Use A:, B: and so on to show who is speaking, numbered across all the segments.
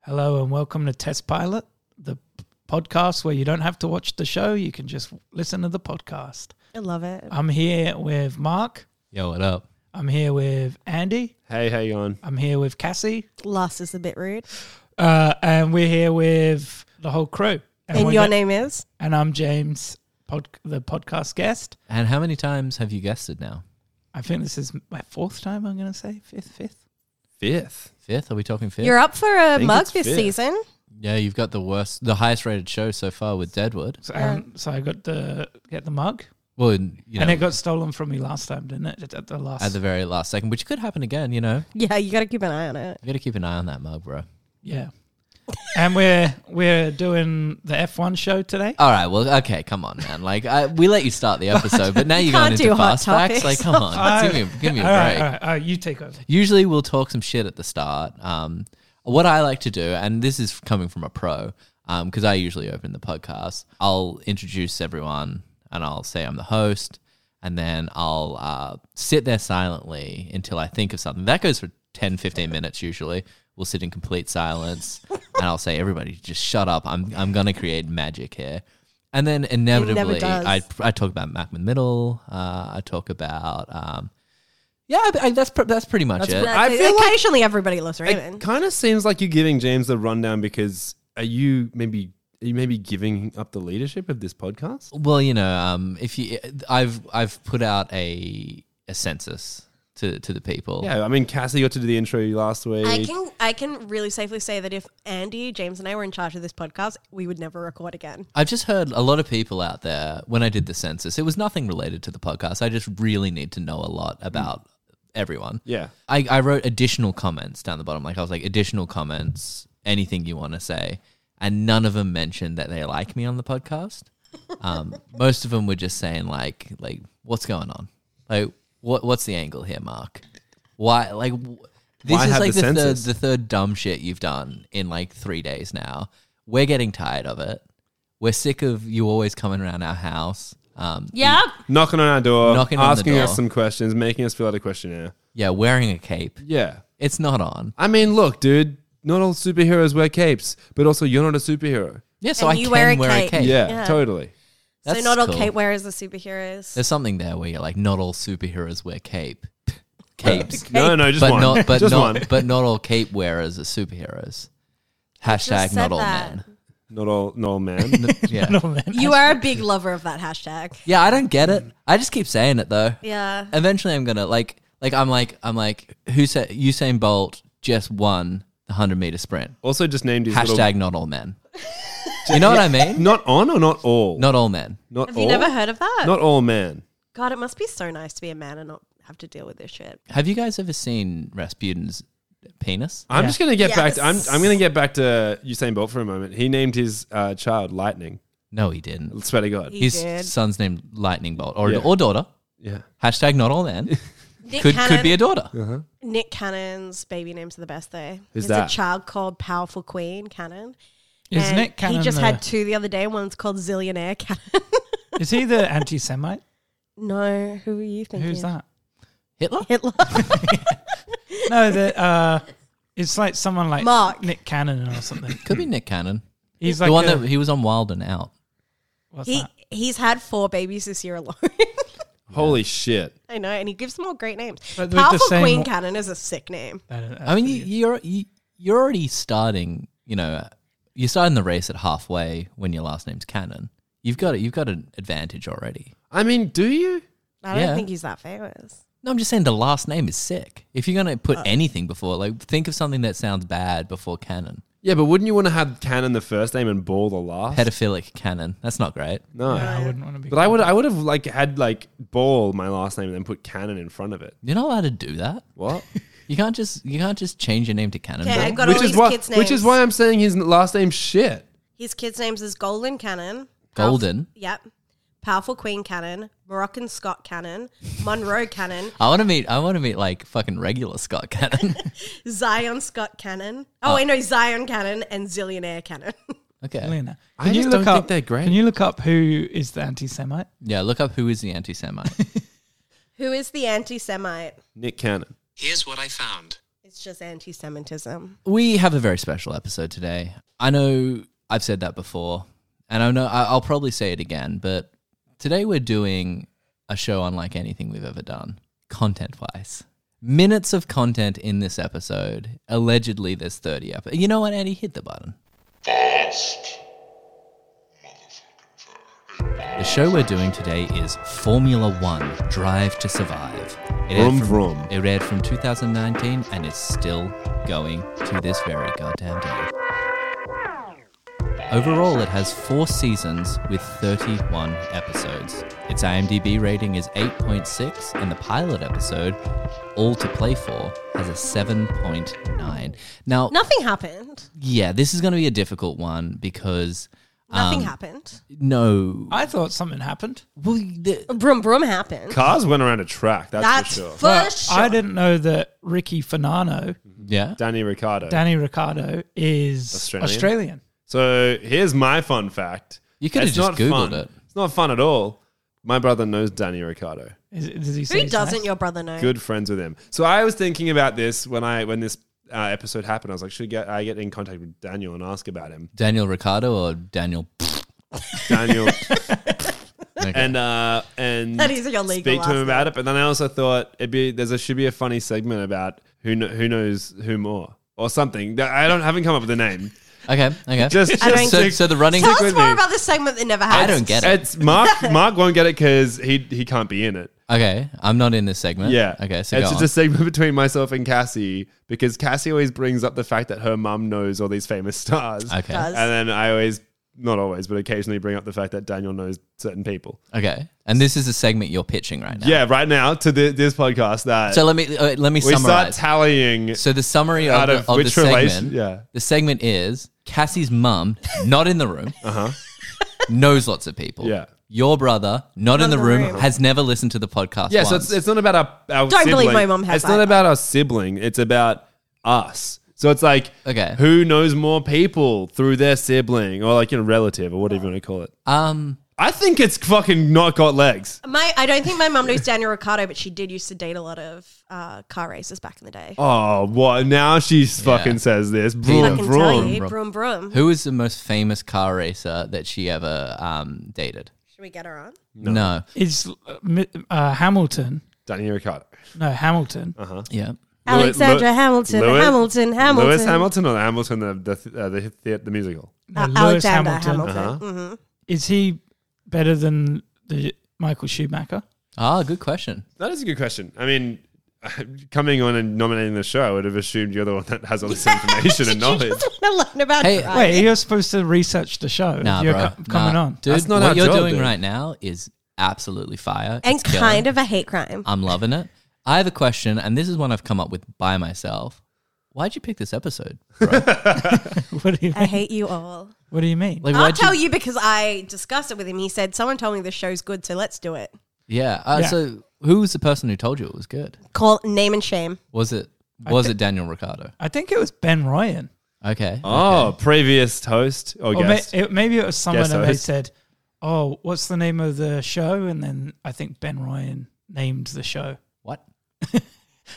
A: Hello and welcome to Test Pilot, the p- podcast where you don't have to watch the show, you can just listen to the podcast.
B: I love it.
A: I'm here with Mark,
C: Yo, what up?
A: I'm here with Andy,
D: Hey, how you on?
A: I'm here with Cassie,
B: Last is a bit rude.
A: uh, and we're here with the whole crew.
B: And
A: we're
B: your
A: go-
B: name is?
A: and I'm James, pod- the podcast guest.
C: And how many times have you guessed it now?
A: I think this is my fourth time. I'm going to say fifth, fifth.
D: Fifth.
C: Fifth? Are we talking 5th
B: You're up for a
D: think
B: mug
D: it's
B: this
D: fair.
B: season.
C: yeah, you've got the worst, the highest rated show so far with Deadwood.
A: So, um, so I got the get the mug,
C: Well, you know,
A: and it got stolen from me last time, didn't it? At the last,
C: at the very last second, which could happen again. You know,
B: Yeah, you got to keep an eye on it.
C: you got to keep an eye on that mug, bro.
A: yeah. and we're we're doing the F1 show today.
D: Oh,
C: All right, well, okay, come on, man. Like, I, we let you start the episode, but now you're going
B: can't do
C: into
B: hot
C: fast facts.
B: topics.
C: Like, come on, give me, give me a
A: all right,
C: break.
A: all right, all right, you take over.
C: Usually, we'll talk some shit at the start. Um, what I like to do, and this is coming from a pro, because I usually open the podcast. I'll introduce everyone, and I'll say I'm the host, and then I'll uh, sit there silently until I think of something. That goes for 10, 15 minutes usually. We'll sit in complete silence, and I'll say, "Everybody, just shut up. I'm I'm gonna create magic here." And then inevitably,
B: does.
C: I I talk about Mac Middle. Uh, I talk about um, yeah, I, I, that's pr- that's pretty much it.
D: I feel like-
B: occasionally everybody loves Raymond.
D: It kind of seems like you're giving James the rundown because are you maybe are you maybe giving up the leadership of this podcast?
C: Well, you know, um, if you, I've I've put out a a census to to the people.
D: Yeah, I mean Cassie got to do the intro last week.
B: I can I can really safely say that if Andy, James, and I were in charge of this podcast, we would never record again.
C: I've just heard a lot of people out there when I did the census. It was nothing related to the podcast. I just really need to know a lot about everyone.
D: yeah,
C: I, I wrote additional comments down the bottom. Like I was like additional comments, anything you want to say, and none of them mentioned that they like me on the podcast. Um, most of them were just saying like like what's going on, like what what's the angle here, Mark? Why like w- this
D: Why
C: is
D: have
C: like
D: the
C: the, third
D: census?
C: the third dumb shit you've done in like three days now. We're getting tired of it. We're sick of you always coming around our house. Um,
B: Yep.
D: knocking on our door,
C: Knocking on the
D: asking
C: door.
D: us some questions, making us fill out a questionnaire.
C: yeah, wearing a cape.
D: Yeah,
C: It's not on.
D: I mean, look, dude, not all superheroes wear capes, but also you're not a superhero.
C: Yeah, so
B: And
C: I
B: you
C: can
B: wear
C: wear
B: a
C: a
B: cape.
C: cape.
D: Yeah,
B: Yeah.
D: totally.
C: That's
B: so not all
C: cool.
B: Kate wearers are superheroes.
C: There's something there where you're like, not all superheroes wear cape, capes,
D: No, no, just
C: but
D: one.
C: not, but
D: just
C: not,
D: one.
C: but not all cape wearers are superheroes. Hashtag
B: Just said
C: not all
B: that.
C: men.
D: Not all, not all man.
C: Yeah,
B: You are a big lover of that hashtag.
C: yeah. I don't get it. I just keep saying it though.
B: Yeah.
C: Eventually, I'm gonna like, like I'm like, I'm like, who said Usain Bolt just won the hundred meter sprint?
D: also, just named his
C: Hashtag not all men. you know what I mean?
D: little. Not on or not all.
C: Not all men.
D: not
B: Have
D: all.
B: you never heard of that?
D: not all man.
B: God, it must be so nice to be a man and not have to deal with this shit.
C: Have you guys ever seen Rasputin's penis?
D: I'm just gonna get back. To, I'm
B: Yes.
D: I'm gonna get back to Usain Bolt for a moment. He named his uh, child Lightning.
C: No, he didn't.
D: Swear to God.
B: He
C: His
B: did.
C: son's named Lightning Bolt, or
D: Yeah.
C: or daughter.
D: Yeah.
C: Hashtag not all men.
B: Nick
C: could
B: Cannon,
C: could be a daughter.
B: Nick Cannon's baby names are the best though. There's
D: Who's that?
B: a child called Powerful Queen Cannon.
A: Is
B: And
A: Nick Cannon?
B: He just
A: the,
B: had two the other day. One's called Zillionaire Cannon.
A: is he the anti-Semite?
B: no, who are you thinking?
A: Who's that?
C: Hitler?
B: Hitler.
A: No, the uh, it's like someone like
B: Mark.
A: Nick Cannon or something.
C: Could be Nick Cannon.
A: He's
C: the
A: like
C: one
A: a-
C: that he was on Wild and Out.
A: what's
B: he
A: that?
B: he's had four babies this year alone.
D: Holy shit.
B: I know, and he gives them all great names.
A: But with the
B: Powerful
A: same
B: Queen
A: wa-
B: Cannon is a sick name.
A: That- uh,
C: I mean, you, you're you, you're already starting. You know, you're starting the race at halfway when your last name's Cannon. You've got it. You've got an advantage already.
D: I mean, do you?
B: I don't
C: Yeah.
B: think he's that famous.
C: No, I'm just saying the last name is sick. If you're gonna
B: Uh.
C: put anything before, like, think of something that sounds bad before Cannon.
D: Yeah, but wouldn't you want to have Cannon the first name and Ball the last?
C: Pedophilic Cannon. That's not great.
D: no.
A: I wouldn't want to be.
D: Oh. But I would I would have like had like Ball my last name and then put Cannon in front of it.
C: You're not allowed to do that.
D: What?
C: You can't just you can't just change your name to Cannon.
B: Okay,
C: Ball.
B: I've got all
D: is
B: these
D: why
B: kids' names.
D: which is why I'm saying his last name's shit.
B: his kids' names is Golden Cannon. Powerf-
C: Golden.
B: Yep. Powerful Queen Cannon, Moroccan Scott Cannon, Monroe Cannon,
C: I want to meet. I want to meet like fucking regular Scott Cannon.
B: Zion Scott Cannon. Oh, I know Zion Cannon and Zillionaire Cannon.
C: okay.
A: Can
D: I just don't think they're great.
A: Can you look up who is the anti-Semite?
C: Yeah, look up who is the anti Semite.
B: Who is the anti Semite?
D: Nick Cannon.
E: Here's what I found.
B: It's just anti Semitism.
C: we have a very special episode today. I know I've said that before, and I know I- I'll probably say it again, but today we're doing a show unlike anything we've ever done, content wise. Minutes of content in this episode. Allegedly, there's 30 up. You know what, Andy? Hit the button.
E: Fast.
C: The show we're doing today is Formula One Drive to Survive. It aired
D: Vroom,
C: from-
D: vroom.
C: It aired from 2019 and is still going to this very goddamn day. Overall, it has four seasons with 31 episodes. Its IMDb rating is 8.6, and the pilot episode, All to Play For, has a 7.9. Now,
B: Nothing happened.
C: yeah, this is going to be a difficult one because
B: Nothing happened.
C: no.
A: I thought something happened.
C: Well, the,
B: Brum brum happened.
D: Cars went around a track. That's,
B: That's
D: for sure.
A: But
B: first.
A: I didn't know that Ricky Finano,
C: yeah.
D: Danny Ricardo.
A: Danny Ricardo, is
D: Australian?
A: Australian.
D: so here's my fun fact.
C: You could have
D: It's
C: just
D: not
C: Googled
D: fun.
C: it.
D: It's not fun at all. My brother knows Danny Ricardo.
A: Is, does he say
B: Who
A: his
B: doesn't
A: name?
B: your brother know?
D: Good friends with him. So I was thinking about this when I when this uh, episode happened. I was like, should get, I get in contact with Daniel and ask about him?
C: Daniel Ricardo or Daniel?
D: Daniel
C: Okay.
D: and uh and
B: That is your legal
D: speak to
B: last
D: him about it. But then I also thought it'd be there's a should be a funny segment about who kn- who knows who more or something. That- I don't haven't come up with a name.
C: okay, okay.
D: Just,
B: I
D: just
B: don't-
C: so,
D: stick-
C: so the running.
B: Tell
D: with
B: us more
D: me.
B: about this segment that never
C: I
B: happened.
C: don't get it.
D: it's Mark. Mark won't get it because he he can't be in it.
C: Okay, I'm not in this segment.
D: Yeah.
C: Okay, so
D: it's
C: go
D: just
C: on.
D: a segment between myself and Cassie because Cassie always brings up the fact that her mum knows all these famous stars.
C: okay.
B: Does.
D: And then I always, not always, but occasionally bring up the fact that Daniel knows certain people.
C: Okay, and this is a segment you're pitching right now.
D: Yeah, right now to the, this podcast that
C: So let me uh, let me
D: we start
C: summarize.
D: tallying
C: so the summary of,
D: out
C: the,
D: of,
C: of the
D: which relation.
C: segment.
D: Yeah.
C: The segment is Cassie's mum, not in the room,
D: Uh huh.
C: knows lots of people.
D: Yeah.
C: Your brother, not, in the, room, has never listened to the podcast.
D: Yeah, so
C: once.
D: it's, it's not about our, our
B: Don't believe
D: sibling.
B: my mum has
D: It's not
B: either.
D: about our sibling. It's about us. So it's like,
C: Okay.
D: who knows more people through their sibling or like you know relative or whatever you want to call it.
C: um.
D: I think it's fucking not got legs.
B: My, I don't think my mum knows Daniel Ricardo, but she did used to date a lot of uh, car racers back in the day.
D: Oh, what? Now she fucking says this.
B: I can
D: Vroom,
B: tell
D: vroom.
B: you, brum brum.
C: Who is the most famous car racer that she ever um, dated?
B: Should we get her on?
C: No.
A: Is uh, Mi- uh, Hamilton?
D: Danny Ricardo.
A: No, Hamilton.
C: Yeah.
B: Alexandra Hamilton,
D: Lewis-
B: Hamilton, Hamilton.
D: Lewis Hamilton or Hamilton, the, the, uh, the, the, the musical?
A: No,
B: Uh,
A: Lewis
B: Alexander
A: Hamilton.
B: Hamilton. Mm.
A: Is he better than the Michael Schumacher?
C: Ah, good question.
D: That is a good question. I mean, coming on and nominating the show, I would have assumed you're the one that has all this information and knowledge.
B: No, learn about
C: Hey,
B: driving.
A: Wait, you're supposed to research the show.
C: Nah,
A: you're
C: bro.
A: co- coming
C: Nah.
A: on.
C: Dude,
D: That's not
C: what
D: our
C: you're
D: job,
C: doing
D: dude.
C: right now is absolutely fire.
B: and
C: It's killing.
B: kind of a hate crime.
C: I'm loving it. I have a question, and this is one I've come up with by myself. Why'd you pick this episode? Bro?
A: What do you
B: I
A: mean?
B: hate you all.
A: What do you mean?
C: Like,
B: I'll
C: why'd
B: tell you-, because I discussed it with him. He said, "Someone told me this show's good, so let's do it."
C: Yeah. Uh,
A: Yeah.
C: So, who was the person who told you it was good?
B: Call name and shame.
C: Was it was it Daniel Ricardo?
A: I think it was Ben Ryan.
C: Okay.
D: Oh, previous host Oh, or,
A: Or may,
D: guest.
A: it, maybe it was someone
D: Guest
A: who
D: host.
A: said, "Oh, what's the name of the show?" And then I think Ben Ryan named the show.
C: What?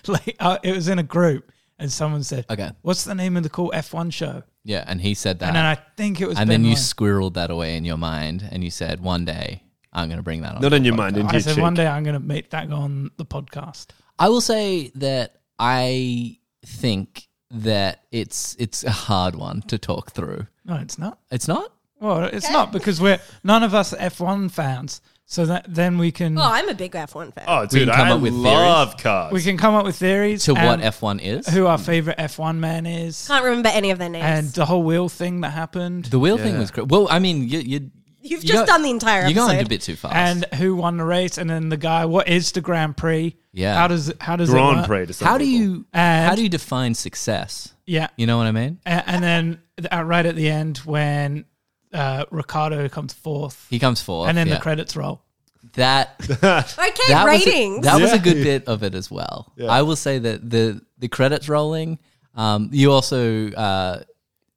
A: Like uh, it was in a group, and someone said,
C: Okay.
A: what's the name of the cool F1 show?"
C: Yeah, and he said that,
A: And then I think it was.
C: and
A: ben
C: then you
A: Ryan.
C: squirreled that away in your mind, and you said, "One day I'm going to bring that on."
D: Not
C: the
D: in your
C: podcast."
D: mind, in
A: I
D: your
A: said
D: cheek.
A: one day I'm going to make that go on the podcast.
C: I will say that I think that it's it's a hard one to talk through.
A: No, it's not.
C: It's not.
A: Well, it's not because we're none of us are F1 fans. So that then we can
B: Oh, I'm a big F1 fan.
D: Oh,
C: can
D: dude,
C: come
D: I
C: up with
D: love cars.
A: we can come up with theories
C: to what
A: and
C: F Mm. one is.
A: who our favorite F1 man is,
B: Can't remember any of their names.
A: and the whole wheel thing that happened,
C: the wheel thing
D: Yeah.
C: was cr- well. I mean, you, you
B: You've
C: you
B: just
C: got-
B: done the entire
C: You're going a
B: episode.
C: bit too fast.
A: and who won the race, and then the guy. What is the Grand Prix?
C: Yeah.
A: How does how does it
D: Grand
A: work?
D: Prix. to some
C: how do
D: people.
C: you
A: And-
C: how do you define success?
A: Yeah,
C: You know what I mean?
A: A- and then uh, right at the end when uh, Ricardo comes fourth,
C: He comes forth,
A: and then
C: yeah.
A: the credits roll.
C: that
B: Okay,
C: that was a,
B: ratings.
C: that was a
D: Yeah.
C: good bit of it as well. I will say that the the credits rolling. Um, you also uh,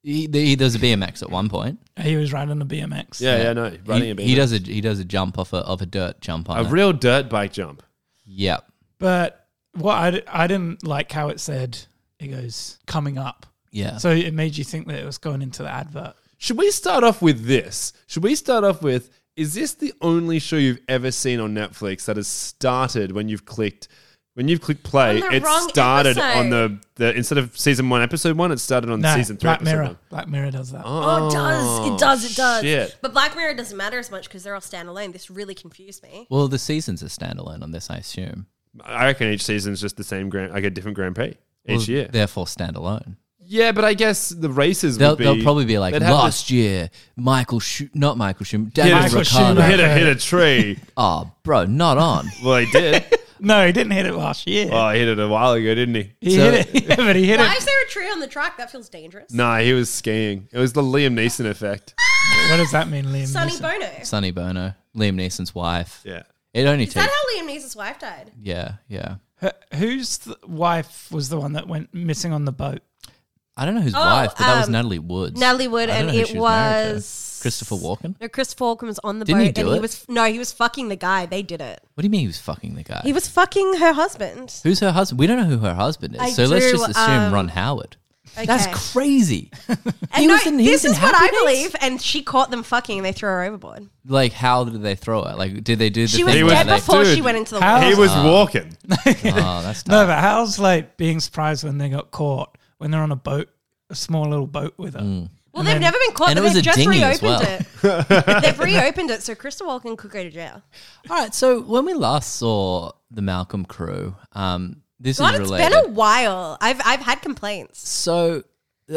C: he, he does a BMX at one point.
A: He was riding the BMX.
D: Yeah, yeah, no. Running
C: He,
D: a bit.
C: he does a he does a jump off a, of a dirt jump on
D: a
C: it.
D: real dirt bike jump.
C: yep.
A: But what I, d- I didn't like how it said it goes coming up.
C: Yeah.
A: So it made you think that it was going into the advert.
D: Should we start off with this? Should we start off with is this the only show you've ever seen on Netflix that has started when you've clicked when you've clicked play,
B: On the
D: it
B: wrong
D: started
B: episode.
D: on the, the instead of season one, episode one, it started on
A: No,
D: season three,
A: Black
D: episode
A: Mirror.
D: one.
A: Black Mirror does that.
B: Oh, it does. It does. It does.
D: Shit.
B: But Black Mirror doesn't matter as much because they're all standalone. This really confused me.
C: Well, the season's are standalone on this, I assume.
D: I reckon each season's just the same grand like a different Grand Prix each
C: Well,
D: year.
C: Therefore, standalone.
D: Yeah, but I guess the races
C: They'll,
D: would be
C: they'll probably be like
D: they'd have to
C: last year, Michael, Schu- not Michael Schumacher,
D: hit,
C: Daniel
A: Michael
C: Ricciardo.
D: a, hit a
A: Schumacher.
D: hit a tree.
C: Oh, bro, not on.
D: well he did.
A: no, he didn't hit it last year.
D: Oh, he hit it a while ago, didn't he?
A: he
C: so-
A: hit it, yeah, but he hit
B: Why
A: it.
B: is there a tree on the track? That feels dangerous.
D: Nah, he was skiing. It was the Liam Neeson effect.
A: What does that mean, Liam?
B: Sonny
A: Neeson?
B: Bono.
C: Sonny Bono, Liam Neeson's wife.
D: Yeah.
C: It only
B: Is
C: takes.
B: that how Liam Neeson's wife died?
C: yeah, yeah.
A: Her- whose th- wife was the one that went missing on the boat?
C: I don't know whose
B: Oh,
C: wife, but that was
B: um,
C: Natalie Woods.
B: Natalie Wood,
C: I
B: and
C: don't know who
B: it
C: she married to.
B: was-
C: Christopher Walken.
B: No, Chris Falcon was on the
C: Didn't
B: boat
C: he do
B: and he
C: it?
B: was no, he was fucking the guy. They did it.
C: What do you mean he was fucking the guy?
B: He was fucking her husband.
C: Who's her husband? We don't know who her husband is,
B: I
C: so let's
B: do,
C: just assume
B: um,
C: Ron Howard.
B: Okay.
C: That's crazy.
B: And
C: he
B: no,
C: was in- he
B: this
C: was in
B: is what I
C: Happy Days.
B: believe. And she caught them fucking and they threw her overboard.
C: like, how did they throw it? Like, did they do the
B: She
C: thing?
B: was
D: He
C: where
B: dead
C: they-
B: before she
D: Dude,
B: went into the
A: how-
B: water.
D: He was walking.
C: Oh, that's tough.
A: No, but how's like being surprised when they got caught when they're on a boat, a small little boat with her?
B: Well, they've never been caught,
C: And
B: but
C: it was
B: they've
C: a
B: just
C: dinghy as
B: reopened it. they've reopened it, so Crystal Walken could go to jail.
C: All right. So when we last saw the Malcolm crew, um, this
B: God,
C: is
B: it's
C: related.
B: been a while. I've I've had complaints.
C: so,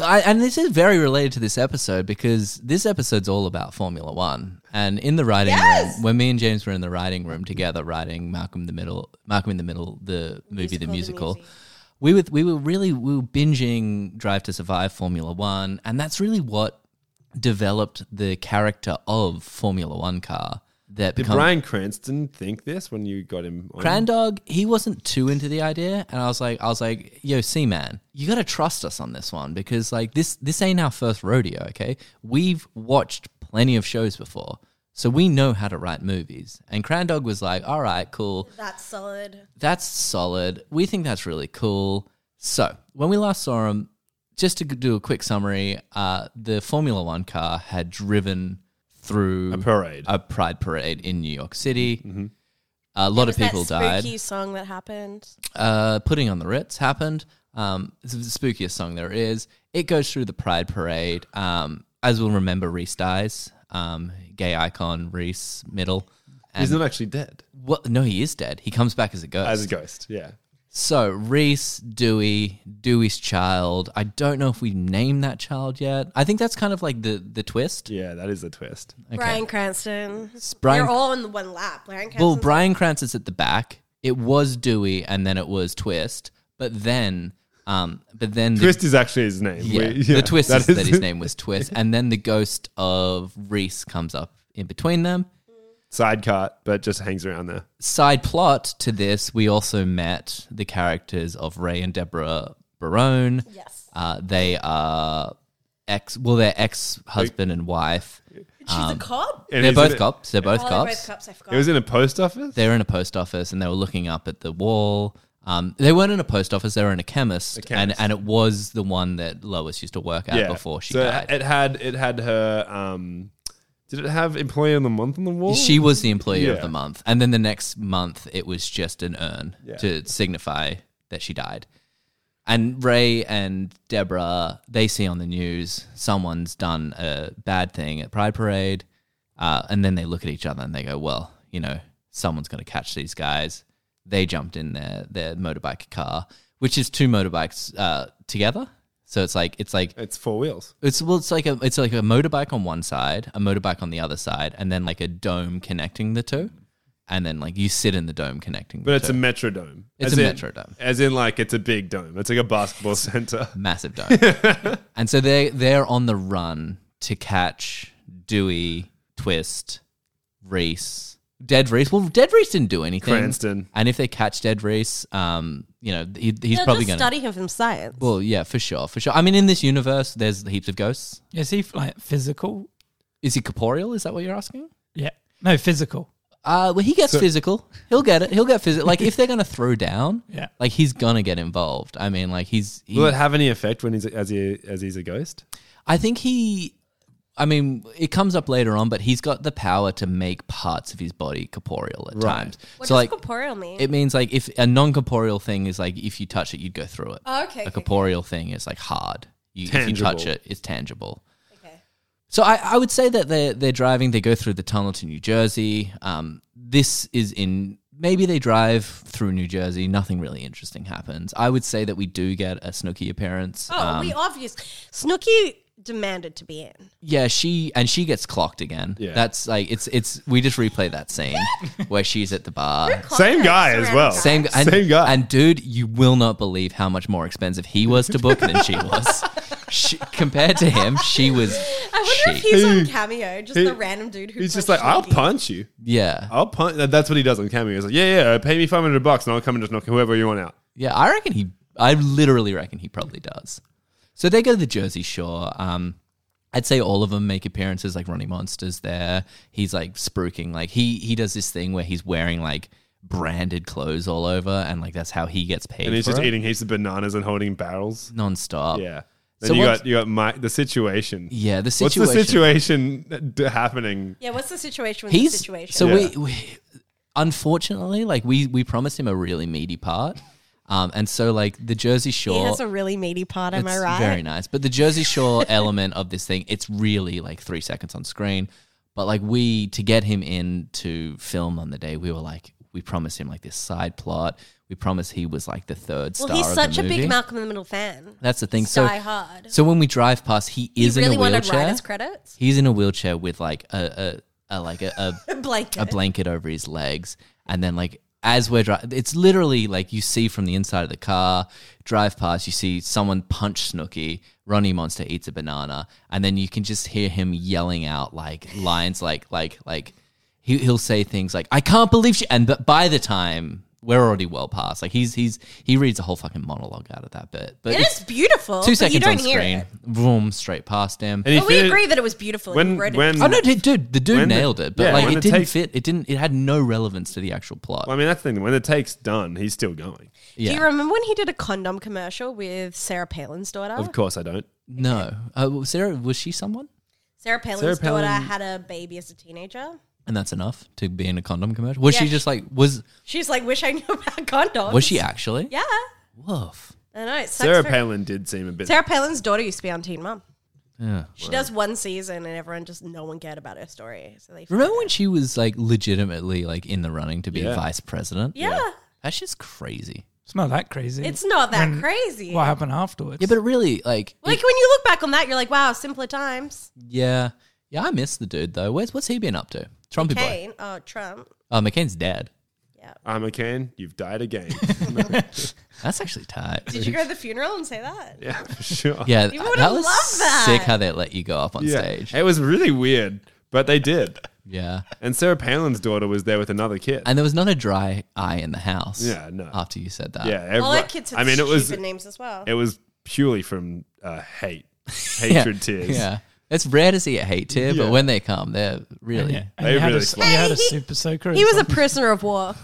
C: I, and this is very related to this episode because this episode's all about Formula One. And in the writing
B: Yes!
C: room, when me and James were in the writing room together, writing Malcolm the Middle, Malcolm in the Middle, the movie, the musical. we were we were really we were binging Drive to Survive Formula One, and that's really what developed the character of Formula One car. That
D: Did
C: become-
D: Brian Cranston think this when you got him on?
C: Crandog, he wasn't too into the idea, and I was like, I was like, yo, C man, you gotta trust us on this one because like this this ain't our first rodeo, okay? We've watched plenty of shows before, so we know how to write movies. And Crandog was like, all right, cool.
B: That's solid.
C: that's solid. We think that's really cool. So, when we last saw him, just to do a quick summary, uh, the Formula One car had driven through a
D: parade.
C: pride parade in New York City. A lot of people
B: that spooky
C: died.
B: song that happened.
C: Uh, putting on the Ritz happened. Um, it's the spookiest song there is. It goes through the pride parade. Um, as we'll remember, Reese dies. Um, gay icon Reese Middle.
D: He's
C: And
D: not actually dead.
C: well, no, he is dead. He comes back as a ghost.
D: As a ghost, yeah.
C: So Reese, Dewey, Dewey's child. I don't know if we named that child yet. I think that's kind of like the the twist.
D: Yeah, that is a twist.
B: Brian Cranston.
C: Brian-
B: They're all in the one lap. Brian Cranston.
C: Well, Brian Cranston's at the back. It was Dewey, and then it was Twist. But then, um, but then the,
D: Twist is actually his name.
C: yeah,
D: We- yeah,
C: the twist is that his
D: his-
C: name was Twist, and then the ghost of Reese comes up in between them.
D: Side cut, but just hangs around there.
C: side plot to this, we also met the characters of Ray and Deborah Barone.
B: Yes.
C: Uh, they are ex, well, they're ex husband and wife.
B: she's a cop.
D: And
C: They're
D: he's in
C: both
D: a-
C: cops. They're um, both
B: Oh, they're both
C: cops.
B: cops. I forgot.
D: It was in a post office.
C: They were in a post office and they were looking up at the wall. Um, they weren't in a post office, they were in a chemist. And,
D: chemist.
C: and it was the one that Lois used to work at before she
D: so it-
C: died.
D: it had it had her. Um, did it have employee of the month on the wall?
C: she was the employee of
D: Yeah.
C: the month. And then the next month, it was just an urn to signify that she died. And Ray and Deborah, they see on the news someone's done a bad thing at Pride Parade. Uh, and then they look at each other and they go, well, you know, someone's going to catch these guys. They jumped in their, their motorbike car, which is two motorbikes uh, together. So it's like it's like
D: It's four wheels.
C: it's well, it's like a it's like a motorbike on one side, a motorbike on the other side, and then like a dome connecting the two, and then like you sit in the dome connecting.
D: But
C: the
D: it's
C: two.
D: a metrodome.
C: It's
D: As
C: a
D: in-
C: metrodome.
D: As in, like it's a big dome. It's like a basketball center.
C: massive dome, and so they they're on the run to catch Dewey, Twist, Reese, Dead Reese. Well, Dead Reese didn't do anything.
D: Cranston.
C: and if they catch Dead Reese, um, you know he, he's
B: They'll
C: probably
B: just
C: going to.
B: study him from science.
C: Well, yeah, for sure, for sure. I mean, in this universe, there's heaps of ghosts.
A: Is he like physical?
C: Is he corporeal? Is that what you're asking?
A: Yeah, no, physical.
C: Uh, well, he gets
D: So-
C: physical. He'll get it. He'll get physical. Like if they're gonna throw down,
A: Yeah.
C: like he's gonna get involved. I mean, like he's. He,
D: Will it have any effect when he's as he as he's a ghost?
C: I think he. I mean, it comes up later on, but he's got the power to make parts of his body corporeal at times.
B: What
C: so
B: does
C: like.
B: corporeal mean?
C: It means like if a non-corporeal thing is like if you touch it, you'd go through it.
B: Oh, okay,
C: A
B: okay,
C: corporeal thing is like hard. You, if you touch
D: Tangible.
C: it, it's tangible.
B: okay.
C: So I, I would say that they're they're driving. They go through the tunnel to New Jersey. Um, this is in maybe they drive through New Jersey. Nothing really interesting happens. I would say that we do get a Snooky appearance.
B: Oh,
C: Um,
B: we obvious. Snooky demanded to be in.
C: yeah, she and she gets clocked again.
D: Yeah.
C: that's like it's it's we just replay that scene where she's at the bar.
D: Same guy as well.
C: Same, gu- and,
D: Same guy.
C: And dude, you will not believe how much more expensive he was to book than she was. She, compared to him, she was.
B: I wonder if
C: she-
B: he's
D: He-
B: on cameo, just
D: he-
B: the random dude who.
D: He's just like,
B: punched
D: I'll
B: Snooki.
D: punch you.
C: yeah,
D: I'll punch. that- That's what he does on cameo. He's like, yeah, yeah, pay me five hundred bucks, and I'll come and just knock whoever you want out.
C: Yeah, I reckon he. I literally reckon he probably does. So they go to the Jersey Shore. Um, I'd say all of them make appearances. Like Ronnie Monster's there. He's like spruiking. Like he he does this thing where he's wearing like branded clothes all over, and like that's how he gets paid.
D: And he's
C: for
D: just
C: it.
D: eating heaps of bananas and holding barrels.
C: nonstop.
D: Yeah. Then
C: So
D: you
C: what's-
D: got you got Mike. The situation.
C: yeah. The
D: What's
C: situation.
D: the situation d- happening?
B: Yeah, what's the situation with
C: He's
B: the situation?
C: so
D: Yeah.
C: we, we unfortunately like we we promised him a really meaty part. Um, and so like the Jersey
B: he
C: Shore
B: has a really meaty part. Am
C: it's
B: I right?
C: Very nice. But the Jersey Shore element of this thing, it's really like three seconds on screen. But like we to get him in to film on the day, we were like, we promised him like this side plot. We promised he was like the third
B: well,
C: star.
B: he's
C: of
B: such a
C: the
B: big
C: movie.
B: Malcolm in the Middle fan.
C: That's the thing. So
B: Die hard.
C: so when we drive past, he is
B: he really
C: in a
B: wanted
C: wheelchair.
B: writer's credits.
C: He's in a wheelchair with like a, a, a like a, a
B: Blanket.
C: a blanket over his legs, and then like as we're driving, it's literally like you see from the inside of the car, drive past, you see someone punch Snooky, Ronnie Monster eats a banana, and then you can just hear him yelling out like lines like like like he he'll say things like I can't believe she, and but by the time. We're already well past. Like he's he's he reads a whole fucking monologue out of that bit, but
B: it
C: it's
B: is beautiful. but
C: two
B: you
C: seconds
B: don't
C: on
B: hear
C: screen.
B: It.
C: Vroom, straight past him.
D: And he
B: But we
D: fin-
B: agree that it was beautiful. and
D: When
B: you wrote it
D: when
C: Oh no, dude, dude, the dude
D: When the-
C: nailed it, but
D: yeah,
C: like
D: when
C: it
D: it
C: didn't
D: takes-
C: fit. It didn't. It had no relevance to the actual plot.
D: I mean, that's the thing. When the take's done, he's still going.
C: yeah.
B: Do you remember when he did a condom commercial with Sarah Palin's daughter?
D: Of course, I don't.
C: no, uh, well, Sarah was she someone?
B: Sarah Palin's
D: Sarah
B: daughter
D: Palin-
B: had a baby as a teenager.
C: And that's enough to be in a condom commercial. Was
B: Yeah,
C: she
B: she-
C: just like was
B: She's like, wish I knew about condoms.
C: was she actually?
B: Yeah.
C: Woof.
B: I know. It sucks
D: Sarah
B: for-
D: Palin did seem a bit.
B: Sarah Palin's daughter used to be on Teen Mom.
C: Yeah.
B: She does one season and everyone just, no one cared about her story. So they.
C: Remember when she was like legitimately like in the running to be
D: Yeah.
C: vice president?
B: Yeah.
C: That shit's crazy.
A: It's not that crazy.
B: It's not that
A: When-
B: crazy.
A: what happened afterwards.
C: Yeah, but it really like it-
B: Like when you look back on that, you're like, wow, simpler times.
C: yeah. Yeah, I miss the dude though. Where's what's he been up to? Trumpy boy.
B: Kane, oh, Trump.
C: Oh, McCain's dad.
B: Yeah.
D: I'm a can. You've died again.
C: That's actually tight.
B: Did you go to the funeral and say that?
D: yeah, for sure.
C: yeah,
B: You
C: that
B: would've
C: was
B: loved that.
C: sick how they let you go up on stage.
D: It was really weird, but they did.
C: Yeah.
D: And Sarah Palin's daughter was there with another kid.
C: And there was not a dry eye in the house.
D: Yeah, no.
C: After you said that.
D: yeah,
B: All
D: everyone-
B: our kids had
D: I mean, it was
B: stupid names as well.
D: it was purely from uh, hate,
C: Yeah.
D: hatred tears.
C: Yeah. It's rare to see a hate tear,
D: Yeah.
C: but when they come, they're really.
A: yeah, and
D: They
A: you, had
D: really
A: a, you
D: slapped.
A: had a
B: Hey, he-
A: super soaker.
B: He was a prisoner of war.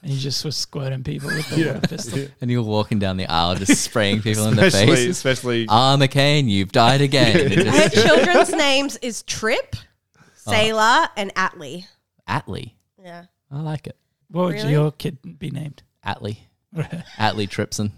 A: and he just was squirting people with the water pistol.
C: And you're walking down the aisle just spraying people in the
D: Especially,
C: face.
D: especially
C: Ah, McCain, you've died again. And
B: Her
C: just-
B: children's names is Trip, Sailor, and Atlee.
C: Atlee.
B: Yeah.
C: I like it.
A: What would
B: Really?
A: your kid be named?
C: Atlee. Atlee Tripson.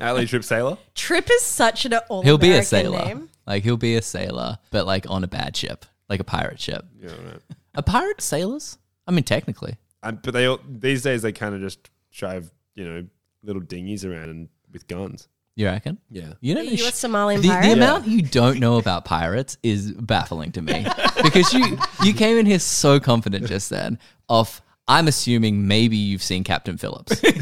D: Ali Trip Sailor.
B: Trip is such an all
C: He'll be a
B: American
C: sailor.
B: name.
C: Like, he'll be a sailor, but like on a bad ship, like a pirate ship.
D: Yeah, right.
C: Are pirates sailors? I mean, technically.
D: And, but they all, these days they kind of just drive you know little dinghies around and with guns.
C: You reckon?
D: Yeah.
C: You don't
B: Are
C: know
B: you a
C: sh-
B: Somalian
C: the,
B: pirate?
C: the
B: Yeah.
C: amount you don't know about pirates is baffling to me because you you came in here so confident just then of I'm assuming maybe you've seen Captain Phillips. and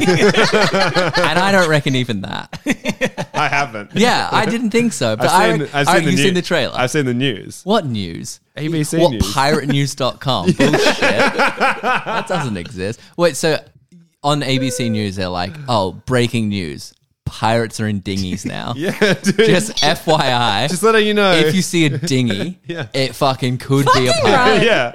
C: I don't reckon even that.
D: I haven't.
C: Yeah, I didn't think so. But I
D: I've seen,
C: rec-
D: I've
C: I
D: seen,
C: reckon
D: the,
C: you've
D: new-
C: seen the trailer.
D: I've seen the news.
C: what news?
D: ABC
C: what
D: News.
C: piratenews.com? Bullshit. that doesn't exist. Wait, so on ABC News they're like, "Oh, breaking news. Pirates are in dinghies now."
D: Yeah, dude.
C: Just FYI.
D: Just letting you know.
C: if you see a dinghy,
D: Yeah.
C: it fucking could be a
B: Fucking
C: pirate.
B: right.
D: yeah,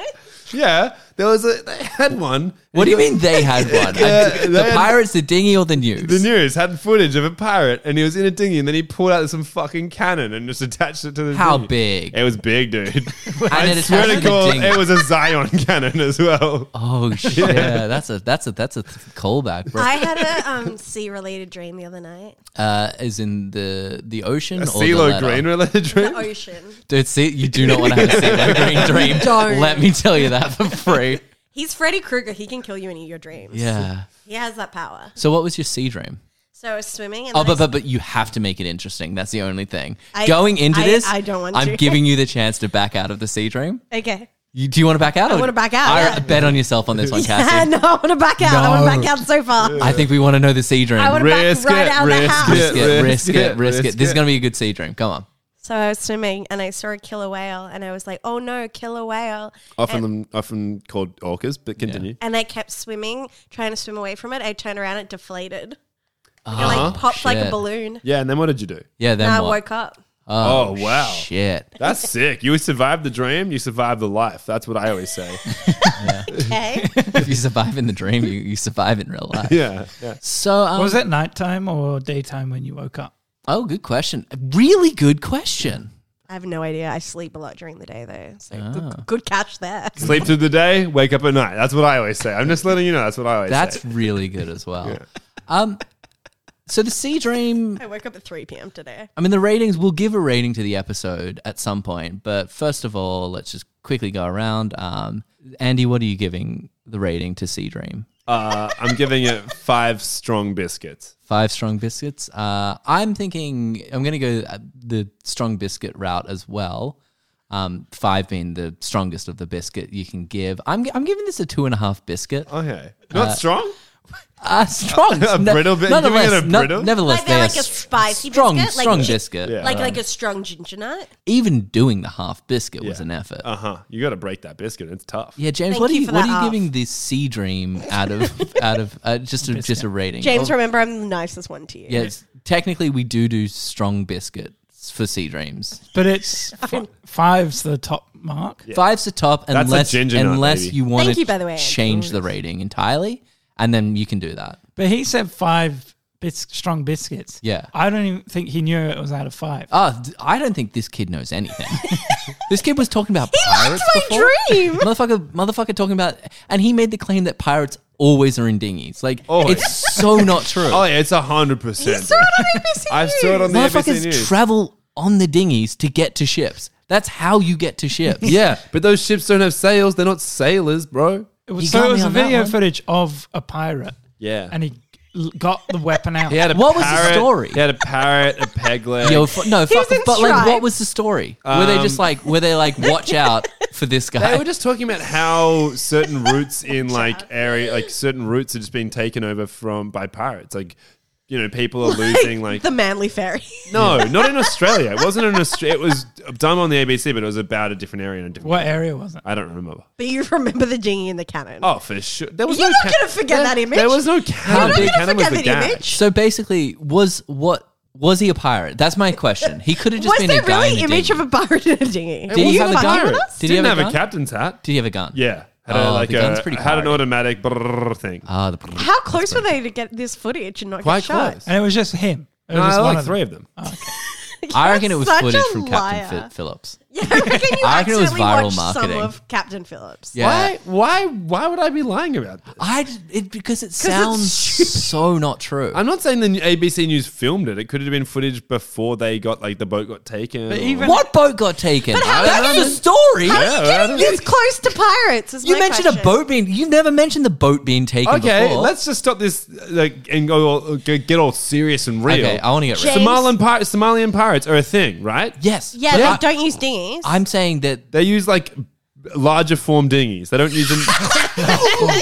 D: yeah. There was a they had one.
C: What do you mean they had one?
D: Yeah,
C: the
D: they had-
C: pirates, the dinghy, or the news?
D: The news had footage of a pirate, and he was in a dinghy, and then he pulled out some fucking cannon and just attached it to the.
C: How
D: dinghy.
C: big?
D: It was big, dude.
C: then
D: I
C: it's
D: swear
C: attached to
D: to
C: the
D: God,
C: dinghy.
D: it was a Zion cannon as well.
C: Oh shit! Yeah, that's a that's a that's a callback, bro.
B: I had a um, sea related dream the other night.
C: Uh, is in the the ocean
D: A
C: or the
D: CeeLo
C: letter?
D: Green related
B: The
D: dream.
B: ocean.
C: Dude, see, you do not want to have a CeeLo Green dream.
B: Don't.
C: Let me tell you that for free.
B: He's Freddy Krueger. He can kill you in your dreams.
C: Yeah.
B: He has that power.
C: So what was your sea dream?
B: So I was swimming and
C: Oh,
B: then
C: but,
B: I,
C: but but you have to make it interesting. That's the only thing.
B: I-
C: Going into
B: I-
C: this,
B: I don't want
C: I'm
B: to.
C: giving you the chance to back out of the sea dream.
B: okay.
C: You, do you want to back out?
B: I wanna back out,
C: I
B: yeah.
C: bet on yourself on this one, Cassie.
B: no, I want to back out. I want to
A: No.
B: back out so far.
C: I think we want to know the sea dream.
B: I wanna-
C: Risk,
B: back
D: Risk
B: right
D: it,
B: out of the
D: risk
B: house.
D: it,
C: it, risk it, risk it. This is going to be a good sea dream. Come on.
B: So I was swimming and I saw a killer whale and I was like, oh no, killer whale.
D: often often called orcas, but continue.
B: And I kept swimming, trying to swim away from it. I turned around, it deflated. it like popped like a
C: Uh-huh. shit.
B: balloon.
D: Yeah. and then what did you do?
C: Yeah, then
B: And I
C: what?
B: woke up.
D: Oh, wow.
C: Shit.
D: That's sick. You survived the dream. You survived the life. That's what I always say.
B: Okay.
C: if you survive in the dream, you, you survive in real life.
D: yeah, yeah.
C: So, um,
A: Was it nighttime or daytime when you woke up?
C: oh, good question. Really good question.
B: I have no idea. I sleep a lot during the day though. So
C: Ah.
B: good, good catch there.
D: Sleep through the day, wake up at night. That's what I always say. I'm just letting you know. That's what I always
C: That's
D: say.
C: really good as well. Um, so the sea dream.
B: I woke up at 3 p.m. today.
C: I mean, the ratings. We'll give a rating to the episode at some point, but first of all, let's just quickly go around. Um, Andy, what are you giving the rating to Sea Dream?
D: Uh, I'm giving it five strong biscuits.
C: Five strong biscuits. Uh, I'm thinking I'm going to go uh, the strong biscuit route as well. Um, five being the strongest of the biscuit you can give. I'm, I'm giving this a two and a half biscuit.
D: Okay, not strong.
C: Uh, strong.
D: Uh, A brittle bit- giving it
C: Nonetheless,
D: a
C: no-
D: brittle?
C: nevertheless,
B: Like they're
C: they are
B: like a spicy
C: strong,
B: biscuit, like
C: strong
B: gi-
C: biscuit.
D: Yeah.
B: Like like a strong ginger nut.
C: Even doing the half biscuit was
D: Yeah.
C: an effort.
D: Uh huh. You got to break that biscuit. It's tough.
C: yeah, James,
B: Thank
C: what are
B: you
C: you,
B: for
C: what
B: that
C: are you
B: half.
C: giving this sea dream out of out of uh, just a, just a rating?
B: James,
C: Oh,
B: remember I'm the nicest one to you.
C: yes, technically we do do strong biscuits for sea dreams.
A: But it's f- five's the top mark.
C: Five's the top
D: a
C: unless
D: ginger nut,
C: unless
D: baby.
C: you want
B: Thank
C: to
B: you, by the way.
C: change the rating entirely, and then you can do that.
A: But he said five bis- strong biscuits.
C: Yeah.
A: I don't even think he knew it was out of five.
C: Oh, th- I don't think this kid knows anything. this kid was talking about pirates
B: my
C: before.
B: dream!
C: Motherfucker, motherfucker talking about, and he made the claim that pirates always are in dinghies. Like,
D: Oh,
C: it's
D: yeah.
C: so not true.
D: Oh yeah, it's a hundred
B: You
D: percent.
B: saw it on ABC
D: I saw it on the ABC
C: Motherfuckers
D: News.
C: travel on the dinghies to get to ships. That's how you get to ships.
D: yeah, but those ships don't have sails. They're not sailors, bro.
A: It was,
C: You
A: so
C: got
A: it
C: me
A: was a
C: on that
A: video
C: one.
A: footage of a pirate.
D: Yeah.
A: And he l- got the weapon out.
D: He had a
C: What was the
D: parrot-
C: story?
D: He had a parrot, a peg leg.
C: Yo, fu- no, fuck,
B: was in
C: but like, what
B: Stripe.
C: was the story? were they just like, were they like, watch out for this guy?
D: Um, They were just talking about how certain routes in like area, like certain routes are just being taken over from by pirates. Like, you know, people are losing like.
B: the manly fairy.
D: no, not in Australia. It wasn't in Australia. It was done on the ABC, but it was about a different area in a different.
A: What area was it?
D: I don't remember.
B: but you remember the dinghy and the cannon.
D: Oh, for sure. There was
B: You're
D: no
B: not
D: ca-
B: gonna forget
D: there-
B: that image.
D: There was no
C: You're
D: cannon.
C: not
D: The
C: gonna
D: cannon was
B: forget
D: the
B: that
D: gag.
B: image.
C: So basically, was what was he a pirate? That's my question. He could have just
B: Was
C: been
B: there
C: a guy
B: really
C: in a
B: image of
C: dinghy.
B: a pirate in a dinghy?
C: Did he
D: was
C: have a
D: a
C: gun?
D: pirate.
C: Did he
D: Didn't
C: have a
D: have a
C: gun?
D: captain's hat.
C: Did he have a gun?
D: Yeah, had
C: Oh,
D: a, like
C: the gun's
D: a
C: pretty
D: had an
C: piratey.
D: automatic brrrr thing.
C: Ah, the,
B: How close were they to get this footage and not
D: Quite
B: get shot?
D: close.
A: And it was just him. It was
D: No,
A: just
D: I
A: one
D: like
A: them.
D: three of them.
C: I reckon it was
B: Such a
C: footage from
B: liar.
C: Captain Fi Phillips.
B: Yeah, I reckon you
C: I reckon it was
B: accidentally
C: viral
B: watched
C: marketing.
B: some of Captain Phillips.
C: Yeah.
D: Why? Why? Why would I be lying about this?
C: I it, because it sounds so not true.
D: I'm not saying the ABC News filmed it. It could have been footage before they got like the boat got taken.
A: But
D: or-
A: even-
C: what boat got taken?
B: But how
C: That's
B: did
C: the
B: he-
C: story.
B: How
D: Yeah, I
B: are you
D: don't
B: getting this close to pirates? Is
C: You
B: my
C: mentioned a
B: question.
C: boat being. You never mentioned the boat being taken.
D: okay,
C: before.
D: let's just stop this like and go all, go- get all serious and real.
C: Okay, I want to get rid.
B: James-
D: Somalian pirates, Somalian pirates are a thing, right?
C: Yes.
B: Yeah,
C: but
B: they
C: I-
B: don't use dinghies.
C: I'm saying that.
D: They use like larger form dinghies. They don't use them.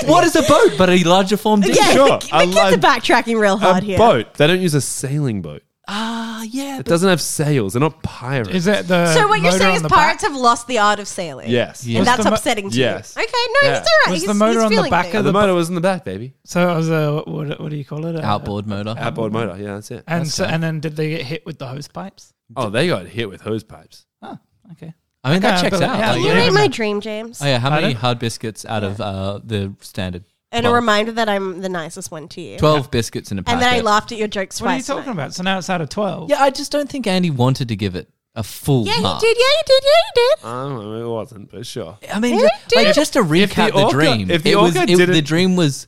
C: What is a boat but a larger form dinghy?
B: yeah,
D: sure,
B: the, the kids
D: I
B: are
D: like-
B: backtracking real
D: a
B: hard here.
D: boat. They don't use a sailing boat.
C: Ah, yeah.
D: It doesn't have sails. They're not pirates.
A: Is it the.
B: So what you're
A: Uh, motor
B: saying
A: on
B: is
A: the back?
B: pirates have lost the art of sailing.
D: Yes.
B: And
A: Was
B: that's
A: the mo-
B: upsetting to
D: Yes.
B: you. Okay, no,
D: Yeah.
B: it's all right.
A: Was the
B: he's,
A: motor
B: he's
A: on the
B: feeling
A: back of
B: things.
D: the motor was in the back, baby.
A: So it was a. What, what do you call it? A-
C: Outboard motor.
B: Oh,
D: Outboard motor. Yeah, that's it.
A: And, so, and then did they get hit with the hose pipes?
D: Oh, they got hit with hose pipes.
A: Oh, okay.
C: I mean, that
A: Okay,
C: checks
A: but-
C: out.
A: yeah,
C: Like,
B: You
A: yeah.
B: made my dream, James.
C: Oh yeah, how many
A: Pardon?
C: hard biscuits out of uh, the standard?
B: and a
C: Well,
B: reminder that I'm the nicest one to you.
C: Twelve biscuits in a packet.
B: And then I laughed at your jokes
A: What are you
B: twice.
A: talking about? So now it's out of 12.
C: Yeah, I just don't think Andy wanted to give it a full
B: Yeah, you
C: mark.
B: did. Yeah, you did. Yeah, you did.
D: Um, it wasn't, but sure.
C: I mean,
B: Yeah,
C: ju-
B: dude.
C: like just to recap the,
D: the orca-
C: dream.
D: if the
C: it was,
D: orca
C: it-
D: didn't-
C: the dream was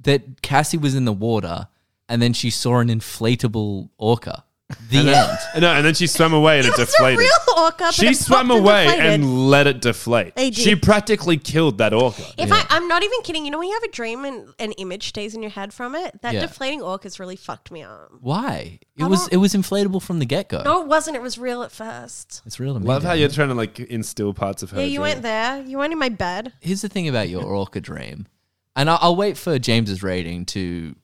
C: that Cassie was in the water and then she saw an inflatable orca. The end.
D: No, and then she swam away and it,
B: It was a
D: deflated.
B: real orca. but it
D: she
B: popped
D: swam away
B: deflated.
D: and let it deflate.
B: They did.
D: She practically killed that orca.
B: If I, I'm not even kidding, you know when you have a dream and an image stays in your head from it? That
C: Yeah.
B: deflating orca's really fucked me up.
C: Why? It
B: I
C: was
B: don't-
C: it was inflatable from the get go.
B: No, it wasn't. It was real at first.
C: It's real to me.
D: Love how
C: Dan.
D: you're trying to like instill parts of her.
B: Yeah, you
D: dream.
B: weren't there. You weren't in my bed.
C: Here's the thing about your orca dream, and I'll, I'll wait for James's rating to.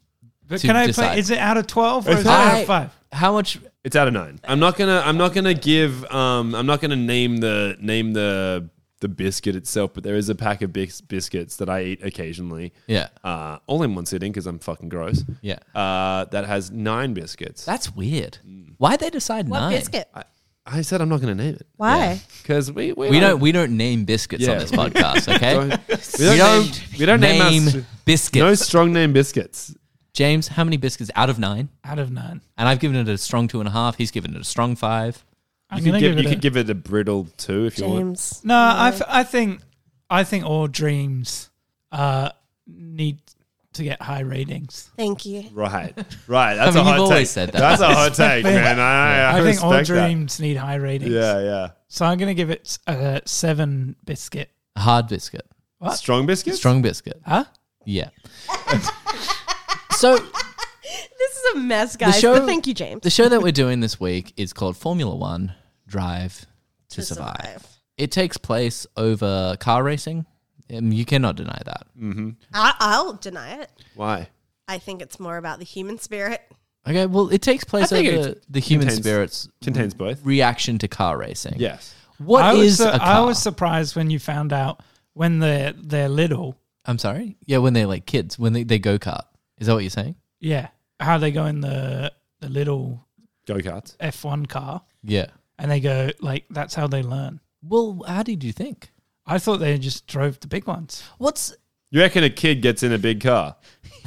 A: But
C: To
A: can I
C: decide.
A: play? Is it out of 12 or is it
D: I-
A: out of 5?
C: How much?
D: It's out of nine. I'm not gonna. I'm not gonna give. Um, I'm not gonna name the name the the biscuit itself. But there is a pack of bis- biscuits that I eat occasionally.
C: Yeah,
D: Uh, all in one sitting because I'm fucking gross.
C: yeah.
D: Uh, that has nine biscuits.
C: That's weird.
D: Mm.
C: Why'd they decide
B: What
C: nine?
B: biscuit?
D: I said I'm not gonna name it
B: Why?
D: because we we,
C: We don't we don't name biscuits on
D: Yeah.
C: this podcast, okay?
D: don't- we
C: we
D: don't
C: don't
D: name- we don't name our s-
C: biscuits.
D: no strong name biscuits.
C: James, how many biscuits out of nine?
A: Out of 9.
C: And I've given it a strong two and a half. He's given it a strong five.
A: I'm
D: You,
A: going to give
D: could give,
A: it
D: you
A: a-
D: could give it a brittle two if you want.
B: James.
A: No, I, f- I think I think all dreams uh, need to get high ratings.
B: Thank you.
D: Right, right. That's
C: mean,
D: a hot
C: you've
D: take.
C: always said that.
D: That's a hot take,
A: thing.
D: man. I, I,
A: I, think all
D: respect that.
A: dreams need high ratings.
D: Yeah, yeah.
A: So I'm going to give it a seven biscuit.
C: A hard biscuit.
A: What?
D: Strong biscuits.
C: Strong biscuit.
A: Huh?
C: Yeah. so
B: This is a mess, guys.
C: show-
B: but thank you, James.
C: the show that we're doing this week is called Formula One Drive to, survive. It takes place over car racing. Um, you cannot deny that.
D: Mm.
B: I, I'll deny it.
D: Why?
B: I think it's more about the human spirit.
C: Okay, well, it takes place
D: think
C: over
D: it
C: the human
D: contains-
C: spirit's
D: Contains both.
C: reaction to car racing.
D: Yes.
A: I
C: What
A: was
C: is
A: su-
C: a car?
A: I was surprised when you found out when they're they're little.
C: I'm sorry. Yeah, when they're like kids, when they, they go kart. Is that what you're saying?
A: Yeah, how they go in the the little
D: Go karts.
A: F1 car
C: Yeah.
A: and they go like that's how they learn.
C: Well, how did you think?
A: I thought they just drove the big ones.
C: What's
D: You reckon a kid gets in a big car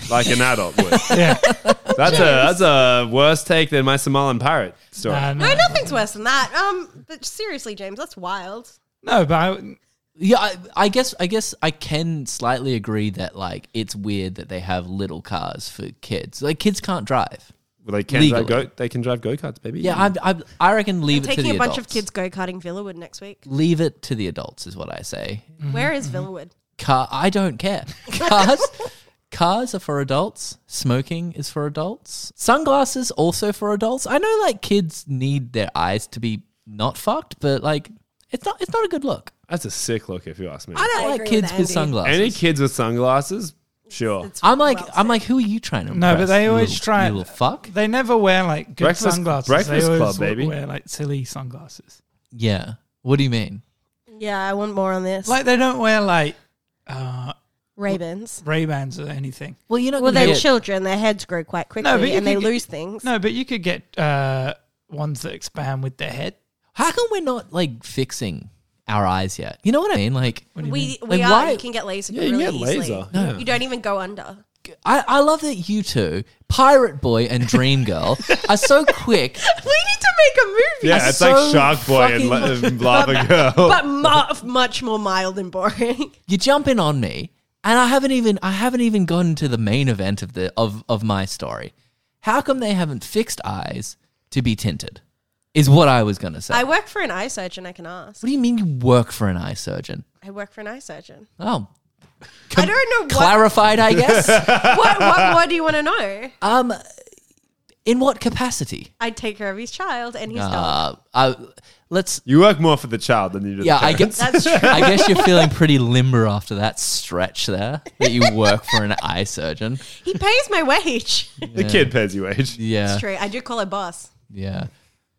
D: like an adult would?
A: Yeah,
D: That's a that's a worse take than my Somalian pirate story.
A: Nah,
B: No,
A: no,
B: nothing's worse than that. Um, but seriously, James, that's wild.
A: no, but I,
C: yeah? I, I guess I guess I can slightly agree that like it's weird that they have little cars for kids. Like kids can't drive.
D: well, they can drive
C: Legally.
D: go, they can drive go karts, baby.
C: Yeah, I I, I reckon leave it to
B: Taking
C: the
B: a bunch of
C: adults.
B: kids go karting Villawood next week.
C: Leave it to the adults is what I say.
B: Where is Villawood?
C: Car, I don't care. Cars, cars are for adults. Smoking is for adults. Sunglasses also for adults. I know, like kids need their eyes to be not fucked, but like it's not it's not a good look.
D: that's a sick look if you ask me.
C: I don't
B: I agree
C: like
B: with
C: kids with,
B: Andy.
C: sunglasses.
D: Any kids with sunglasses, sure.
B: It's
C: I'm like,
B: well
C: I'm
B: said.
C: like, who are you trying to?
A: No, but
C: impress,
A: they
C: you
A: always
C: little-
A: try-
C: You little fuck.
A: They never wear like good
D: Breakfast-
A: sunglasses.
D: Breakfast
A: they
D: Club,
A: always
D: baby.
A: wear like silly sunglasses.
C: Yeah. What do you mean?
B: Yeah, I want more on this.
A: Like they don't wear like uh,
B: Ravens.
A: Ray Bans or anything.
C: Well, you know,
B: Well, they're children. Their heads grow quite quickly,
A: No, but you
B: and they
A: could get-
B: lose things.
A: No, but you could get uh, ones that expand with their head.
C: How come we're not like fixing our eyes yet? You know what I mean? Like,
B: we we
C: Like,
B: are.
C: why-
B: You can get laser
D: you
B: really
D: can get
B: easily.
D: laser. No.
B: You don't even go under.
C: I, I love that you two, Pirate Boy and Dream Girl, are so quick.
B: We need to make a movie.
D: yeah,
C: That's
D: it's like
C: so
D: Shark Boy and, La-
C: fucking-
D: and Lava Girl.
B: but mu- much more mild and boring.
C: You jump in on me, and I haven't even I haven't even gotten to the main event of the of of my story. How come they haven't fixed eyes to be tinted? Is what I was gonna say.
B: I work for an eye surgeon. I can ask.
C: what do you mean you work for an eye surgeon?
B: I work for an eye surgeon.
C: Oh,
B: I don't know what,
C: clarified, I guess.
B: what what more do you want to know.
C: um, in what capacity?
B: I take care of his child and his dog.
C: Uh, I, let's.
D: you work more for the child than you do.
C: Yeah,
D: the
C: I
D: parent.
C: guess.
B: That's true.
C: I guess you're feeling pretty limber after that stretch there that you work for an eye surgeon.
B: He pays my wage.
D: the kid pays you wage.
C: Yeah.
B: That's true. I do call a boss.
C: Yeah.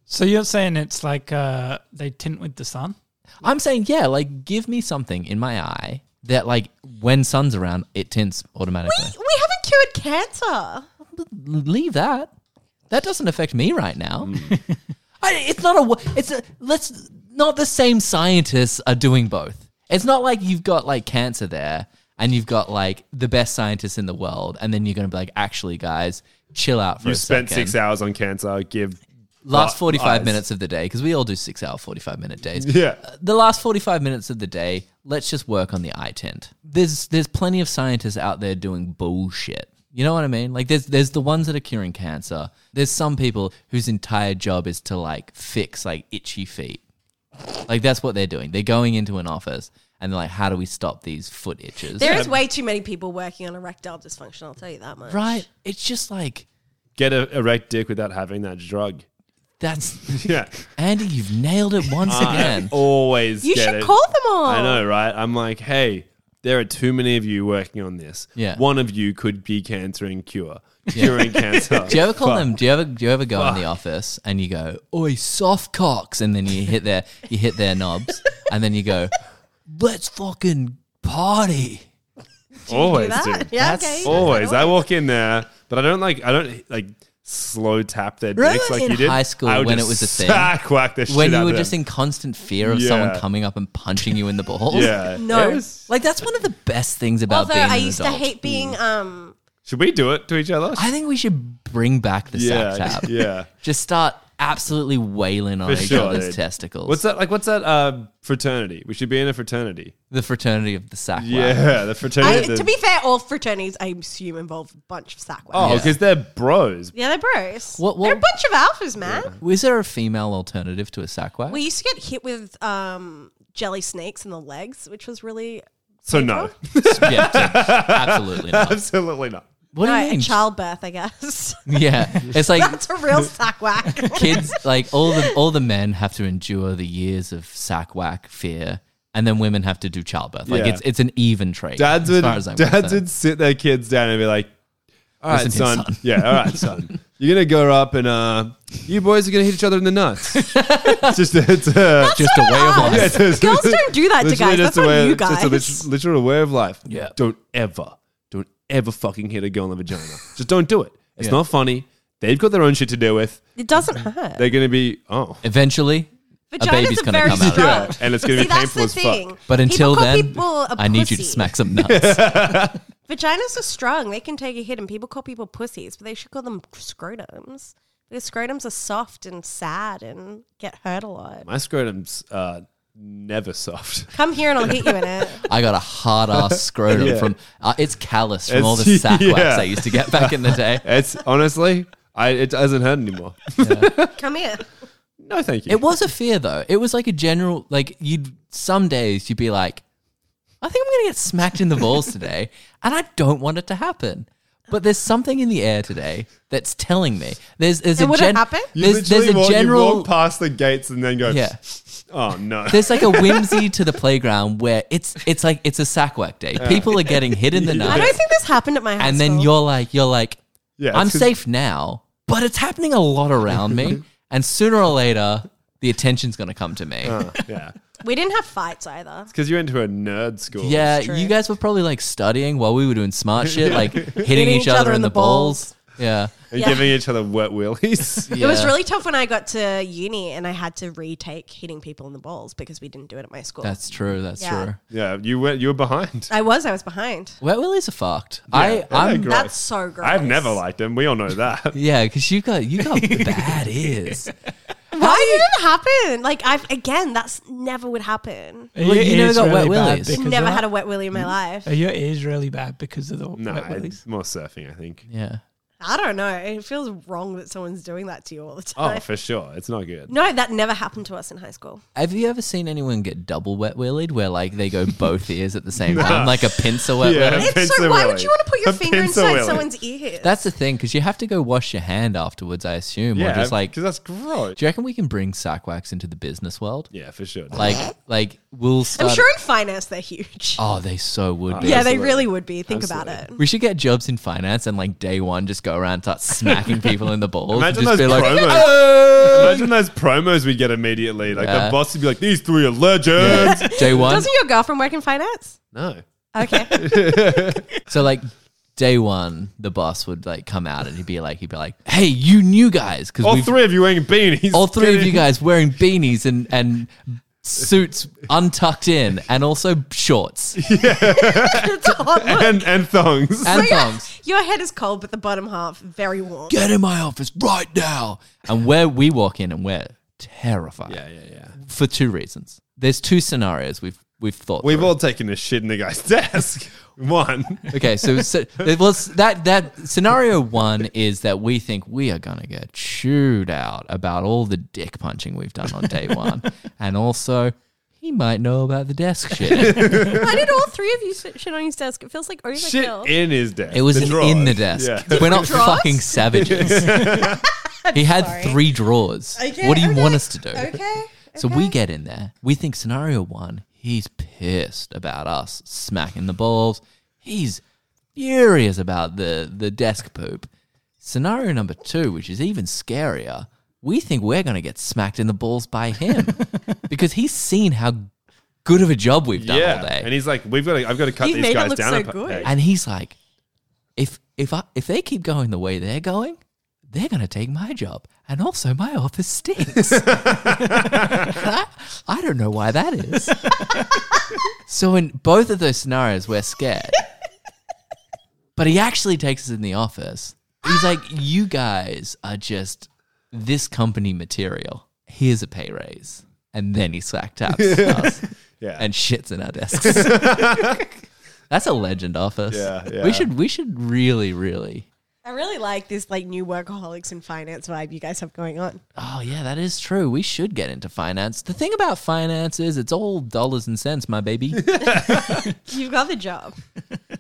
A: So you're saying it's like uh, they tint with the sun?
C: I'm saying, yeah, like give me something in my eye that like when sun's around, it tints
B: We
C: automatically.
B: haven't cured cancer.
C: Leave
D: Hmm.
C: that. That doesn't affect me right now. I, it's not a. wa- It's a. Let's. not the same scientists are doing both. It's not like you've got like cancer there and you've got like the best scientists in the world, and then you're going to be like, actually, guys, chill out for
D: You
C: a
D: spent
C: second.
D: six hours on cancer. Give
C: Last
D: li-
C: 45
D: lies.
C: minutes of the day, because we all do six hour, 45 minute days.
D: Yeah.
C: Uh, The last 45 minutes of the day, let's just work on the eye tint. There's, there's plenty of scientists out there doing bullshit. You know what I mean? Like, there's, there's the ones that are curing cancer. There's some people whose entire job is to like fix like itchy feet. Like, that's what they're doing. They're going into an office and they're like, how do we stop these foot itches?
B: There is way too many people working on erectile dysfunction. I'll tell you that much.
C: right? It's just like,
D: Get a erect dick without having that drug.
C: that's
D: Yeah.
C: Andy, you've nailed it once again.
D: Always
B: You
D: get
B: should
D: it.
B: call them all.
D: I know, right? I'm like, hey, there are too many of you working on this.
C: Yeah.
D: One of you could be cancer and cure. Curing cancer.
C: Do you ever call
D: Fuck.
C: them? Do you ever do you ever go in the office and you go, "Oi, soft cocks," and then you hit their you hit their knobs, and then you go, "Let's fucking party."
B: Do
D: Always do.
B: that? Yeah,
C: That's
B: okay.
D: Always. I walk in there, but I don't like I don't like slow tap their
C: Remember
D: dicks like
C: in
D: you did.
C: high school
D: I would
C: when it
D: just
C: was a thing?
D: Sack whack the shit
C: When you
D: out of
C: were
D: them.
C: just in constant fear of
D: Yeah.
C: someone coming up and punching you in the balls.
D: Yeah.
B: No.
D: It was-
C: Like that's one of the best things about
B: Although
C: being
B: I
C: an
B: used
C: adult.
B: to hate being um
D: should we do it to each other?
C: I think we should bring back the
D: yeah.
C: sack tap.
D: Yeah.
C: Just start absolutely wailing on
D: For
C: each
D: sure,
C: other's
D: dude.
C: testicles.
D: What's that like? What's that uh, fraternity? We should be in a fraternity.
C: the fraternity of the sack? laugh.
D: Yeah, the fraternity.
B: I,
D: of the-
B: to be fair, all fraternities I assume involve a bunch of sack
D: oh,
C: Yeah.
D: because they're bros.
B: Yeah, they're bros.
C: What- what-
B: They're a bunch of alphas, man.
C: Is there a female alternative to a sack whack?
B: We used to get hit with um, jelly snakes in the legs, which was really
D: So no,
C: yeah, absolutely not.
D: absolutely not.
C: What do
B: no,
C: you mean?
B: childbirth, I guess.
C: Yeah, it's like
B: That's a real sack whack.
C: kids, like all the all the men have to endure the years of sack whack fear, and then women have to do childbirth. Like
D: Yeah.
C: it's it's an even trade.
D: Dads
C: as
D: would
C: far as I'm
D: dads
C: concerned.
D: would sit their kids down and be like, "All right,
C: Listen here,
D: son.
C: son."
D: Yeah, all right, son. You're gonna go up and uh, you boys are gonna hit each other in the nuts. it's just it's uh,
C: just a way of
B: Us.
C: life.
D: yeah, it's- it's
B: Girls don't do that to
D: literally
B: guys.
D: just
B: That's
D: a
B: on
D: way-
B: you
D: Just a
B: guys.
D: lit- literal way of life.
C: Yeah.
D: Don't ever, don't ever fucking hit a girl in the vagina. just don't do it. It's not funny. They've got their own shit to deal with.
B: It doesn't hurt.
D: They're gonna be oh
C: Eventually,
B: Vaginas
C: baby's
B: are
C: gonna
B: very
C: come out of
B: strong.
D: Yeah, and it's gonna be
B: See, that's
D: painful
B: the
D: as fuck.
B: thing.
C: but until
B: people
C: then,
B: call people a
C: I need you to
B: pussy.
C: smack some nuts.
B: Vaginas are strong; they can take a hit, and people call people pussies, but they should call them scrotums because scrotums are soft and sad and get hurt a lot.
D: my scrotum's uh, never soft.
B: Come here, and I'll hit you in it.
C: I got a hard ass scrotum
D: Yeah.
C: from uh, it's callous from
D: It's-
C: all the sack
D: yeah.
C: whacks I used to get back in the day.
D: It's honestly, I it doesn't hurt anymore.
B: Come here.
D: no, thank you.
C: It was a fear though. It was like a general like you'd some days you'd be like, I think I'm gonna get smacked in the balls today, and I don't want it to happen. But there's something in the air today that's telling me there's there's
B: It
C: a
B: wouldn't
C: gen-
B: happen?
D: You
C: there's, there's
D: literally
C: a
D: walk, you
C: general
D: walk past the gates and then go,
C: yeah.
D: oh no.
C: There's like a whimsy to the playground where it's it's like it's a sackwack day. People are getting hit in the
B: I
C: nuts,
B: don't think this happened at my house.
C: and then you're like you're like
D: Yeah,
C: I'm
D: it's 'cause-
C: safe now, but it's happening a lot around me, and sooner or later the attention's gonna come to me.
D: Uh. yeah.
B: We didn't have fights either.
D: Because you went to a nerd school.
C: Yeah,
B: true.
C: you guys were probably like studying while we were doing smart shit, like hitting, each, other, in the balls. Yeah.
D: And
B: Yeah.
D: giving each other wet willies.
B: It was
C: Yeah.
B: really tough when I got to uni and I had to retake hitting people in the balls because we didn't do it at my school.
C: That's true. That's
B: Yeah.
C: true.
D: yeah, you were, you were behind.
B: I was, I was behind.
C: Wet willies are fucked. I, I'm.
D: gross.
B: That's so gross.
D: I've never liked them. We all know that.
C: Yeah, because you got you got bad ears.
B: Why did it happen? Like I've again, that's never would happen.
C: Well, you know got wet willies.
B: Never had a wet willy in my
C: Mm-hmm.
B: life.
A: Are your ears really bad because of the
D: no,
A: wet willies?
D: it's more surfing, I think.
C: Yeah.
B: I don't know. It feels wrong that someone's doing that to you all the
D: Oh,
B: time.
D: for sure. It's not good.
B: no, that never happened to us in high school.
C: Have you ever seen anyone get double wet willied, where like they go both ears at the same time, like a pincer wet
D: Yeah.
C: willy?
B: It's so.
D: pincer
B: Why would
D: willy.
B: you want to put your
D: A
B: finger
D: pincer
B: inside
D: willy.
B: someone's ear?
C: That's the thing, because you have to go wash your hand afterwards, I assume,
D: Yeah,
C: or just like.
D: because that's gross.
C: Do you reckon we can bring sack wax into the business world?
D: Yeah, for sure.
C: Like, like we'll
B: I'm
C: start.
B: sure in finance they're huge.
C: oh, they so would be.
B: yeah, they
D: absolutely.
B: really would be. Think about it.
D: Absolutely.
C: We should get jobs in finance and like day one just go around and start smacking people in the balls. and
D: Imagine
C: just
D: those
C: be like,
D: promos.
C: "Oh!"
D: Imagine those promos we get immediately. Like
C: Yeah.
D: the boss would be like, "These three are legends."
C: Day one.
B: Doesn't your girlfriend work in finance?
D: No,
B: Okay.
C: so like day one, the boss would like come out and he'd be like, he'd be like, "Hey, you new guys, because
D: All
C: we've
D: three of you wearing beanies.
C: all three of
D: Get
C: you
D: in.
C: guys wearing beanies and and suits untucked in, and also shorts
B: it's a hot look.
D: And, and thongs.
C: and
B: So your-
C: thongs."
B: Your head is cold, but the bottom half very warm.
C: Get in my office right now. And where we walk in and we're terrified
D: yeah, yeah, yeah.
C: for two reasons. There's two scenarios we've we've thought.
D: We've
C: through.
D: all taken a shit in the guy's desk. One.
C: Okay, so, so it was that that scenario one is that we think we are gonna get chewed out about all the dick punching we've done on day one, and also he might know about the desk shit.
B: Why did all three of you sit- shit on his desk? It feels like
D: Shit
B: overkill.
D: in his desk.
C: It was
D: The drawers.
C: in the desk.
D: Yeah.
C: We're not
B: Drawers?
C: fucking savages. he had three drawers. what do you want us to do?
B: Okay.
C: So we get in there. We think scenario one, he's pissed about us smacking the balls. He's furious about the, the desk poop. Scenario number two, which is even scarier, we think we're going to get smacked in the balls by him because he's seen how good of a job we've done
D: Yeah.
C: all day.
D: And he's like, we've got to, I've got to cut
B: You've
D: these
B: made it
D: guys
B: look
D: down.
B: so
D: a pe-
B: good.
D: peg.
C: And he's like, if if I if they keep going the way they're going, they're gonna take my job, and also my office stinks. I, I don't know why that is. so in both of those scenarios, we're scared. But he actually takes us in the office. He's like, you guys are just this company material. Here's a pay raise. And then he slack taps us
D: Yeah.
C: and shits in our desks. That's a legend office.
D: Yeah, yeah.
C: We should we should really, really
B: I really like this like new workaholics in finance vibe you guys have going on.
C: Oh yeah, that is true. We should get into finance. The thing about finance is it's all dollars and cents, my baby.
B: You've got the job.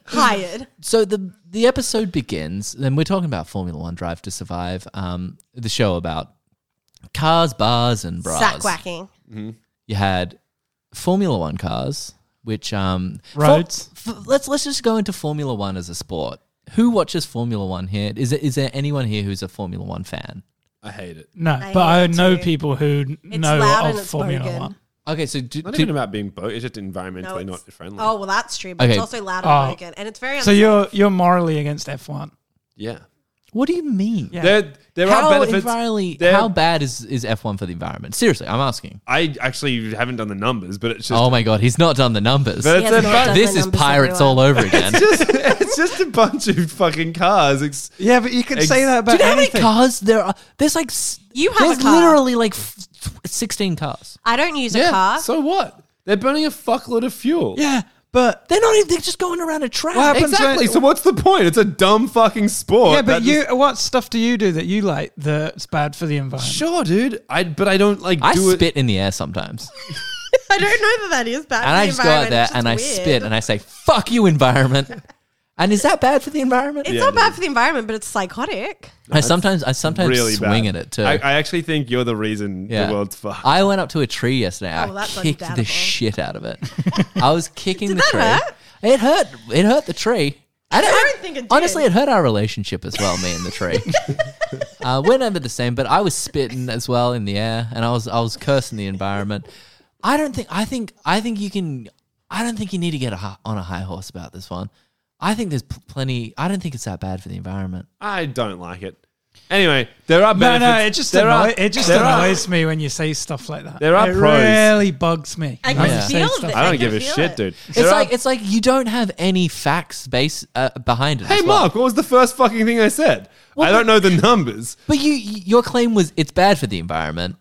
B: Hired.
C: so the the episode begins, and we're talking about Formula One Drive to Survive, um, the show about cars, bars, and bras.
B: Sack whacking.
C: You had Formula One cars, which um, for-
A: Roads.
C: f- let's let's just go into Formula One as a sport. Who watches Formula One here? Is there, is there anyone here who's a Formula One fan?
D: I hate it.
A: No,
B: I
A: but I
B: hate
A: know
B: to.
A: people who
B: It's
A: know
B: loud and
A: of
B: it's
A: Formula
B: bogan.
A: One.
C: Okay, so do,
D: Not
C: do-
D: even about being boat. It's just environmentally
B: No, it's-
D: not friendly.
B: Oh well, that's true. But
C: Okay.
B: it's also loud and
A: Oh.
B: broken, and it's very.
A: So you're you're morally against F1.
D: Yeah.
C: what do you mean?
A: Yeah.
D: There, there
C: how
D: are benefits.
C: envirally-
D: There-
C: how bad is, is F1 for the environment? Seriously, I'm asking.
D: I actually haven't done the numbers, but it's just,
C: Oh my God, he's not done the numbers.
D: But-
B: He has
D: This
B: not done
C: this
B: the
C: is
B: numbers
C: pirates
B: everywhere.
C: all over again. Do
D: just it's just a bunch of fucking cars. It's,
A: Yeah, but you could
D: Ex-
A: say that about
C: you know how many
A: anything.
C: cars there are? There's like, s-
B: You have
C: there's
B: a car.
C: literally like f- tw- 16 cars.
B: I don't use a
D: yeah.
B: car.
D: So what? They're burning a fuckload of fuel.
A: yeah, but
C: They're not even, they're just going around a track.
A: What happened-
D: Exactly. So what's the point? It's a dumb fucking sport.
A: yeah, but
D: That
A: you
D: just-
A: what stuff do you do that you like that's bad for the environment?
D: sure, dude. I but I don't like
C: I
D: do
C: spit in the air sometimes.
B: I don't know that that is bad.
C: And I just go out there and I spit and I say, fuck you, environment. and is that bad for the environment?
B: It's
D: Yeah,
B: not
D: it
B: bad for the environment, but it's psychotic.
C: I sometimes, I
D: it
C: sometimes
D: really
C: swing
D: bad.
C: at it too.
D: I, I actually think you're the reason
C: Yeah.
D: the world's fucked.
C: I went up to a tree yesterday.
B: Oh,
C: I
B: that's
C: kicked the
B: undoubtable.
C: shit out of it. I was kicking
B: Did
C: the
B: that
C: tree.
B: hurt?
C: It hurt. It hurt the tree. And
B: I don't think it did.
C: Honestly, it hurt our relationship as well, me and the tree. uh, we're never the same, but I was spitting as well in the air, and I was I was cursing the environment. I don't think I think I think you can. I don't think you need to get a, hi- on a high horse about this one. I think there's pl- plenty. I don't think it's that bad for the environment.
D: I don't like it. Anyway, there are
A: No,
D: benefits.
A: no, it just
D: there are-
A: annoy, it just
D: there are-
A: annoys me when you say stuff like that.
D: There are
A: it
D: pros.
A: really bugs me.
B: I
A: when
B: can
A: you say
B: feel
A: stuff
B: that.
D: I
B: I
D: don't
B: can
D: give a
B: feel
D: shit,
B: it.
D: dude.
C: It's
D: There are-
C: like it's like you don't have any facts base uh, behind it.
D: hey,
C: as well.
D: Mark, what was the first fucking thing I said? I don't know the numbers.
C: But you, your claim was it's bad for the environment.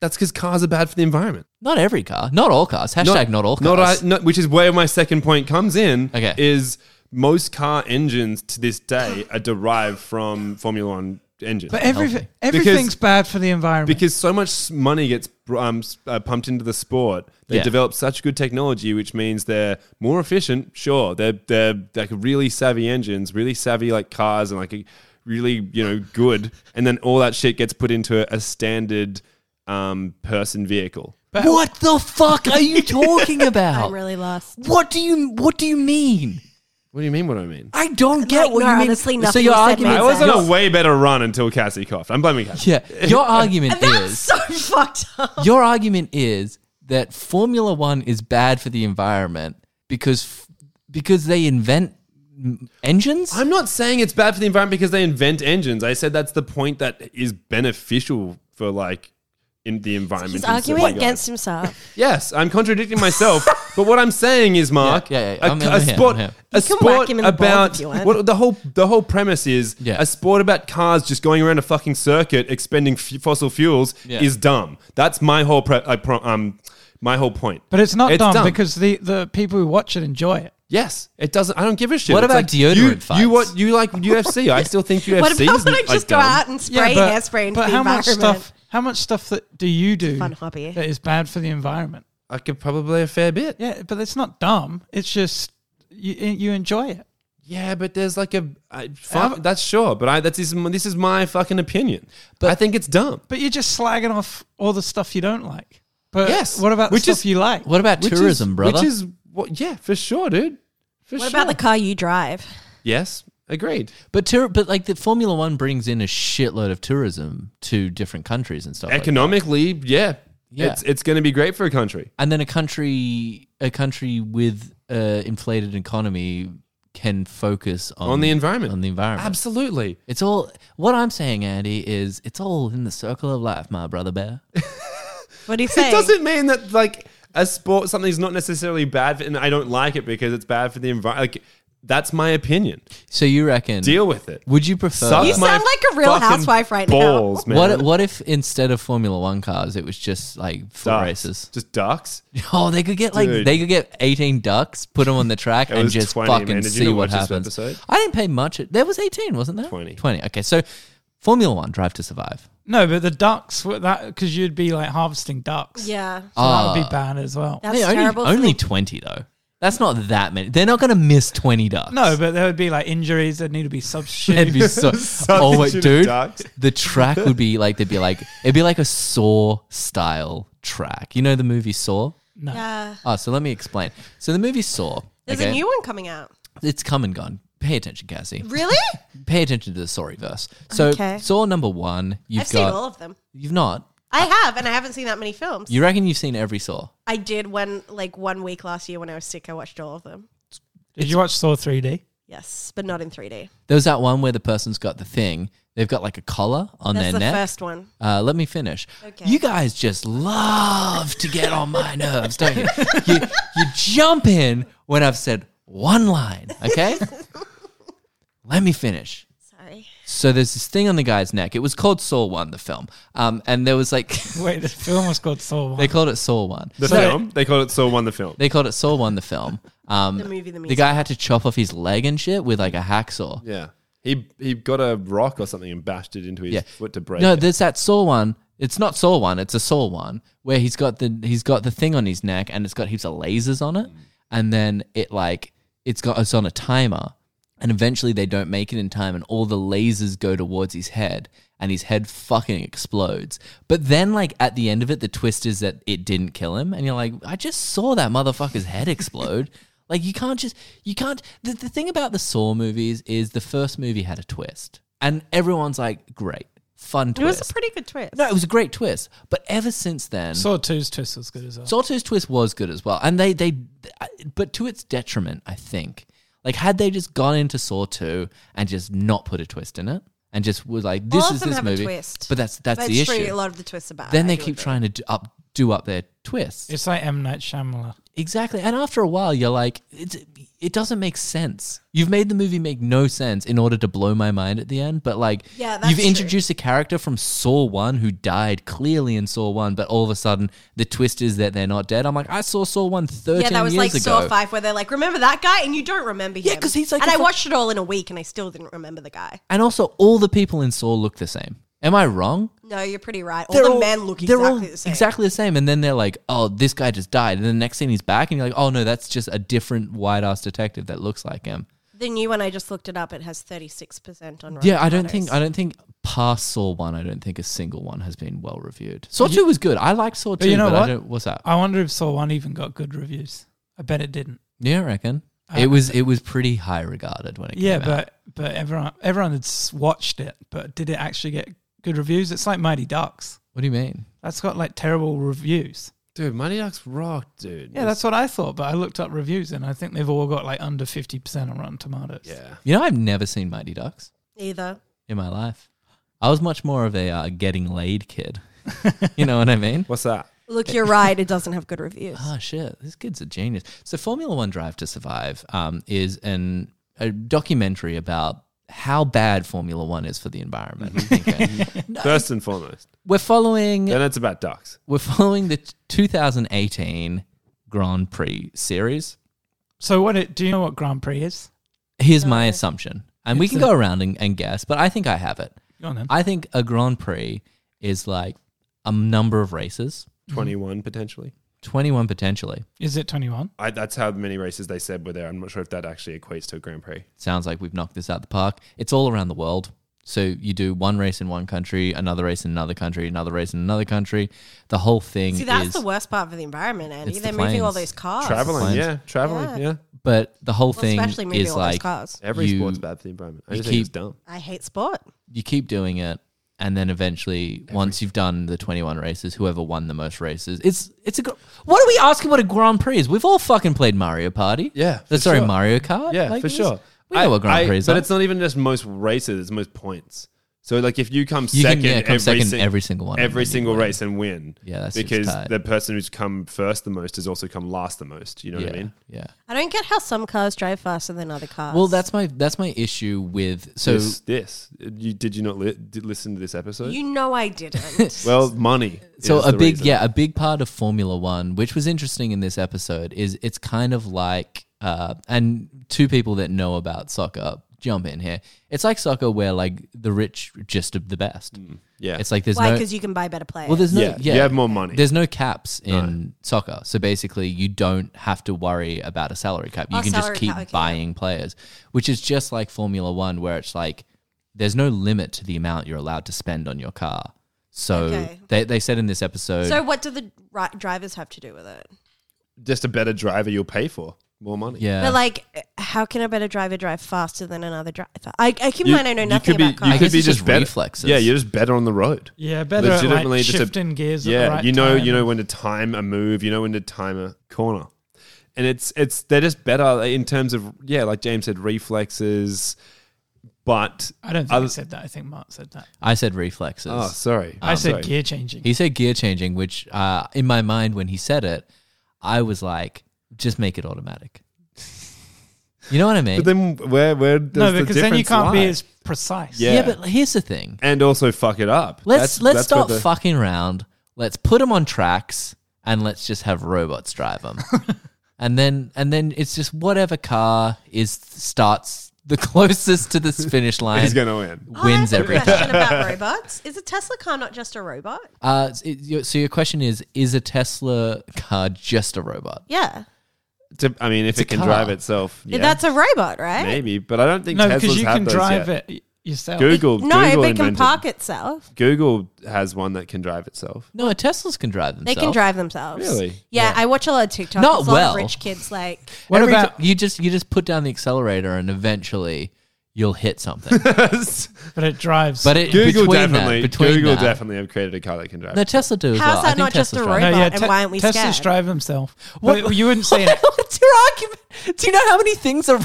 D: That's because cars are bad for the environment.
C: Not every car, not all cars. Hashtag not, all cars.
D: Not, I- not- which is where my second point comes in.
C: Okay.
D: Is most car engines to this day are derived from Formula One engines.
A: But every,
C: Healthy.
A: everything's bad for the environment.
D: because so much money gets um, s- uh, pumped into the sport, they
C: Yeah.
D: develop such good technology, which means they're more efficient. Sure, they're they're like really savvy engines, really savvy like cars, and like a really you know good. And then all that shit gets put into a, a standard um, person vehicle.
C: what the fuck are you talking about?
B: I'm really lost.
C: what do you What do you mean?
D: What do you mean? What do I mean?
C: I don't get
B: Like,
C: what
B: no,
C: you mean.
B: honestly,
C: so
B: nothing
C: your
B: you said
C: argument,
B: made
D: I was on
B: sense.
C: your,
D: a way better run until Cassie coughed. I'm blaming Cassie.
C: yeah, your argument
B: That's
C: is
B: so fucked up.
C: your argument is that Formula One is bad for the environment because f- because they invent engines?
D: I'm not saying it's bad for the environment because they invent engines. I said that's the point that is beneficial for like in the environment.
B: He's
D: and
B: arguing
D: stuff like
B: against
D: that.
B: himself.
D: Yes, I'm contradicting myself. but what I'm saying is, Mark,
C: Yeah, yeah, yeah. I'm-
D: a- a,
C: I'm here, I'm
D: sport,
C: here.
D: a
B: You can whack
D: sport
B: him in the balls
D: about
B: if you want.
D: what the whole the whole premise is
C: Yeah.
D: a sport about cars just going around a fucking circuit expending f- fossil fuels
C: Yeah.
D: is dumb. That's my whole pre- I pro- um my whole point.
A: But it's not
D: It's
A: dumb,
D: dumb.
A: because the, the people who watch it enjoy it.
D: Yes, it doesn't. I don't give a shit.
C: What
D: It's
C: about
D: like,
C: deodorant
D: You,
C: fights?
D: you what you like UFC? I still think UFC.
B: what about
D: is
B: when I
D: like,
B: just go
D: dumb.
B: out and spray hairspray into the
A: how much
B: environment?
A: stuff? How much stuff that do you do?
B: Fun hobby.
A: that is bad for the environment.
D: I could probably a fair bit.
A: Yeah, but it's not dumb. It's just you eh, you enjoy it.
D: Yeah, but there's like a I,
A: How-
D: fine, that's sure, but I that's is this is my fucking opinion. But I think it's dumb.
A: But you're just slagging off all the stuff you don't like. But
D: Yes.
A: what about
D: Which
A: stuff
D: is-
A: you like?
C: what about
D: Which is-
C: tourism, brother?
D: Which is what? Yeah, for sure, dude. For
B: What
D: sure.
B: about the car you drive?
D: Yes, agreed.
C: but tour, but like the Formula One brings in a shitload of tourism to different countries and stuff. like that.
D: Economically, yeah,
C: Yeah.
D: it's it's going to be great for a country.
C: and then a country a country with uh, inflated economy can focus on
D: On the environment.
C: on the environment.
D: Absolutely.
C: It's all what I'm saying, Andy, is it's all in the circle of life, my brother bear.
B: What do you say?
D: It doesn't mean that like a sport something's not necessarily bad, for, and I don't like it because it's bad for the environment. Like that's my opinion.
C: So you reckon
D: Deal with it.
C: would you prefer
D: Suck
B: You
D: my
B: sound like a Real
D: fucking
B: Housewife right now.
D: balls, Man.
C: what what if instead of Formula One cars it was just like foot
D: ducks.
C: races?
D: Just ducks.
C: Oh, they could get like
D: Dude.
C: they could get eighteen ducks, put them on the track, and
D: was
C: just
D: 20,
C: fucking
D: man. Did you
C: see
D: not
C: what
D: watch this
C: happens.
D: episode?
C: I didn't pay much. There was eighteen, wasn't there?
D: 20.
C: Twenty. Okay, so Formula One Drive to Survive.
A: No, but the ducks were that because you'd be like harvesting ducks.
B: Yeah.
C: Oh,
A: so that would
C: Ah.
A: be bad as well.
B: That's
C: Hey, only
B: terrible. for
C: only
B: the-
C: twenty though. That's not that many. They're not going to miss twenty ducks.
A: No, but there would be like injuries that need to be
C: It'd
A: substituted.
C: be so. oh wait,
D: Substitute
C: dude,
D: ducks.
C: the track would be like they'd be like it'd be like a Saw style track. You know the movie Saw.
B: yeah.
C: Oh, so let me explain. So the movie Saw.
B: There's
C: okay,
B: a new one coming out.
C: It's come and gone. Pay attention, Cassie.
B: Really?
C: Pay attention to the Sawryverse. So
B: Okay.
C: Saw number one. You've
B: I've
C: got.
B: seen all of them.
C: You've not.
B: I have, and I haven't seen that many films.
C: You reckon you've seen every Saw?
B: I did when, like, one week last year when I was sick. I watched all of them.
A: Did you watch Saw 3D?
B: Yes, but not in 3D.
C: There was that one where the person's got the thing. They've got like a collar on
B: That's
C: their
B: the
C: neck.
B: first one.
C: Uh, let me finish.
B: Okay.
C: You guys just love to get on my nerves, don't you? you? You jump in when I've said one line, okay? let me finish.
B: Sorry.
C: So there's this thing on the guy's neck. It was called Saw 1, the film. Um, and there was like,
A: Wait, the film was called Saw 1.
C: they called it Saw 1.
D: The
C: So-
D: film. They called it Saw One the film.
C: They called it Saw 1, the film. Um,
B: The movie, the
C: the
B: music.
C: guy had to chop off his leg and shit with like a hacksaw.
D: Yeah. He he got a rock or something and bashed it into his
C: Yeah.
D: foot to break.
C: No,
D: it.
C: there's that saw one. It's not saw one. It's a saw one where he's got the he's got the thing on his neck and it's got heaps of lasers on it, and then it like it's got it's on a timer, and eventually they don't make it in time, and all the lasers go towards his head, and his head fucking explodes. But then like at the end of it, the twist is that it didn't kill him, and you're like, I just saw that motherfucker's head explode. Like you can't just you can't the, the thing about the Saw movies is the first movie had a twist. And everyone's like, great, fun
B: It was
C: twist.
B: a pretty good twist.
C: No, it was a great twist. But ever since then,
A: Saw 2's twist was good as well.
C: Sawtooth's twist was good as well. And they, they, but to its detriment, I think. Like, had they just gone into Saw 2 and just not put a twist in it and just was like, this
B: All of
C: is
B: them
C: this
B: have a
C: movie.
B: twist.
C: But that's, that's,
B: That's
C: the
B: true.
C: issue.
B: A lot of the twists are bad.
C: then
B: I
C: they
B: do
C: keep
B: agree.
C: trying to do up, do up their twists.
A: It's like M. Night Shyamalan.
C: Exactly. And after a while, you're like, it's, it doesn't make sense. You've made the movie make no sense in order to blow my mind at the end. But like,
B: Yeah, that's
C: you've
B: true.
C: introduced a character from Saw 1 who died clearly in Saw 1, but all of a sudden the twist is that they're not dead. I'm like, I saw Saw 1 13
B: Yeah, that was
C: years
B: like
C: ago.
B: Saw Five, where they're like, "Remember that guy?" and you don't remember him.
C: Yeah, 'cause he's like
B: and
C: a
B: I
C: fu-
B: watched it all in a week, and I still didn't remember the guy.
C: And also, all the people in Saw look the same. Am I wrong?
B: No, you're pretty right. All the men look
C: they're
B: exactly
C: all
B: the same.
C: Exactly the same. And then they're like, oh, this guy just died. And then the next thing he's back, and you're like, oh, no, that's just a different white ass detective that looks like him.
B: The new one I just looked it up. It has 36 percent on. Rotten
C: Yeah, I don't think
B: Tomatoes.
C: I don't think past Saw one. I don't think a single one has been well reviewed. Saw two was good. I like Saw two, but
A: you know
C: I
A: what?
C: don't, what's that?
A: I wonder if Saw 1 even got good reviews. I bet it didn't.
C: yeah, I reckon
A: I-
C: it was it was pretty high regarded when it
A: Yeah,
C: came out.
A: but but everyone everyone had s- watched it, but did it actually get good reviews? It's like Mighty Ducks.
C: What do you mean?
A: That's got like terrible reviews.
D: Dude, Money Ducks rock, dude.
A: Yeah, that's what I thought, but I looked up reviews and I think they've all got like under 50% on Rotten Tomatoes.
D: yeah.
C: You know, I've never seen Mighty Ducks
B: Either.
C: in my life. I was much more of a uh, getting laid kid. you know what I mean?
D: What's that?
B: Look, you're right. It doesn't have good reviews.
C: Ah, shit, this kid's a genius. So, Formula One Drive to Survive um, is an a documentary about how bad Formula One is for the environment. Okay.
D: First and foremost.
C: we're following
D: Then it's about ducks.
C: we're following the 2018 Grand Prix series.
A: So what it, do you know what Grand Prix is?
C: Here's my assumption, and we
A: It's
C: can
A: a-
C: go around and, and guess, but I think I have it.
A: Go on then.
C: I think a Grand Prix is like a number of races,
D: Mm-hmm. 21 potentially.
C: 21 potentially.
A: Is it 21?
D: I, that's how many races they said were there. I'm not sure if that actually equates to a Grand Prix.
C: sounds like we've knocked this out the park. It's all around the world. So you do one race in one country, another race in another country, another race in another country. The whole thing
B: See, that's
C: is,
B: the worst part for the environment, Andy.
C: It's the
B: They're moving all
C: planes.
B: those cars.
D: traveling,
C: planes.
D: yeah, traveling,
B: Yeah.
D: yeah.
C: but the whole
B: Well,
C: thing
B: especially moving
C: is
B: all
C: like
B: those cars.
D: Every
C: You-
D: sport's bad for the environment. I
C: you
D: just think it's
C: keep-
D: dumb.
B: I hate sport.
C: you keep doing it, and then eventually, once you've done the twenty-one races, whoever won the most races, it's it's a. gr- What are we asking? What a Grand Prix is? We've all fucking played Mario Party. Uh,
D: Yeah, for
C: sorry,
D: sure.
C: Mario Kart.
D: Yeah,
C: Like,
D: for
C: this-
D: sure.
C: We know
D: I-
C: what Grand
D: I-
C: Prix is,
D: but
C: are.
D: it's not even just most races; it's most points. So, like, if you come
C: You can,
D: second,
C: yeah, come
D: every,
C: second
D: sing-
C: every single one, and
D: every
C: then you
D: single
C: win.
D: race, and win.
C: Yeah, that's just
D: because
C: tight.
D: the person who's come first the most has also come last the most. You know
C: yeah,
D: what I mean?
C: yeah.
B: I don't get how some cars drive faster than other cars.
C: Well, that's my that's my issue with so
D: this, this. You, did you not li- did listen to this episode?
B: you know I didn't.
D: well, money.
C: so
D: is
C: a
D: the
C: big
D: reason.
C: yeah a big part of formula one which was interesting in this episode is it's kind of like uh, and two people that know about soccer jump in here it's like soccer where like the rich are just the best
D: yeah.
C: it's like there's
B: Why?
C: no
B: Because you can buy better players.
C: well there's no
D: Mm. yeah,
C: yeah,
D: you have more money.
C: there's no caps in soccer so basically you don't have to worry about a salary cap you
B: Oh,
C: can just
B: salary
C: keep
B: cap, okay.
C: buying players which is just like formula one where it's like there's no limit to the amount you're allowed to spend on your car so
B: Okay.
C: they, they said in this episode
B: so what do the ri- drivers have to do with it?
D: Just a better driver, you'll pay for more money.
C: yeah
B: But like, how can a better driver drive faster than another driver? I, I keep in mind I know
D: you
B: nothing
D: could be-
B: about
D: You
C: I
B: cars.
D: could
C: guess
D: be
C: it's
D: just
C: just
D: better-
C: reflexes.
D: Yeah, you're just better on the road.
A: Yeah, better at
D: Legitimately
A: like
D: just a-
A: shifting gears at
D: Yeah,
A: the right
D: you know,
A: time.
D: you know when to time a move, you know when to time a corner, and it's it's they're just better in terms of yeah, like James said, reflexes. But
A: I don't think I
D: Other-
A: said that. I think Mark said that.
C: I said reflexes.
D: oh, sorry,
A: I said
D: sorry.
A: gear changing.
C: he said gear changing, which uh, in my mind when he said it, I was like, just make it automatic. you know what I mean?
D: But then where where does
A: no,
D: the
A: because then you
D: difference
A: can't be
D: lie?
A: as precise.
C: yeah.
D: Yeah.
C: but here's the thing.
D: and also fuck it up.
C: Let's
D: That's-
C: let's
D: that's where
C: stop
D: the-
C: fucking around. Let's put them on tracks and let's just have robots drive them. and then and then it's just whatever car is starts the closest to this finish line
D: He's gonna
C: wins
D: win.
B: Oh, I have
C: every
B: a
C: time.
B: question about robots. Is a Tesla car not just a robot?
C: Uh, so your- so your question is: Is a Tesla car just a robot?
B: Yeah,
D: To- I mean, if
C: a
D: it can
C: car.
D: drive itself, yeah,
B: that's a robot, right?
D: maybe. But I don't think
A: No, because
D: Tesla's
A: you
D: have
A: can
D: those
A: drive
D: yet.
A: it yourself.
D: Google,
B: No,
D: Google
B: but it can
D: invented-
B: park itself.
D: Google has one that can drive itself.
C: No, Teslas can drive
B: They
C: themselves.
B: can drive themselves.
D: Really?
B: Yeah, I watch a lot of TikTok.
C: Not
B: There's a lot
C: well.
B: of rich kids like.
A: What
C: Every
A: about?
C: ti- you? Just you just put down the accelerator and eventually you'll hit something.
A: But it drives.
C: But it
D: Google
C: between
D: definitely,
C: that, between
D: Google
C: that,
D: definitely have created a car that can drive.
C: No, Tesla do. as
B: How's
C: well.
B: that
C: I think
B: not just
C: Tesla's
B: a
C: drive-
A: no,
B: robot?
A: yeah,
B: and
A: Te-
B: why aren't we
A: Teslas
B: scared?
A: drive themselves. But you wouldn't say. An,
C: What's your argument? Do you know how many things are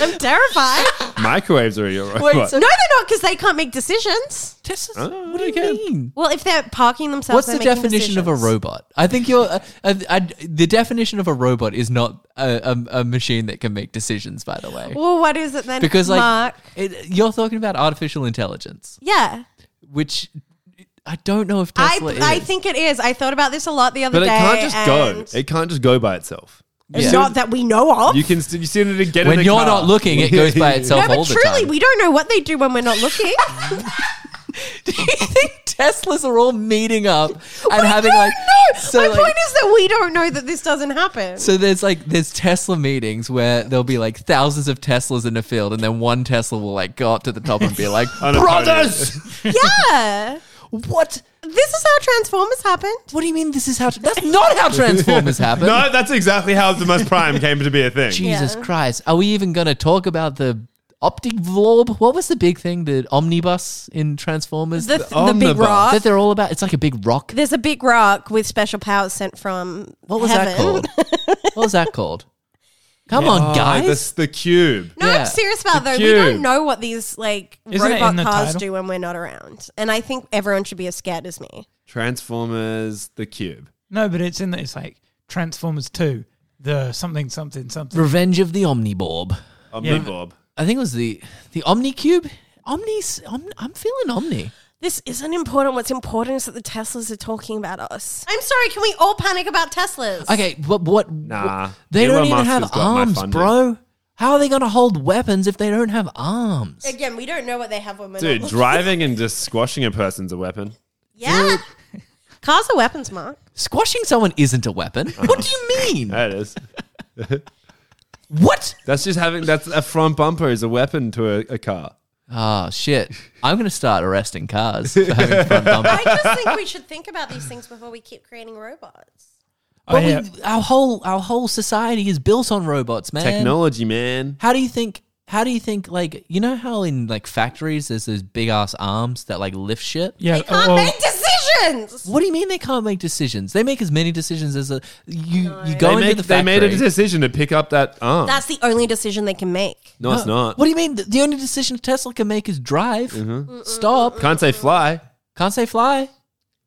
B: I'm terrified.
D: Microwaves are your
C: Wait,
D: robot.
C: so-
B: no, they're not because they can't make decisions.
C: Tesla's.
D: Oh,
C: what do you
D: okay.
C: mean?
B: Well, if they're parking themselves,
C: What's
B: they're
C: the
B: making
C: definition of a
B: decisions.
C: robot? I think you're. Uh, uh, I, the definition of a robot is not a, a, a machine that can make decisions. By the way,
B: Well, what is it then?
C: because like
B: Mark?
C: it, you're talking about artificial intelligence,
B: yeah,
C: which I don't know if
B: I,
C: Tesla is.
B: I think it is. I thought about this a lot the other
D: but it
B: day.
D: can't just
B: and
D: go. It can't just go by itself.
C: Yeah.
B: Not that we know of.
D: You can st- you still need to get
C: when
D: in a
C: you're
D: car.
C: not looking, it goes by itself
B: no,
C: all
B: but
C: the
B: truly,
C: time.
B: we don't know what they do when we're not looking.
C: Do you think Teslas are all meeting up and having
B: don't
C: like
B: know.
C: so
B: My
C: like,
B: point is that we don't know that this doesn't happen.
C: so there's like there's Tesla meetings where there'll be like thousands of Teslas in a field, and then one Tesla will like go up to the top and be like,
D: On a podium.
C: "Brothers,
B: yeah,
C: what?
B: this is how Transformers happened.
C: What do you mean this is how? That's not how Transformers happen."
D: No, that's exactly how Optimus Prime came to be a thing.
C: Jesus
B: Yeah.
C: Christ, are we even going to talk about the optic vlob. What was the big thing? The omnibus in Transformers
B: The,
D: The
B: the, big
D: omnibus.
B: rock.
C: that they're all about. It's like a big rock.
B: There's a big rock with special powers sent from
C: What was
B: heaven.
C: that called? what was that called? Come on,
D: Oh,
C: guys.
D: this- the cube.
B: No,
C: Yeah.
B: I'm serious about it, though. We
D: cube.
B: don't know what these like
A: Isn't it in
B: robot
A: the
B: cars
A: title?
B: do when we're not around, and I think everyone should be as scared as me.
D: Transformers, the cube.
A: No, but it's in the, it's like Transformers Two, the something something something.
C: Revenge of the Omniborb.
D: Oh, Omnibob.
C: I think it was the the Omnicube. Omnis. Om, I'm feeling Omni.
B: This isn't important. What's important is that the Teslas are talking about us. I'm sorry. Can we all panic about Teslas?
C: Okay, but what?
D: Nah.
C: They
D: Elon
C: don't even
D: Musk
C: have
D: has got my
C: arms,
D: funding.
C: bro. How are they going to hold weapons if they don't have arms?
B: Again, we don't know what they have when we're not
D: Dude,
B: looking.
D: driving and just squashing a person's a weapon.
B: Yeah. Cars are weapons, Mark.
C: Squashing someone isn't a weapon.
D: Uh-huh.
C: What do you mean?
D: That is.
C: What?
D: That's just having. That's a front bumper is a weapon to a, a car.
C: Oh shit! I'm going to start arresting cars for having front bumper.
B: I just think we should think about these things before we keep creating robots.
A: Oh,
C: But we-
A: yeah.
C: our whole our whole society is built on robots, man.
D: Technology, man.
C: How do you think? How do you think? Like, you know how in like factories there's those big ass arms that like lift shit.
A: yeah,
B: They can't
A: well,
B: make decisions.
C: What do you mean they can't make decisions? They make as many decisions as a you. You go
D: They,
C: into
D: make,
C: the
D: they
C: factory.
D: made a decision to pick up that arm.
B: That's the only decision they can make.
D: no, it's not. Mm-hmm.
C: What do you mean? The only decision Tesla can make is drive, stop.
D: Can't say fly.
C: Can't say fly.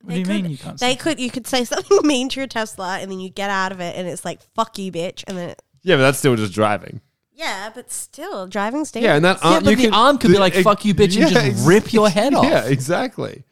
A: What do you mean you can't?
B: They
A: Say?
B: could. You could say something mean to your Tesla, and then you get out of it, and it's like "fuck you, bitch," and then it,
D: Yeah, but that's still just driving.
B: yeah, but still, driving's dangerous.
D: Yeah, and that arm.
C: yeah, but
D: you
C: the
D: can-
C: arm could be like,
D: the-
C: "Fuck you, bitch," and
D: yeah,
C: just
D: ex-
C: rip your head off.
D: Yeah, exactly.
B: okay,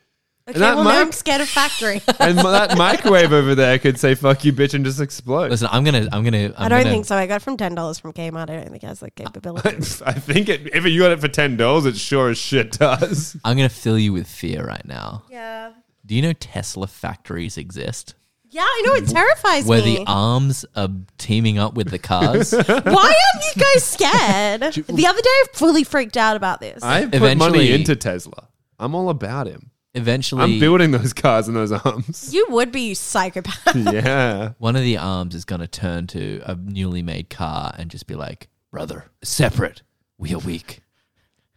D: and that
B: well, now
D: mic-
B: I'm scared of factory.
D: And that microwave over there could say "fuck you, bitch" and just explode.
C: Listen, I'm gonna, I'm gonna. I'm
B: I don't
C: gonna,
B: think so. I got it from ten dollars from Kmart. I don't think it has the capability.
D: I think it, if you got it for ten dollars, it sure as shit does.
C: I'm gonna fill you with fear right now.
B: yeah,
C: Do you know Tesla factories exist
B: yeah, I know it terrifies
C: where
B: me.
C: the arms are teaming up with the cars?
B: Why are you guys scared? the other day, I fully freaked out about this.
C: Uh,
D: I put
C: Eventually-
D: money into Tesla. I'm all about him.
C: Eventually,
D: I'm building those cars and those arms.
B: you would be, you psychopath.
D: yeah.
C: one of the arms is gonna turn to a newly made car and just be like, "Brother, separate. We are weak,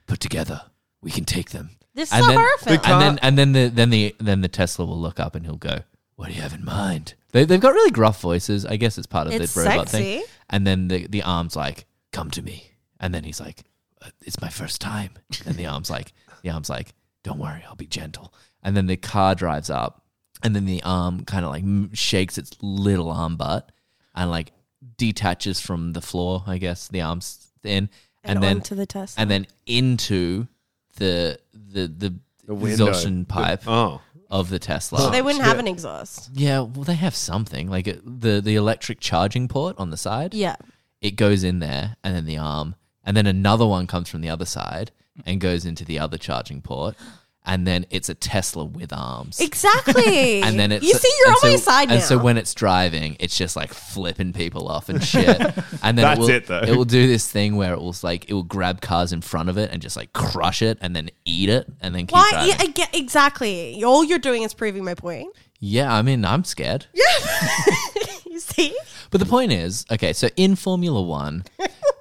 C: but together we can take them."
B: This
C: And
B: is a
C: then-
B: horror film.
D: The
C: and
D: car-
C: then and then the then the then the Tesla will look up and he'll go, "What do you have in mind?" They they've got really gruff voices. I guess it's part of
B: It's
C: the robot thing.
B: sexy.
C: And then the the arm's like, "Come to me," and then he's like, "Uh, "It's my first time." And the arm's like, the arm's like, "Don't worry, I'll be gentle." And then the car drives up, and then the arm kind of like m- shakes its little arm butt and like detaches from the floor. I guess the arms in. And, then
B: onto the Tesla.
C: and then into the the the,
D: The window.
C: exhaustion pipe
D: Oh.
C: of the Tesla.
B: they wouldn't have an exhaust.
C: yeah, well, they have something like it, the the electric charging port on the side.
B: Yeah.
C: it goes in there, and then the arm, and then another one comes from the other side and goes into the other charging port, and then it's a Tesla with arms.
B: Exactly.
C: and then it's
B: you see, you're on
C: and so-
B: my side now.
C: And so when it's driving, it's just like flipping people off and shit. and then
D: That's
C: it, will,
D: it, though.
C: It will do this thing where it will like it will grab cars in front of it and just like crush it and then eat it and then keep
B: why?
C: driving.
B: Yeah,
C: Yeah,
B: I get- exactly. All you're doing is proving my point.
C: I mean, I'm scared.
B: You see,
C: But the point is, okay, so in Formula One,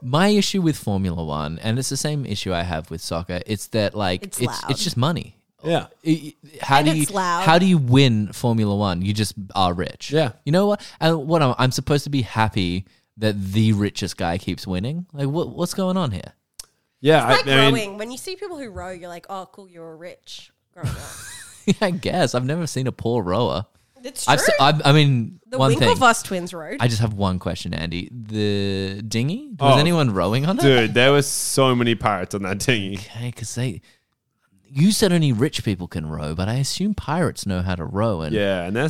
C: my issue with Formula One, and it's the same issue I have with soccer, it's that like
B: It's
C: it's it's,
B: loud.
C: just money.
D: Yeah.
C: I- I- How
B: And
C: do you
B: it's loud.
C: how do you win Formula One? You just are rich.
D: Yeah.
C: You know what? And what I'm, I'm supposed to be happy that the richest guy keeps winning. Like what what's going on here?
D: Yeah. I,
B: like
D: I mean,
B: rowing. when you see people who row, you're like, "Oh, cool, you're rich." Growing up.
C: I guess I've never seen a poor rower.
B: It's true.
C: I've se- I've- I mean
B: the
C: one thing.
B: Winklevoss twins rowed.
C: I just have one question, Andy. The dinghy was
D: Oh,
C: anyone rowing on it?
D: dude, there were so many pirates on that dinghy.
C: Okay, because they, you said only rich people can row, but I assume pirates know how to row, and
D: Yeah, and they're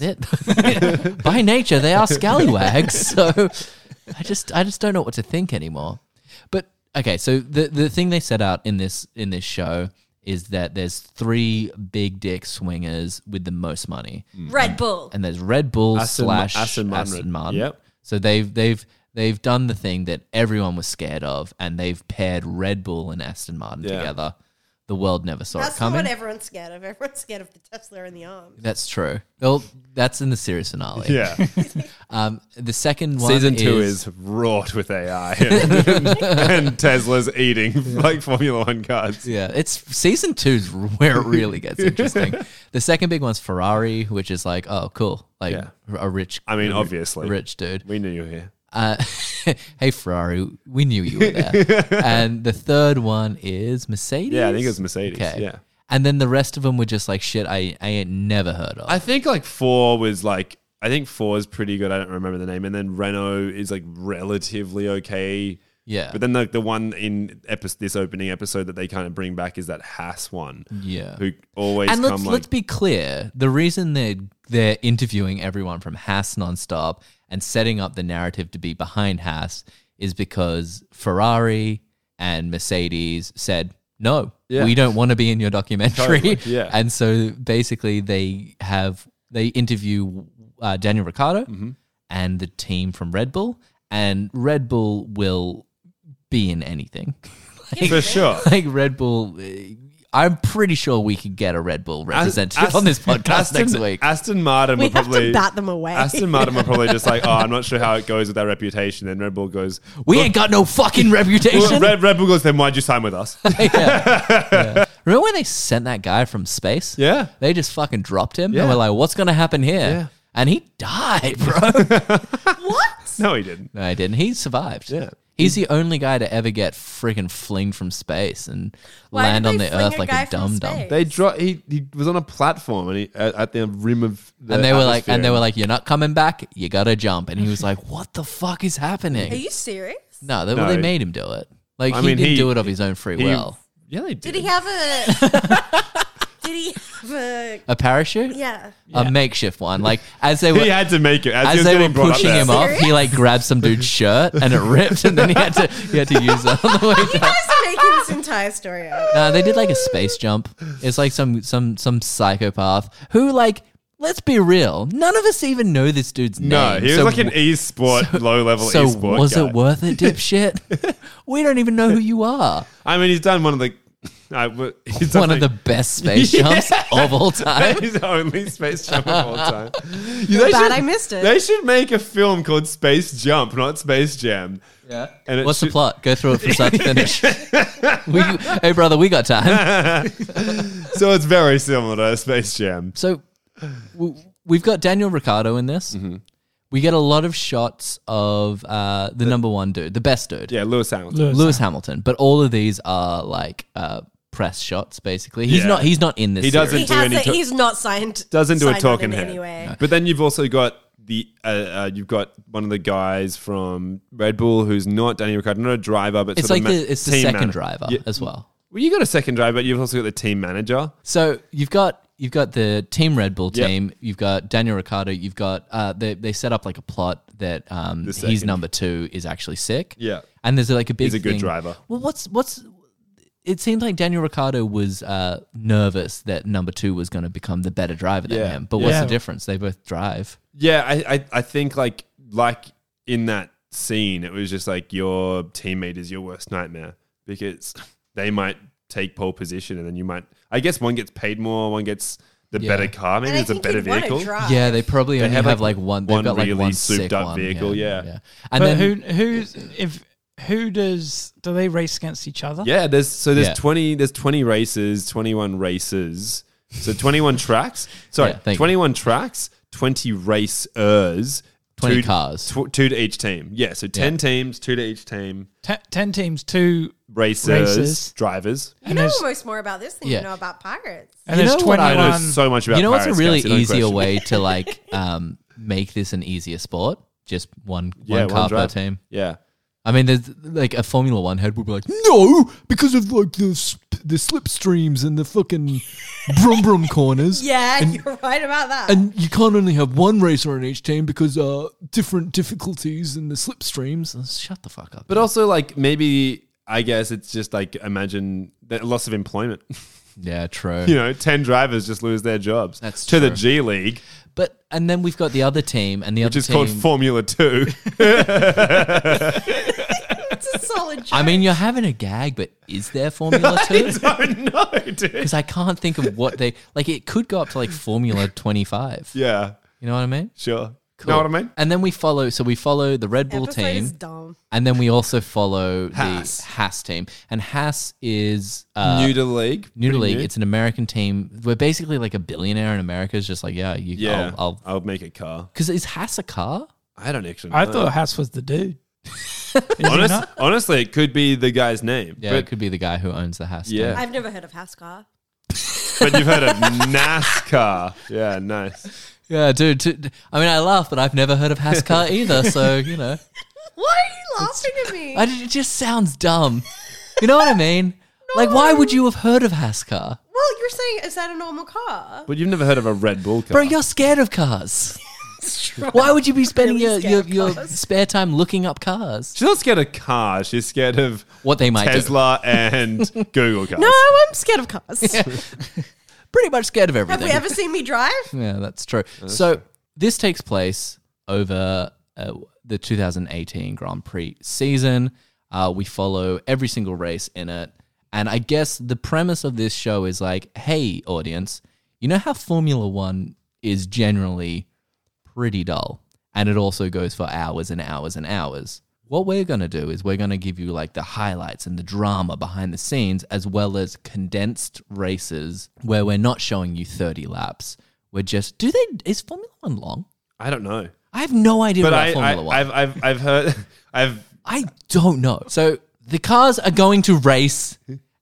C: they're- by nature they are scallywags. So I just, I just don't know what to think anymore. But okay, so the the thing they set out in this in this show is that there's three big dick swingers with the most money,
B: Red Bull.
C: and there's Red Bull
D: Aston-
C: slash
D: Aston Martin.
C: Aston Martin.
D: Yep.
C: So they've they've they've done the thing that everyone was scared of, and they've paired Red Bull and Aston Martin
D: Yeah.
C: together. the world never saw
B: That's
C: it
B: not
C: coming.
B: what everyone's scared of. Everyone's scared of the Tesla in the arm.
C: That's true. Well, that's in the series finale.
D: Yeah.
C: Um, the second one
D: Season two is wrought with AI and, and Tesla's eating like Formula One cars.
C: Yeah, it's season two's where it really gets interesting. the second big one's Ferrari, which is like, oh, cool, like
D: Yeah.
C: a rich.
D: I mean,
C: a
D: obviously.
C: rich dude.
D: We knew you were here.
C: Uh, hey, Ferrari, we knew you were there. and the third one is Mercedes.
D: Yeah, I think it was Mercedes.
C: Okay.
D: Yeah.
C: And then the rest of them were just like shit. I, I ain't never heard of.
D: I think like four was like I think four is pretty good. I don't remember the name, and then Renault is like relatively okay.
C: yeah,
D: But then like the one in epi- this opening episode that they kind of bring back is that Haas one,
C: yeah.
D: who always
C: and
D: come
C: let's
D: like
C: let's be clear. The reason they're they're interviewing everyone from Haas nonstop and setting up the narrative to be behind Haas is because Ferrari and Mercedes said no,
D: Yeah.
C: we don't want to be in your documentary.
D: Totally, yeah.
C: and so basically they have they interview uh, Daniel Ricciardo
D: Mm-hmm.
C: and the team from Red Bull, and Red Bull will be in anything. Like-
D: for sure.
C: like Red Bull. uh, I'm pretty sure we could get a Red Bull representative
D: Ast-
C: on this podcast
D: Aston,
C: next week.
D: Aston Martin
B: We
D: were
B: have
D: probably
B: to bat them away.
D: Aston Martin were probably just like, oh, I'm not sure how it goes with our reputation. Then Red Bull goes,
C: we ain't got no fucking
D: well,
C: reputation.
D: Red, Red Bull goes, then why'd you sign with us?
C: Yeah. Yeah. Remember when they sent that guy from space?
D: Yeah.
C: They just fucking dropped him.
D: Yeah.
C: And we're like, what's going to happen here?
D: Yeah.
C: And he died, bro.
B: what?
D: no, he didn't.
C: no, he didn't. He survived.
D: Yeah.
C: He's the only guy to ever get freaking flinged from space and
B: Why did
C: land on
B: they
C: the
B: fling
C: earth
B: a
C: like
B: guy
C: a
B: from
C: dum dum.
B: space?
D: They dro- he, he was on a platform and he, at, at the rim of the
C: And they were like,
D: atmosphere.
C: and they were like, you're not coming back. You gotta jump. And he was like, what the fuck is happening?
B: Are you serious?
C: No, they,
D: No.
C: well, they made him do it. Like
D: I
C: he
D: mean,
C: didn't
D: he-
C: do it of his own free
D: he-
C: will.
D: yeah, they did.
B: Did he have a? did he have a?
C: A parachute,
B: Yeah.
C: a makeshift one. Like as they were
D: he had to make it as, he
C: as
D: was
C: they were
D: getting brought
C: pushing
D: up there.
C: him up, he like grabbed some dude's shirt and it ripped, and then he had to he had to use that on the way
B: You
C: down.
B: guys are making this entire story up.
C: No, they did like a space jump. It's like some some some psychopath who like. Let's be real. None of us even know this dude's
D: No,
C: name.
D: he was
C: so
D: like an e-sport, low-level
C: so
D: e-sport
C: was
D: guy.
C: it worth it, dipshit? we don't even know who you are.
D: I mean, he's done one of the... I w- he's done
C: One of the
D: like-
C: best space jumps of all time.
D: He's the only space jump of all time.
B: Glad I missed it.
D: They should make a film called Space Jump, not Space Jam. Yeah. And it
C: What's the
D: should-
C: plot? Go through it from start to finish. we, hey, brother, we got time.
D: So it's very similar to Space Jam.
C: So w- we've got Daniel Ricciardo in this.
D: Mm-hmm.
C: We get a lot of shots of uh, the, number one dude, the best dude,
D: Yeah, Lewis Hamilton.
A: Lewis.
C: Lewis Hamilton. But all of these are like uh, press shots, basically. He's
D: Yeah.
C: not. He's not in this.
D: He
C: series.
D: doesn't
B: He
D: do
B: has
D: any.
B: a,
D: to-
B: he's not signed.
D: doesn't do a
B: signed on
D: talking
B: in
D: head.
B: any way.
D: But then you've also got the uh, uh, you've got one of the guys from Red Bull who's not Danny Ricciardo, not a driver, but
C: It's
D: sort
C: like
D: of ma-
C: the, it's the
D: team
C: second
D: mana-
C: driver
D: Yeah.
C: as well.
D: Well, you got a second driver, but you've also got the team manager.
C: So you've got you've got the team Red Bull
D: Yep.
C: team. You've got Daniel Ricciardo. You've got uh, they they set up like a plot that um,
D: The
C: he's
D: second.
C: number two is actually sick.
D: Yeah.
C: and there's like a big.
D: He's a good
C: thing-
D: driver.
C: Well, what's what's it seemed like Daniel Ricciardo was uh, nervous that number two was going to become the better driver than
D: Yeah.
C: him. But what's
A: Yeah.
C: the difference? They both drive.
D: Yeah, I, I, I think like like in that scene, it was just like your teammate is your worst nightmare because they might take pole position, and then you might. I guess one gets paid more, one gets the
C: Yeah.
D: better car, maybe
B: And I
D: it's a
B: think
D: better
B: he'd wanna
D: vehicle.
A: Ah.
B: drive.
C: Yeah, they probably only
D: have,
C: have,
D: like,
C: like, one. They've
D: one
C: got like
D: really
C: one
D: souped
C: sick
D: up
C: one.
D: vehicle, yeah.
A: But
C: And then
A: who who's if who does do they race against each other?
D: Yeah, there's so there's
C: Yeah.
D: twenty there's twenty races, twenty one races, so twenty one tracks. Sorry,
C: Yeah, thank you.
D: twenty one tracks, twenty racers,
C: 20
D: two-
C: cars.
D: tw- two to each team. Yeah, so ten
C: Yeah.
D: teams, two to each team,
A: Te- ten teams, two,
D: racers,
A: Races.
D: drivers.
B: You
A: And
B: know
A: there's-
B: almost more about this than
C: Yeah.
B: you know about pirates.
A: and
C: You
A: there's
C: know what I
A: twenty-one.
D: I know so much about.
C: you know what's a
D: pirates,
C: really
D: Cassie, no
C: easier
D: question.
C: way to like um, make this an easier sport? Just one
D: Yeah,
C: one car
D: one
C: per
D: drive.
C: team.
D: Yeah,
C: I mean, there's like a Formula One head would be like, no, because of like the sp- the slipstreams and the fucking brum brum corners.
B: Yeah,
C: And-
B: you're right about that.
C: And you can't only have one racer on each team because uh different difficulties in the slipstreams. Shut the fuck up.
D: but also like maybe I guess it's just like imagine the loss of employment.
C: yeah, true.
D: you know, ten drivers just lose their jobs.
C: That's
D: to the
C: true.
D: G League,
C: But and then we've got the other team and the
D: which
C: other
D: is
C: team.
D: called Formula Two.
B: it's Solid joke.
C: I mean, you're having a gag, but is there Formula 2?
D: no, dude.
C: Because I can't think of what they like. It could go up to like Formula 25.
D: Yeah,
C: You know what I mean?
D: sure. Know what I mean?
C: And then we follow. So we follow the Red Bull
B: Episode
C: team,
B: is dumb.
C: and then we also follow
D: Haas.
C: the Haas team. And Haas is uh,
D: new to the league.
C: new to
D: Pretty
C: league. It's an American team. We're basically like a billionaire in America. Is just like, yeah, you.
D: yeah,
C: I'll.
D: I'll make a car.
C: Because is Haas a car?
D: I don't actually.
A: I
D: know.
A: thought Hass was the dude. Is he
D: Honest,
A: not?
D: honestly, it could be the guy's name.
C: Yeah, it
D: but,
C: could be the guy who owns the Haas.
D: Yeah.
C: team.
B: I've never heard of Haskar.
D: but you've heard of NASCAR. Yeah, nice.
C: yeah, dude. t- t- I mean, I laugh, but I've never heard of Haas car either. So you know,
B: Why are you laughing at me?
C: I, it just sounds dumb. You know what I mean? Like, why would you have heard of Haas car?
B: well, you're saying is that a normal car?
D: But you've never heard of a Red Bull car.
C: Bro, you're scared of cars. Why would you be spending
B: Really
C: your,
B: scared
C: your,
B: of
C: your
B: cars.
C: spare time looking up cars?
D: She's not scared of cars. She's scared of
C: What they might
D: Tesla and Google cars.
B: No, I'm scared of cars.
C: do. Pretty much scared of
B: Have
C: everything.
B: we ever seen me drive?
C: yeah, that's true. so this takes place over uh, the 2018 Grand Prix season. Uh, we follow every single race in it. And I guess the premise of this show is like, hey, audience, you know how Formula One is generally pretty dull. And it also goes for hours and hours and hours. What we're going to do is we're going to give you like the highlights and the drama behind the scenes, as well as condensed races where we're not showing you 30 laps. We're just, do they, is Formula One long?
D: I don't know.
C: I have no idea
D: But
C: about
D: I,
C: Formula One.
D: I, I've, I've, I've heard. I've
C: I don't know. So the cars are going to race,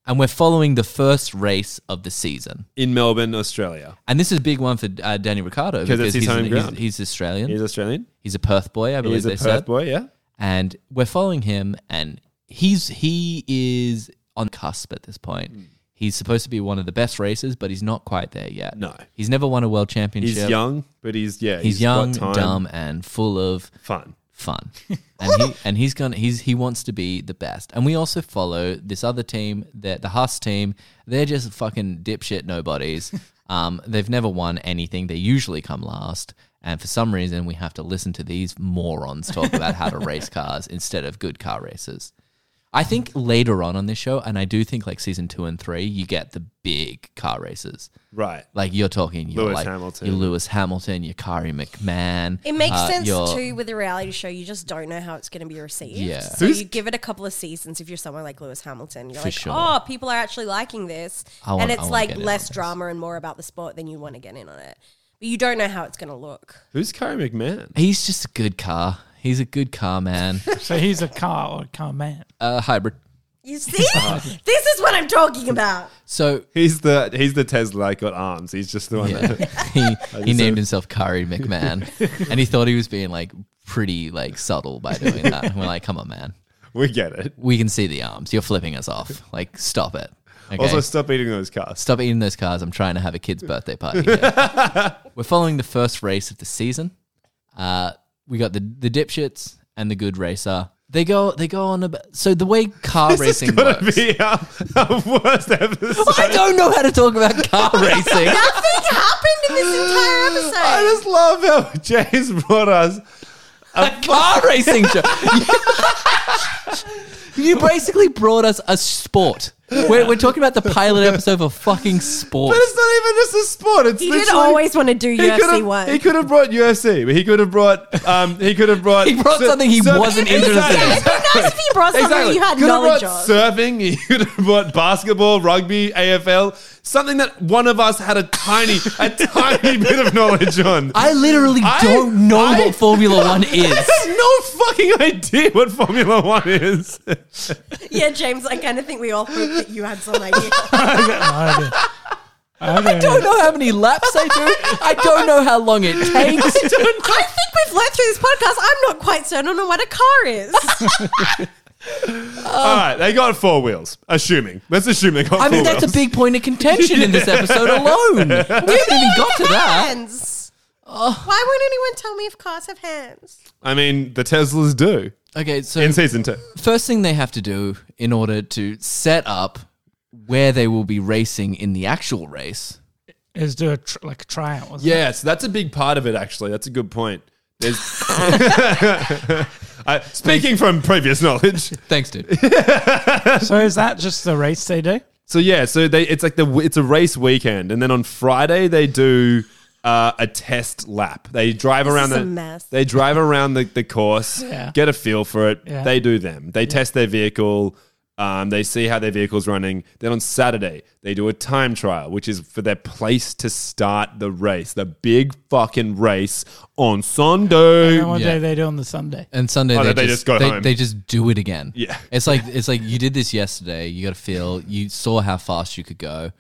C: and we're following the first race of the season.
D: in Melbourne, Australia.
C: And this is a big one for uh, Danny Ricardo
D: Because it's his
C: he's,
D: home
C: he's-
D: ground.
C: he's Australian.
D: He's Australian.
C: He's a Perth boy, I believe
D: He's a
C: they
D: Perth
C: said.
D: boy. Yeah.
C: And we're following him, and he's he is on cusp at this point.
D: Hmm.
C: He's supposed to be one of the best racers, but he's not quite there yet.
D: No.
C: he's never won a world championship.
D: He's young, but he's yeah.
C: He's, young,
D: got time.
C: dumb, and full of
D: fun.
C: fun. And he and he's gonna he's he wants to be the best. And we also follow this other team, that the Huss team. They're just fucking dipshit nobodies. Um, they've never won anything. They usually come last. And for some reason, we have to listen to these morons talk about how to race cars instead of good car races. I think later on on this show, and I do think like season two and three, you get the big car races.
D: Right.
C: Like you're talking, you're
D: Lewis
C: like
D: Hamilton.
C: you're Lewis Hamilton, you're Kari McMahon.
B: It makes
C: uh,
B: sense
C: you're-
B: too with a reality show. You just don't know how it's going to be received.
C: Yeah.
B: So
D: Who's-
B: you give it a couple of seasons if you're someone like Lewis Hamilton. You're
C: For
B: like,
C: sure.
B: oh, people are actually liking this,
C: I want-
B: and
C: I
B: it's
C: wanna
B: like
C: get in on
B: less
C: this.
B: drama and more about the sport than you want to get in on it. But you don't know how it's going to look.
D: Who's Kyrie McMahon?
C: He's just a good car. He's a good car man.
A: So he's a car or a car man.
C: uh, hybrid.
B: You see, this is what I'm talking about.
C: So
D: He's the he's the Tesla that got arms. He's just the one. That,
C: he, he named himself Kari McMahon, and he thought he was being like pretty like subtle by doing that. And we're like, come on, man.
D: we get it.
C: We can see the arms. You're flipping us off. Like, stop it. Okay?
D: Also, stop eating those cars.
C: stop eating those cars. I'm trying to have a kid's birthday party. here. We're following the first race of the season. Uh, we got the the dipshits and the good racer. They go they go on about so the way car racing
D: Gotta
C: works.
D: be our, our worst episode.
C: I don't know how to talk about car racing.
B: Nothing happened in this entire episode.
D: I just love how James brought us.
C: a car racing show. you basically brought us a sport. We're, we're talking about the pilot episode of a fucking sport.
D: But it's not even just a sport. It's
B: he did
D: literally-
B: always want to do UFC
D: could've-
B: one.
D: He could have brought UFC. He could have brought. Um, he could have brought.
C: He brought something he
B: It'd
C: wasn't
B: be
C: interested
B: nice-
C: in.
B: it'd be nice if you brought something
D: Exactly.
B: you had
D: could have
B: knowledge
D: brought
B: of.
D: surfing. He could have brought basketball, rugby, AFL. Something that one of us had a tiny, a tiny bit of knowledge on.
C: I literally
D: I-
C: don't know
D: I-
C: what Formula One is.
D: I have no fucking idea what Formula One is.
B: yeah, James, I kind of think we all hope that you had some idea.
A: I don't know. I don't
C: I don't know how many laps they do. I don't know how long it takes.
B: I think we've learned through this podcast. I'm not quite certain on what a car is.
D: All right, they got four wheels. Assuming, let's assume they got.
C: I mean,
D: four
C: that's a
D: wheels.
C: big point of contention in this episode alone. We haven't even got to that. Oh.
B: hands. Why won't anyone tell me if cars have hands?
D: I mean, the Teslas do
C: Okay, so
D: in season two.
C: first thing they have to do in order to set up where they will be racing in the actual race
A: Is do a tr- like a tryout? Wasn't
D: Yeah, so that's a big part of it. Actually, that's a good point. There's, I, speaking from previous knowledge.
C: Thanks, dude.
A: So is that just the race they do?
D: So yeah, so they it's like the it's a race weekend, and then on Friday they do uh, a test lap. They drive
B: is
D: around the
B: a mess.
D: they drive around the, the course,
A: Yeah.
D: get a feel for it.
A: Yeah.
D: They do them. They test their vehicle. Um, they see how their vehicle's running. Then on Saturday they do a time trial, which is for their place to start the race, the big fucking race on Sunday.
A: And one
C: Yeah.
A: day they do on the Sunday.
C: And Sunday
D: Oh,
C: they,
D: they
C: just,
D: just go
C: they,
D: home.
C: they just do it again.
D: Yeah.
C: It's like it's like you did this yesterday. You got to feel. You saw how fast you could go.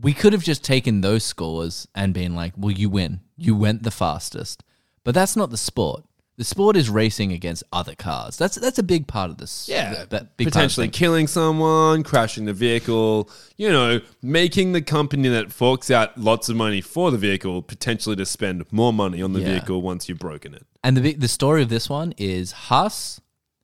C: We could have just taken those scores and been like, "Well, you win. You went the fastest." But that's not the sport. The sport is racing against other cars. That's that's a big part of this.
D: Yeah,
C: that big part of
D: potentially
C: thing.
D: killing someone, crashing the vehicle, you know, making the company that forks out lots of money for the vehicle potentially to spend more money on the
C: Yeah.
D: vehicle once you've broken it.
C: And the big, the story of this one is Haas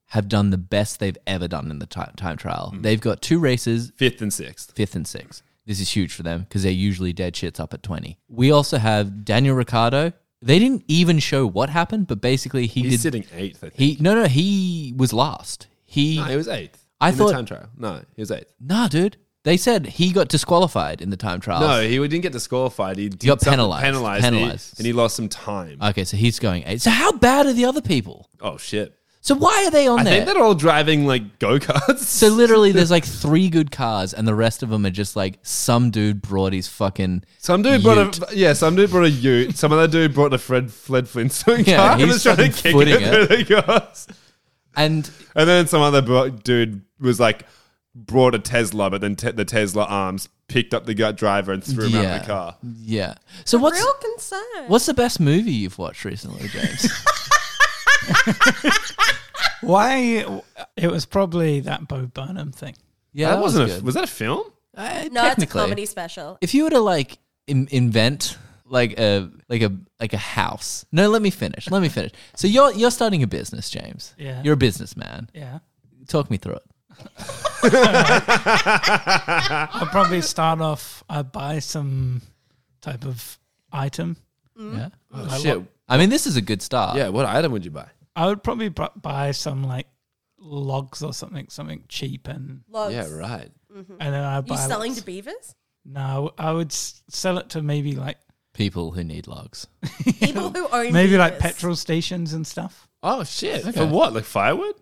C: have done the best they've ever done in the time, time trial.
D: Hmm.
C: They've got two races
D: Fifth and sixth.
C: fifth and sixth. This is huge for them because they're usually dead shits up at 20. We also have Daniel Ricciardo. They didn't even show what happened, but basically he
D: He's
C: did.
D: sitting eighth, I think.
C: He no no he was last. He
D: no, he was eighth.
C: I
D: in
C: thought-
D: the time trial. No, he was eighth.
C: nah dude. They said he got disqualified in the time trials.
D: No, he didn't get disqualified. He, did
C: Oh. got
D: something-
C: penalized.
D: Penalized. and he-
C: Penalized. Uh,
D: And, he, lost some time.
C: Okay, so he's going eight. So how bad are the other people?
D: oh shit!
C: So why are they on
D: I
C: there?
D: think they're all driving like go karts.
C: so literally, there's like three good cars, and the rest of them are just like some dude brought his fucking
D: Some
C: Ute.
D: dude brought a yeah. Some dude brought a Ute. Some other dude brought a Fred Fled Flintstone
C: Yeah,
D: car and
C: he's
D: was trying to
C: fucking
D: kick
C: footing
D: it. through the cars.
C: and
D: And then some other bro- dude was like, brought a Tesla, but then te- the Tesla arms picked up the gut driver and threw him
C: yeah,
D: out of the car.
C: yeah. So what's
B: Real concern.
C: What's the best movie you've watched recently, James?
A: Why? It was probably that Bo Burnham thing.
C: yeah,
D: that, wasn't
C: was
D: a,
C: good.
D: was that a film?
C: Uh,
B: No, it's a
C: technically.
B: comedy special.
C: If you were to like in- invent like a like a like a house. No, let me finish. Let me finish. So you're you're starting a business, James.
A: Yeah.
C: You're a businessman.
A: Yeah.
C: Talk me through it.
A: I'll probably start off. I buy some type of item.
C: Yeah.
A: I,
D: Oh, Shit.
A: wa-
C: I mean, this is a good start.
D: yeah, what item would you buy?
A: I would probably bu- buy some like logs or something, something cheap, and
B: Logs.
D: Yeah, right.
A: and then I buy.
B: Mm-hmm. You selling
A: lots-
B: to beavers?
A: No, I would s- sell it to maybe like
C: People who need logs.
B: People who own
A: maybe like
B: beavers.
A: petrol stations and stuff.
D: Oh shit!
C: Okay.
D: For what? Like firewood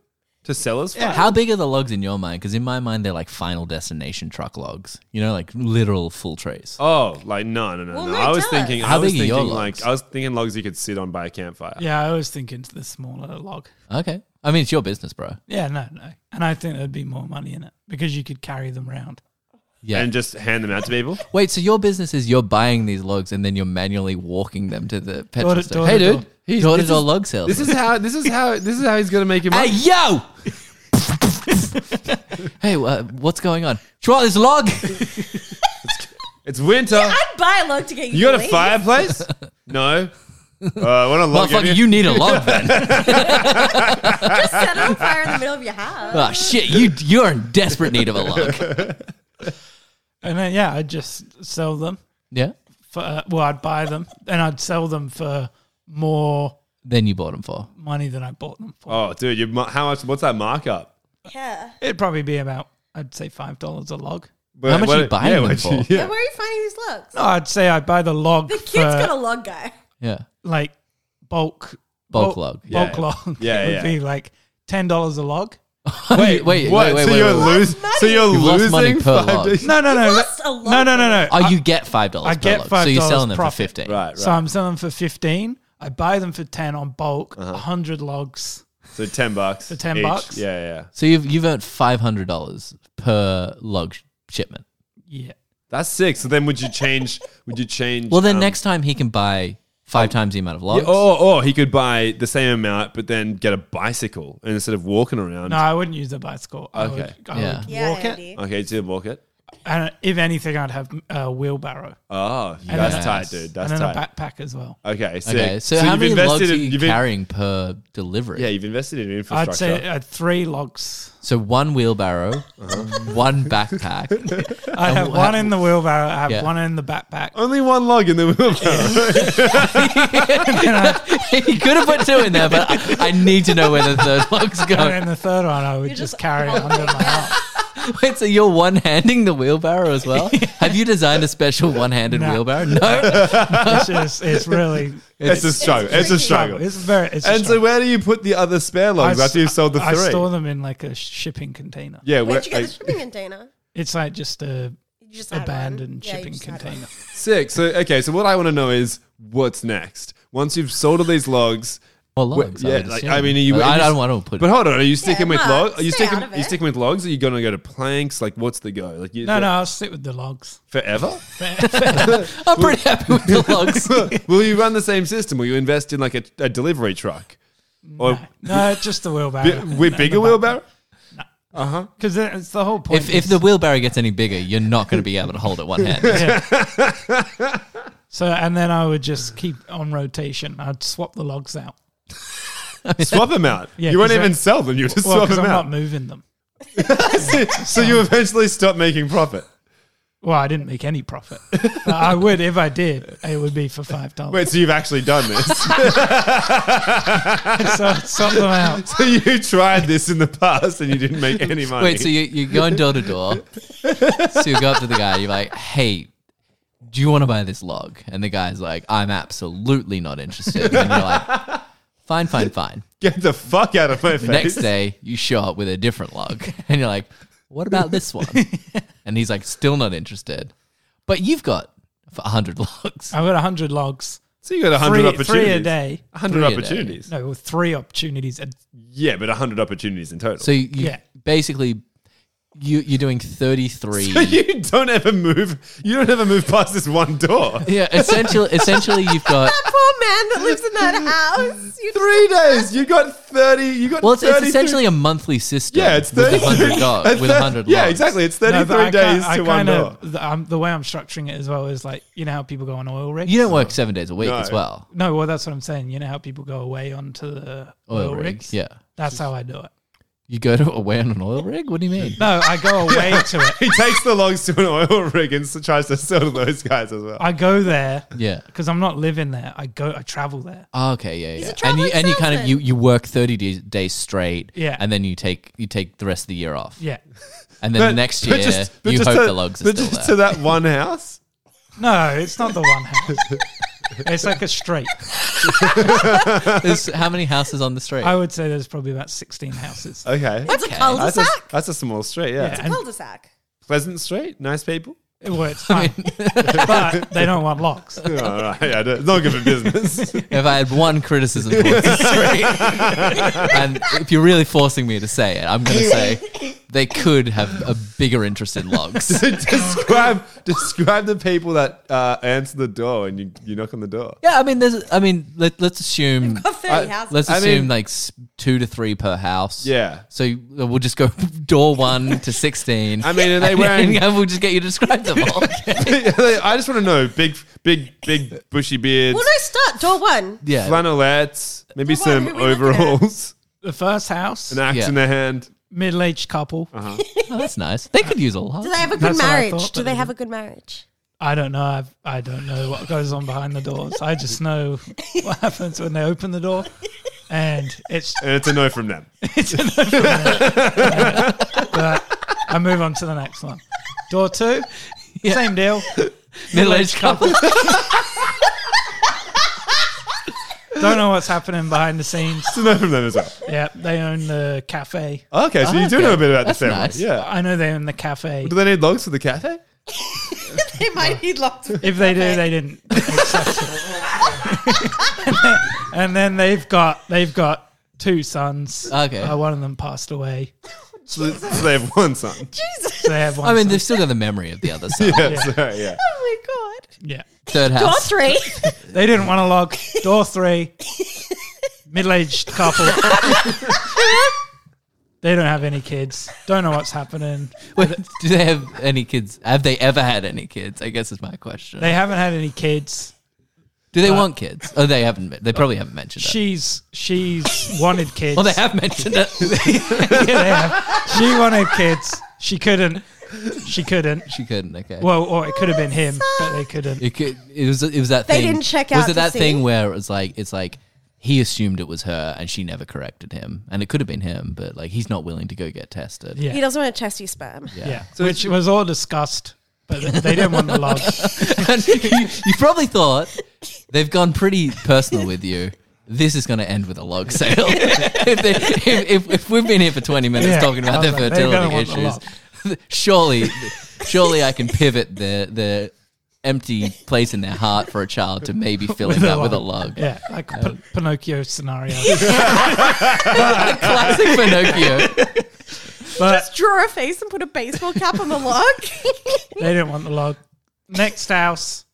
D: to sell as fire?
C: How big are the logs in your mind? Because in my mind, they're like final destination truck logs. You know, like literal full trays.
D: Oh, like no, no, no,
B: Well,
D: no.
B: no,
D: I was
B: tell
D: thinking,
B: us.
D: I
C: How
D: was
C: big are your
D: thinking like
C: logs?
D: I was thinking logs you could sit on by a campfire.
A: Yeah, I was thinking the smaller log.
C: Okay. I mean, it's your business, bro.
A: Yeah, no, no, and I think there'd be more money in it because you could carry them round.
C: Yeah.
D: and just hand them out to people.
C: Wait, so your business is you're buying these logs and then you're manually walking them to the petrol
A: Door to-
C: station.
A: door Hey, to dude, door.
C: he's
D: this
C: ordered
D: is-
C: a log sale.
D: This is how. This is how. This is how he's gonna make him.
C: hey yo. hey, uh, what's going on? Try this log.
D: It's winter.
B: I'd buy a log to get you.
D: you got a
B: leaves.
D: fireplace? no. Uh, what a log. have
C: Motherfucker, you need a log then.
B: Just set it on fire in the middle of your house.
C: oh shit, you you're in desperate need of a log.
A: And then yeah, I'd just sell them
C: Yeah.
A: for. Uh, well, I'd buy them and I'd sell them for more
C: Then you bought them for.
A: money than I bought them for.
D: Oh, dude, you, how much? What's that markup?
B: Yeah.
A: It'd probably be about, I'd say five dollars a log.
C: How much are you buying them
D: what'd you-
C: for?
D: yeah.
B: Where are you finding these logs?
A: No, I'd say I'd buy the log
B: The
A: for
B: kid's got a log guy.
C: Yeah.
A: like bulk
C: Bulk log.
A: Bulk
D: Yeah.
A: log.
D: Yeah,
A: it would
D: yeah.
A: be like ten dollars a log.
C: Wait, wait,
D: what?
C: wait, wait,
D: so,
C: wait,
D: you're
C: wait, wait.
D: losing.
B: Lost
D: so you're
C: You've lost
D: losing
C: money per
D: five
C: log.
D: days-
A: No, no, no.
B: lost a
A: no,
B: log.
A: no, no, no.
C: Oh, you get five dollars.
A: I
C: per
A: get
C: log. So you're
A: $5
C: selling them for
A: profit.
C: fifteen.
D: Right, right.
A: So I'm selling them for fifteen. I buy them for ten on bulk,
D: Uh-huh.
A: hundred logs.
D: So ten bucks. So
A: 10 bucks?
D: Yeah, yeah.
C: So you've you've earned five hundred dollars per log sh- shipment.
A: Yeah.
D: That's six. So then, would you change? Would you change?
C: Well, then
D: um, oh,
C: next time he can buy five times the amount of
D: Yeah,
C: logs.
D: or, or he could buy the same amount, but then get a bicycle and instead of walking around.
A: No, I wouldn't use a bicycle. I
D: Okay.
A: would, I
C: Yeah.
A: would
B: Yeah,
A: walk it.
B: Andy.
D: Okay, so you walk it.
A: And if anything, I'd have a wheelbarrow
D: Oh,
A: And
D: that's
A: then a-
D: tight, dude. That's
A: and then
D: tight.
A: a backpack as well.
D: Okay, sick.
C: Okay, so, how
D: you've
C: many logs
D: invested
C: are
D: in-
C: you
D: you've in-
C: carrying per delivery?
D: Yeah, you've invested in infrastructure.
A: I'd say uh, three logs.
C: So one wheelbarrow,
D: Uh-huh.
C: one backpack.
A: I have
C: wha-
A: one in the wheelbarrow. I have
C: Yeah.
A: one in the backpack.
D: Only one log in the wheelbarrow.
C: you could have put two in there, but I, I need to know where the third log's
A: And
C: going.
A: then the third one, I would
B: You're
A: just,
B: just-
A: carry it under my arm.
C: Wait, so you're one handing the wheelbarrow as well? Have you designed a special one handed
A: No.
C: wheelbarrow? No.
A: It's just, it's really,
D: it's a struggle. It's a
B: tricky.
D: struggle.
A: it's very, it's a
D: And so,
A: struggle.
D: where do you put the other spare logs
A: I s-
D: after you've sold the
A: I
D: three?
A: store them in like a shipping container.
D: yeah, where,
B: Where'd you get the
D: like-
B: shipping container?
A: It's like just a
B: You just had one.
A: abandoned
B: Yeah, you
A: shipping
B: just had one.
A: container.
D: sick. So, okay, so what I want to know is what's next once you've sold all these logs.
C: Well,
D: Well,
C: logs.
D: yeah,
C: I, would
D: like,
C: assume.
D: I mean, are you-
C: But
D: are
C: I
D: you-
C: don't want to put.
D: But hold on, are you sticking with
B: no,
D: logs? Are you
B: stay
D: sticking?
B: out of
D: You
B: it.
D: sticking with logs? Or are you going to go to planks? Like, what's the go? Like, you,
A: No, no, I'll sit with the logs.
D: forever.
C: I'm pretty happy with the logs.
D: Will you run the same system? Will you invest in like a, a delivery truck? Or
A: No, it's just the
D: bi-
A: wheelbarrow.
D: with bigger wheelbarrow?
A: Because it's the whole point.
C: if, if
A: is-
C: the wheelbarrow gets any bigger, you're not going to be able to hold it one hand.
A: so, and then I would just keep on rotation. I'd swap the logs out.
D: Swap them out.
A: Yeah,
D: you won't
A: 'cause
D: even
A: that-
D: sell them. You just
A: Well,
D: swap
A: because
D: them
A: I'm
D: out.
A: not moving them.
D: so, so you eventually stop making profit.
A: Well, I didn't make any profit. But I would if I did. It would be for five dollars.
D: Wait, so you've actually done this?
A: So I'd swap them out.
D: so you tried this in the past and you didn't make any money.
C: Wait, so you, you're going door to door. So you go up to the guy, you're like, hey, do you want to buy this log? And the guy's like, I'm absolutely not interested. And you're like, fine, fine, fine.
D: get the fuck out of my face.
C: The next day, you show up with a different log. And you're like, what about this one? And he's like, still not interested. But you've got 100 logs.
A: I've got hundred logs.
D: so you got
A: Three,
D: 100 opportunities.
A: three a day.
D: 100
C: Three a day.
D: opportunities.
A: No, well, three opportunities. a-
D: Yeah, but 100 opportunities in total.
C: So
D: So
C: you, you
A: Yeah.
C: basically, you, you're doing 33.
D: you don't ever move. You don't ever move past this one door.
C: yeah, essentially, essentially, you've got
B: That poor man that lives in that house. You just-
D: Three days. You got 30. You got
C: Well, it's, it's
D: 33
C: essentially a monthly system.
D: Yeah, it's
C: with
D: 33.
C: a hundred dogs
D: it's
C: with
D: thir-
C: a hundred.
D: Yeah,
C: logs.
D: exactly. It's
A: No,
D: 33
A: but I can't-
D: days to
A: I
D: one
A: kinda-
D: door.
A: The, um, the way I'm structuring it as well is like you know how people go on oil rigs.
C: You don't work seven days a week
D: No.
C: as well.
A: No, well that's what I'm saying. You know how people go away onto the
C: Oil,
A: oil,
C: rig.
A: rigs.
C: Yeah.
A: that's how I do it.
C: You go to away on an oil rig? What do you mean?
A: No, I go away to it.
D: He takes the logs to an oil rig and s- tries to sell to those guys as well.
A: I go there
C: Yeah.
A: because I'm not living there. I go, I travel there.
C: Oh, okay, yeah,
B: He's
C: yeah.
B: a
C: And you
B: traveling
C: and you kind of
B: salesman.
C: you, you work thirty days, days straight.
A: Yeah.
C: And then you take you take the rest of the year off.
A: Yeah.
C: And then the next year
D: but
C: you
D: just
C: hope
D: to-
C: the logs are
D: but
C: still
D: just
C: there.
D: to that one house.
A: No, it's not the one house. it's like a street.
C: There's how many houses on the street?
A: I would say there's probably about 16 houses.
D: Okay,
B: That's
C: Okay.
B: a
D: that's a,
B: cul-de-sac.
D: that's a small street. Yeah.
A: Yeah, and
B: Cul-de-sac.
D: Pleasant Street. Nice people.
A: it works fine. but they don't want locks.
D: All right, yeah, it's not good for business.
C: if I had one criticism towards the street, and if you're really forcing me to say it, I'm going to say they could have a bigger interest in logs.
D: so describe describe the people that uh, answer the door when you, you knock on the door.
C: Yeah, I mean, there's. I mean, let, let's assume.
B: Got 30
D: I-
B: houses.
C: Let's
D: I
C: assume
D: mean-
C: like s- two to three per house.
D: Yeah.
C: So you- we'll just go door one to sixteen.
D: I mean, are they
C: and
D: wearing?
C: then we'll just get you to describe them all.
D: I just want to know big, big, big bushy beards,
B: Well, no, start door one.
C: yeah.
D: flannelettes, maybe
B: Well, what-
D: some
B: who we looking at?
D: overalls,
A: The first house,
D: an axe
C: Yeah.
D: in their hand.
A: middle aged couple.
D: Uh-huh.
C: Oh, that's nice. They could use a lot.
B: Do they have a good
A: That's what I
B: marriage?
A: thought,
B: Do
A: but
B: they
A: they
B: have a good marriage?
A: I don't know. I've, I don't know what goes on behind the doors. I just know what happens when they open the door. And it's,
D: And it's a no from them.
A: it's a no from there. But I move on to the next one. Door two, same deal.
C: Middle-aged couple.
A: Don't know what's happening behind the scenes.
D: It's a no from them as well.
A: Yeah, they own the cafe.
D: Okay, so you do
C: okay.
D: know a bit about
C: That's
D: the family.
C: nice.
D: Yeah.
A: I know they own the cafe.
D: Do they need logs for the cafe?
B: they might need lots of
A: If they do, they didn't. accept it. and then they've got they've got two sons.
C: Okay.
A: uh, one of them passed away.
D: So, th- so they have one son.
A: So they have one.
C: I mean,
A: son.
C: they've still got the memory of the other side.
D: Yeah, sorry, yeah.
B: Oh my
A: yeah,
C: Third
B: god. Door
C: house.
B: three.
A: they didn't want to log door three. Middle-aged couple. They don't have any kids. Don't know what's happening.
C: Wait, do they have any kids? Have they ever had any kids? I guess is my question.
A: They haven't had any kids.
C: do they want kids? Oh, they haven't. They probably haven't mentioned it.
A: She's she's wanted kids.
C: Well, Oh, they have mentioned it.
A: Yeah, they have. She wanted kids. She couldn't. She couldn't.
C: she couldn't. Okay.
A: Well, or it could have been him, but they couldn't.
C: It, could, it was it was that
B: They
C: thing.
B: didn't check
C: Was
B: out
C: it
B: to
C: that
B: see?
C: thing where it was like it's like he assumed it was her and she never corrected him, and it could have been him, but like he's not willing to go get tested.
A: Yeah.
B: He doesn't want to test your sperm.
A: Yeah. Which was all discussed, but they didn't want the love.
C: And you, you probably thought they've gone pretty personal with you. This is going to end with a log sale. if, they, if, if, if we've been here for 20 minutes
A: Yeah,
C: talking about
A: I was
C: their
A: like, they're gonna
C: fertility
A: want
C: issues, surely, surely I can pivot the, the empty place in their heart for a child to maybe filling that with a log.
A: Yeah, like P- Pinocchio scenario.
C: Classic Pinocchio.
A: but
B: Just draw a face and put a baseball cap on the log.
A: they didn't want the log. Next house,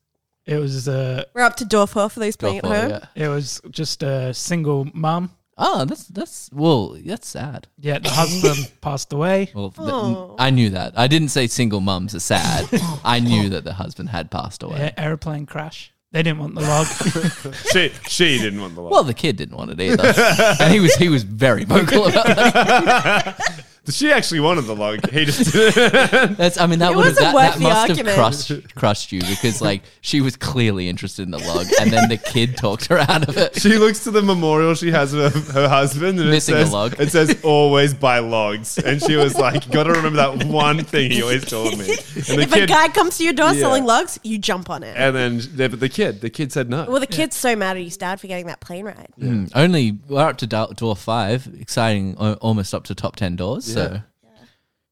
A: it was uh,
B: We're up to door four for those playing at
C: Before,
B: home.
C: yeah.
A: it was just a single mum.
C: Oh, that's that's well, that's sad.
A: Yeah, the husband passed away.
C: Well, th-
B: Oh.
C: I knew that. I didn't say single mums are sad. I knew that the husband had passed away.
A: A- airplane crash. They didn't want the log.
D: she she didn't want the log.
C: Well, the kid didn't want it either, and he was he was very vocal about that.
D: she actually wanted the log. He just didn't.
C: That's, I mean, that
B: It
C: would have
B: wasn't
C: that, that
B: worth the
C: must have
B: argument.
C: crushed crushed you because like she was clearly interested in the log, and then the kid talked her out of it.
D: she looks to the memorial she has of her husband and
C: Missing
D: it
C: a
D: says,
C: log.
D: It says always buy logs, and she was like, "Got to remember that one thing he always told me." And the
B: If a
D: kid,
B: guy comes to your door
D: Yeah.
B: selling logs, you jump on it.
D: and then the, but the kid, the kid said no.
B: well, the kid's so mad at his dad for getting that plane ride.
C: Mm, Only we're up to da- door five, exciting, o- almost up to top ten doors. So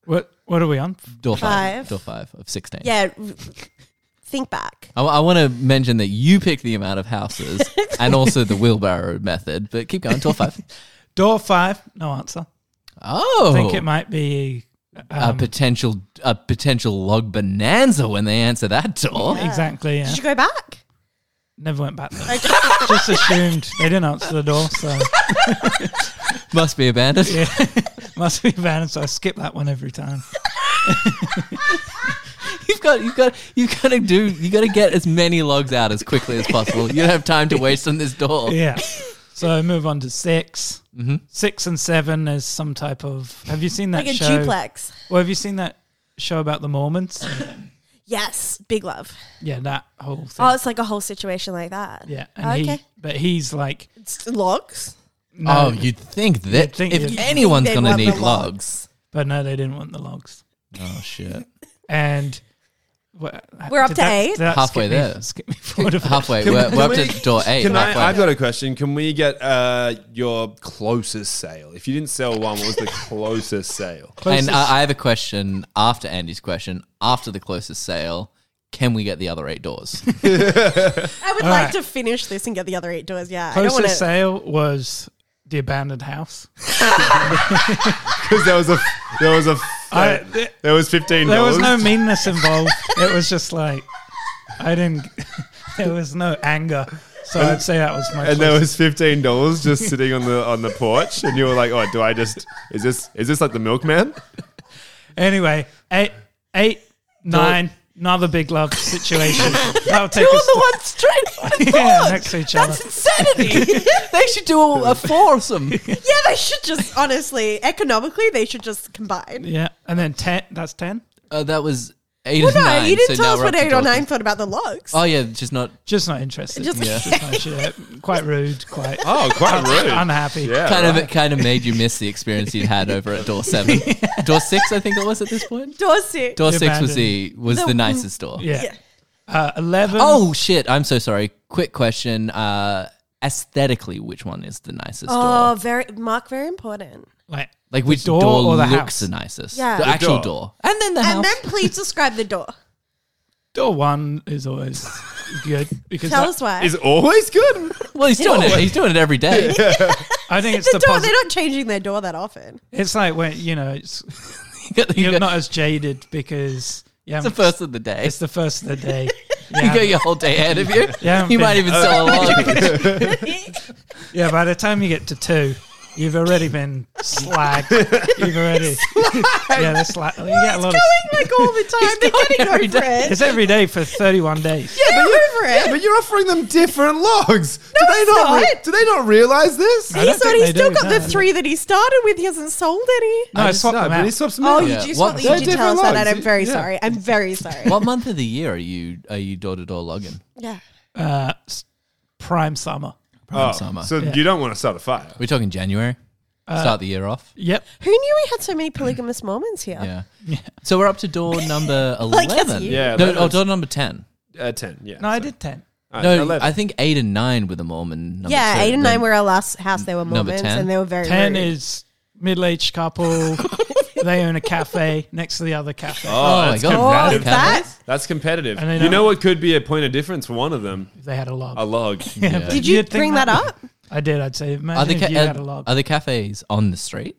A: What What are we on?
C: door five,
B: Five.
C: door five of sixteen.
B: Yeah, r- think back.
C: I, want to mention that you picked the amount of houses and also the wheelbarrow method, but keep going. Door five.
A: Door five. No answer.
C: Oh,
A: I think it might be
C: a potential a potential log bonanza when they answer that door.
A: exactly. Yeah.
B: Did you go back?
A: Never went back. There. Just assumed they didn't answer the door, so
C: Must be abandoned.
A: must be banned. So I skip that one every time.
C: You've got you've got you've got to do you got to get as many logs out as quickly as possible. You don't have time to waste on this door.
A: Yeah. So I move on to 6
C: Mm-hmm.
A: Six and seven is some type of. Have you seen that
B: Like a
A: show?
B: duplex.
A: Well, have you seen that show about the Mormons?
B: Yes, big love.
A: yeah, that whole thing.
B: Oh, it's like a whole situation like that.
A: yeah, and
B: Okay.
A: he, but he's like,
B: It's logs.
A: no,
C: Oh, you'd think that
A: You'd think
C: if
A: you'd-
C: anyone's
B: They'd
C: gonna
B: want the
C: need logs.
A: but no, they didn't want the logs.
C: Oh shit!
A: And what,
B: We're up
A: did
B: to
A: that-
B: eight.
A: did that
C: Halfway
A: skip me-
C: there.
A: skip me forward a bit?
C: Halfway, we're, we're up to door eight.
D: Can I,
C: halfway.
D: I've got a question. Can we get uh, your closest sale? If you didn't sell one, what was the closest sale?
A: Closest-
C: And uh, I, I have a question after Andy's question. After the closest sale, can we get the other eight doors?
B: I would
A: All
B: like
A: right.
B: to finish this and get the other eight doors. Yeah, I don't want
A: Closest
B: to.
A: sale was the abandoned house.
D: Because there was a there was a
A: I- th-
D: there was fifteen.
A: There was no meanness involved. It was just like I didn't. There was no anger, so I'd say that was my.
D: and there
A: closest-
D: was fifteen dollars just sitting on the on the porch, and you were like, "Oh, do I just is this is this like the milkman?"
A: anyway, eight, eight, nine, another big love situation. That'll take
C: You're
A: us.
C: the one straight in the
A: Yeah,
C: log.
A: next to each
C: That's
A: other.
C: insanity. they should do a, a foursome.
B: Yeah, they should just honestly, economically, they should just combine.
A: yeah, and then ten. That's ten.
C: Uh, that was eight
B: Well, no,
C: and nine.
B: you didn't
C: so now
B: tell us
C: we're
B: what
C: up to
B: eight or
C: door-
B: nine thought about the logs.
C: Oh yeah, just not
A: Just not interested.
B: Just-
C: Yeah.
A: Just not sure. Quite rude. Quite
D: Oh, quite rude.
A: unhappy.
D: Yeah,
C: kind
D: right.
C: of it kind of made you miss the experience you'd had over at door seven, door six. I think it was at this point.
B: Door six.
C: Door
A: The
C: six was the was the,
B: The-
C: nicest door.
A: Yeah.
B: Yeah.
A: Uh, Eleven.
C: Oh shit! I'm so sorry. Quick question. Uh, aesthetically, which one is the nicest
B: Oh,
C: door?
B: very mark, very important.
A: like
C: Like
A: the
C: which door,
A: door, or the
C: looks
A: house?
C: the nicest?
B: Yeah.
C: The,
B: The
C: actual door.
D: door.
C: and then the
B: And
C: house.
B: then please describe the door.
A: Door one is always good because
B: Tell
A: I,
B: us why.
D: is always good.
C: well, he's doing it. He's doing it every day.
A: I think it's
B: the
A: the
B: door,
A: positive.
B: they're not changing their door that often.
A: It's like when you know it's
C: You got- you
A: you're
C: got-
A: not as jaded because yeah,
C: it's the first of the day.
A: It's the first of the day.
C: you got
A: Yeah,
C: your whole day ahead of you.
A: Yeah, Oh.
C: you might
A: been-
C: even sell a log.
A: yeah. By the time you get to two, You've already been slagged. You've already. yeah, that's like. You get a lot of.
B: like all the time. They're getting over it.
A: It's every day for 31 days.
B: They're over it.
D: But you're offering them different logs. do they
B: it's
D: not?
B: not.
D: do they not realize this?
A: I don't
B: He's, not,
A: think
B: he's
A: they
B: still
A: do,
B: got
A: no.
B: the three that he started with. He hasn't sold any.
A: No, I swapped
D: no,
A: them
D: but he
A: out.
D: swaps them
B: Oh,
D: out.
B: you
C: Yeah,
B: do
C: what-
B: swap. You
D: They're
B: did tell
D: different
B: us that, and
D: logs,
B: I'm very
D: yeah.
B: sorry. I'm very sorry.
C: What month of the year are you are you door to door logging?
B: Yeah.
A: Uh, s- prime summer.
C: Prime summer.
D: Oh, So you don't want to start a fire.
C: We're talking January.
A: Uh,
C: Start the year off.
A: Yep.
B: Who knew we had so many polygamous Mormons here?
C: Yeah. So we're up to door number
B: Like, that's
C: eleven.
B: you.
D: Yeah,
C: No,
D: that-
C: oh, door number ten.
D: Uh, ten. Yeah.
A: No, I
D: so-
A: did 10.
D: Uh,
C: No,
D: 11.
C: I think eight and nine were the Mormon. Number
B: Yeah,
C: two.
B: eight and
C: Then-
B: nine were our last house. They were
C: Number
B: Mormons,
C: 10?
B: and they were very
A: 10
B: rude.
A: is middle aged couple. they own a cafe next to the other cafe.
C: Oh, my
D: that's
C: god!
B: Oh,
C: Wow,
B: that,
C: Cowboys.
D: That's competitive.
A: And they
D: You know
A: don't-
D: what could be a point of difference for one of them?
A: If they had a log.
D: A log.
A: Yeah, but
B: Did you
A: you'd think
B: bring that, up?
A: I did. I'd say,
C: Are
A: imagine
C: the,
A: if
C: ca-
A: you had a
C: are,
A: log.
C: are the cafes on the street,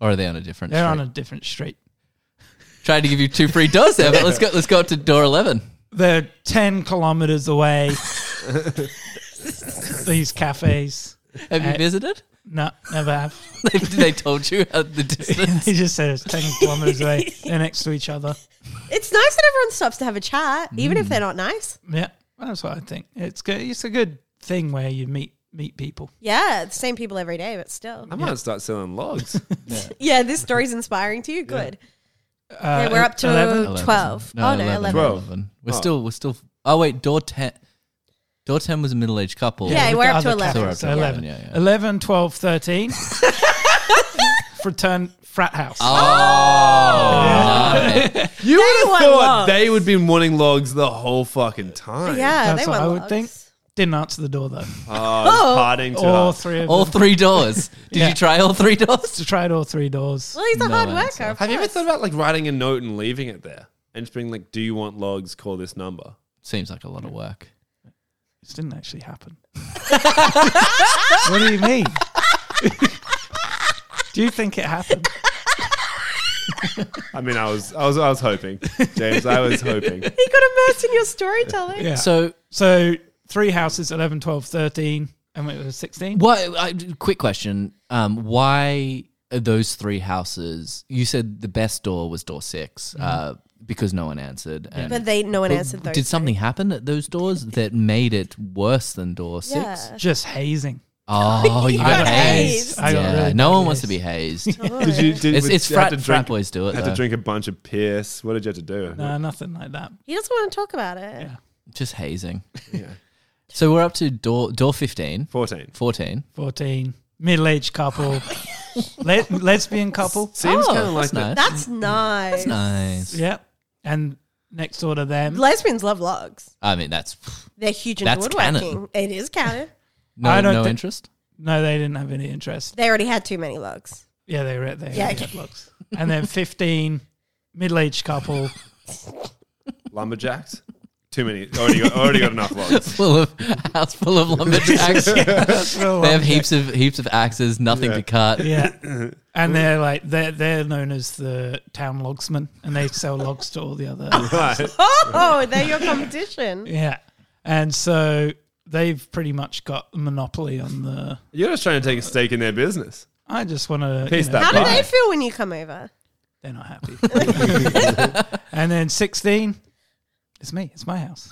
C: or are they on a different?
A: They're
C: street?
A: on a different street.
C: Trying to give you two free doors there, but let's go. Let's go up to door eleven.
A: They're 10 kilometers away. These cafes.
C: Have you
A: Uh,
C: visited?
A: No, never have.
C: Did they told you at the distance?
A: He just said it's 10 kilometers away. They're next to each other.
B: It's nice that everyone stops to have a chat, even if they're not nice.
A: Yeah, that's what I think. It's good. It's a good thing where you meet meet people.
B: Yeah, it's the same people every day, but still.
D: I might start selling logs.
B: Yeah, this story's inspiring to you. Good.
A: Uh,
B: Yeah, we're up to
A: 11.
B: 12. oh, no, 11.
D: 12.
C: We're
D: Oh.
C: still, we're still. Oh wait, door ten. Door ten was a middle-aged couple.
B: Yeah,
A: with
B: we're
A: the
B: up to
A: other
B: 11.
A: couples.
C: So we're up to
A: 11.
C: 11, yeah, yeah.
A: 11, 12, 13. Fratern frat house.
C: Oh, love it.
D: You would
B: want
D: have thought
B: logs.
D: they would have been wanting logs the whole fucking time.
B: Yeah,
A: That's
B: they were
A: what I would
B: logs.
A: think. Didn't answer the door though.
D: Oh, it's
B: Oh.
D: parting to
A: all
D: us.
A: three of
C: all
A: them.
C: three doors. Did
A: Yeah.
C: you try all three doors?
A: Tried all three doors.
B: Well, he's a
C: No
B: hard
C: answer.
B: worker. of
D: Have you ever
B: course.
D: thought about like writing a note and leaving it there and just being like, "Do you want logs? Call this number."
C: Seems like a lot of work.
A: This didn't actually happen. what do you mean? do you think it happened?
D: I mean, I was, I was, I was hoping, James. I was hoping.
B: He got immersed in your storytelling.
A: Yeah. So,
C: So,
A: so three houses 11, 12, 13, and it was 16.
C: what? I, quick question. Um, why are those three houses? You said the best door was door 6 uh, because no one answered. And
B: Mm-hmm. But they, no one answered those.
C: did something happen at those doors that made it worse than door six?
B: Yeah.
A: Just hazing.
C: Oh, you
A: I
C: got
A: got
C: hazed.
B: hazed.
A: I got
C: Yeah,
A: really
C: no
A: bad
C: one wants to be
A: hazed.
C: hazed.
D: Did you? Did,
C: It's,
D: would
C: it's
D: you have
C: frat, frat boys do it.
D: Had
C: Though.
D: to drink a bunch of piss. What did you have to do?
A: No, nothing like that.
B: He doesn't want to talk about it.
C: Just hazing.
D: Yeah.
C: So we're up to door door 15,
D: Fourteen.
C: 14.
A: 14, middle aged couple, le- lesbian couple.
D: Seems
C: Oh,
D: kind of like
C: that's
D: that.
C: nice.
B: That's nice.
C: Nice.
A: Yep. And next door to them,
B: Lesbians love logs.
C: I mean, that's
B: They're huge into
C: That's
B: woodworking. It is canon.
C: no,
A: I don't
C: no
A: thi-
C: interest.
A: no, they didn't have any interest.
B: They already had too many logs.
A: Yeah, they were at their
B: Yeah,
A: yeah,
B: okay.
A: looks. And then 15, middle aged couple.
D: Lumberjacks. Too many. Already got, already got enough logs.
C: Full of house full of lumberjacks. they
A: Well,
C: have heaps of heaps of axes, nothing to cut.
A: Yeah. And they're like, they're, they're known as the town logsmen and they sell logs to all the other.
D: Right.
B: Oh, they're your competition.
A: Yeah. And so they've pretty much got a monopoly on the.
D: You're just trying to take a stake in their business.
A: I just want to.
D: Piece that
B: How do
D: pie.
B: they feel when you come over?
A: They're not happy. and then 16, it's me. It's my house.